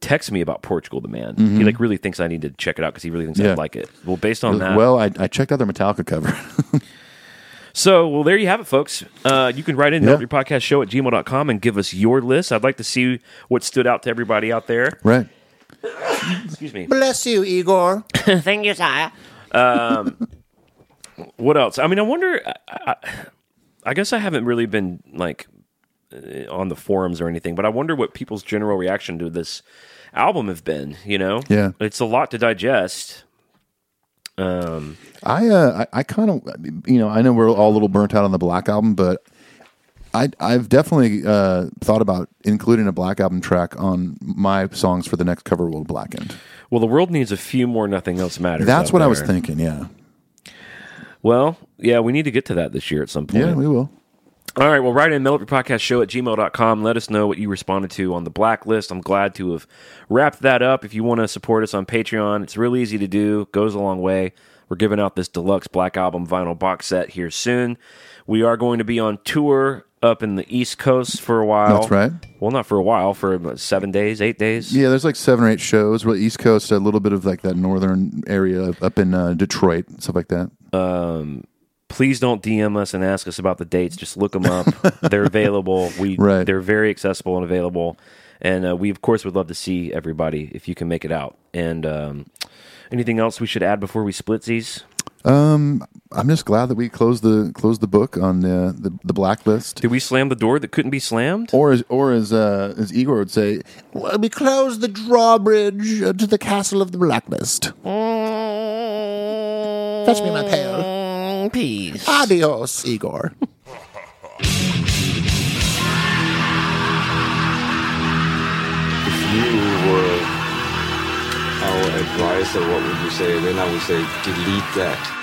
Speaker 4: texts me about Portugal the Man. He
Speaker 3: Mhm.
Speaker 4: like really thinks I need to check it out because he really thinks
Speaker 3: Yeah.
Speaker 4: I'd like it. Well, based on that,
Speaker 3: Well, I, I checked out their Metallica cover.
Speaker 4: So, well, there you have it, folks. Uh, you can write in
Speaker 3: Yeah.
Speaker 4: to your podcast show at gmail.com and give us your list. I'd like to see what stood out to everybody out there.
Speaker 3: right.
Speaker 4: Excuse me.
Speaker 12: Bless you, Igor.
Speaker 6: Thank you, sire.
Speaker 4: Um, what else? I mean, I wonder. I, I, I guess I haven't really been like uh, on the forums or anything, but I wonder what people's general reaction to this album have been. You know,
Speaker 3: Yeah.
Speaker 4: it's a lot to digest. Um,
Speaker 3: I uh, I, I kind of you know I know we're all a little burnt out on the Black album, but I I've definitely uh, thought about including a Black album track on my songs for the next cover world Black End.
Speaker 4: well, the world needs a few more. Nothing else matters.
Speaker 3: That's
Speaker 4: out
Speaker 3: what I was
Speaker 4: there.
Speaker 3: thinking. Yeah.
Speaker 4: Well, yeah, we need to get to that this year at some point.
Speaker 3: Yeah, we will.
Speaker 4: All right, well, write in mail at your podcast show at gmail.com. Let us know what you responded to on the blacklist. I'm glad to have wrapped that up. If you want to support us on Patreon, it's real easy to do, goes a long way. We're giving out this deluxe Black Album vinyl box set here soon. We are going to be on tour up in the East Coast for a while.
Speaker 3: That's right.
Speaker 4: Well, not for a while, for about seven days, eight days.
Speaker 3: Yeah, there's like seven or eight shows. Really, East Coast, a little bit of like that northern area up in uh, Detroit, stuff like that.
Speaker 4: Um, please don't DM us and ask us about the dates. Just look them up. they're available. We
Speaker 3: Right.
Speaker 4: they're very accessible and available. And uh, we of course would love to see everybody if you can make it out. And um, anything else we should add before we split these?
Speaker 3: Um, I'm just glad that we closed the closed the book on the the, the blacklist,
Speaker 4: Did we slam the door that couldn't be slammed?
Speaker 3: or as or as uh, as Igor would say,
Speaker 12: Well, we close the drawbridge uh, to the castle of the blacklist. Fetch me my pail.
Speaker 6: Peace.
Speaker 12: Adios, Igor.
Speaker 13: If you were our advisor, what would you say? Then I would say, delete that.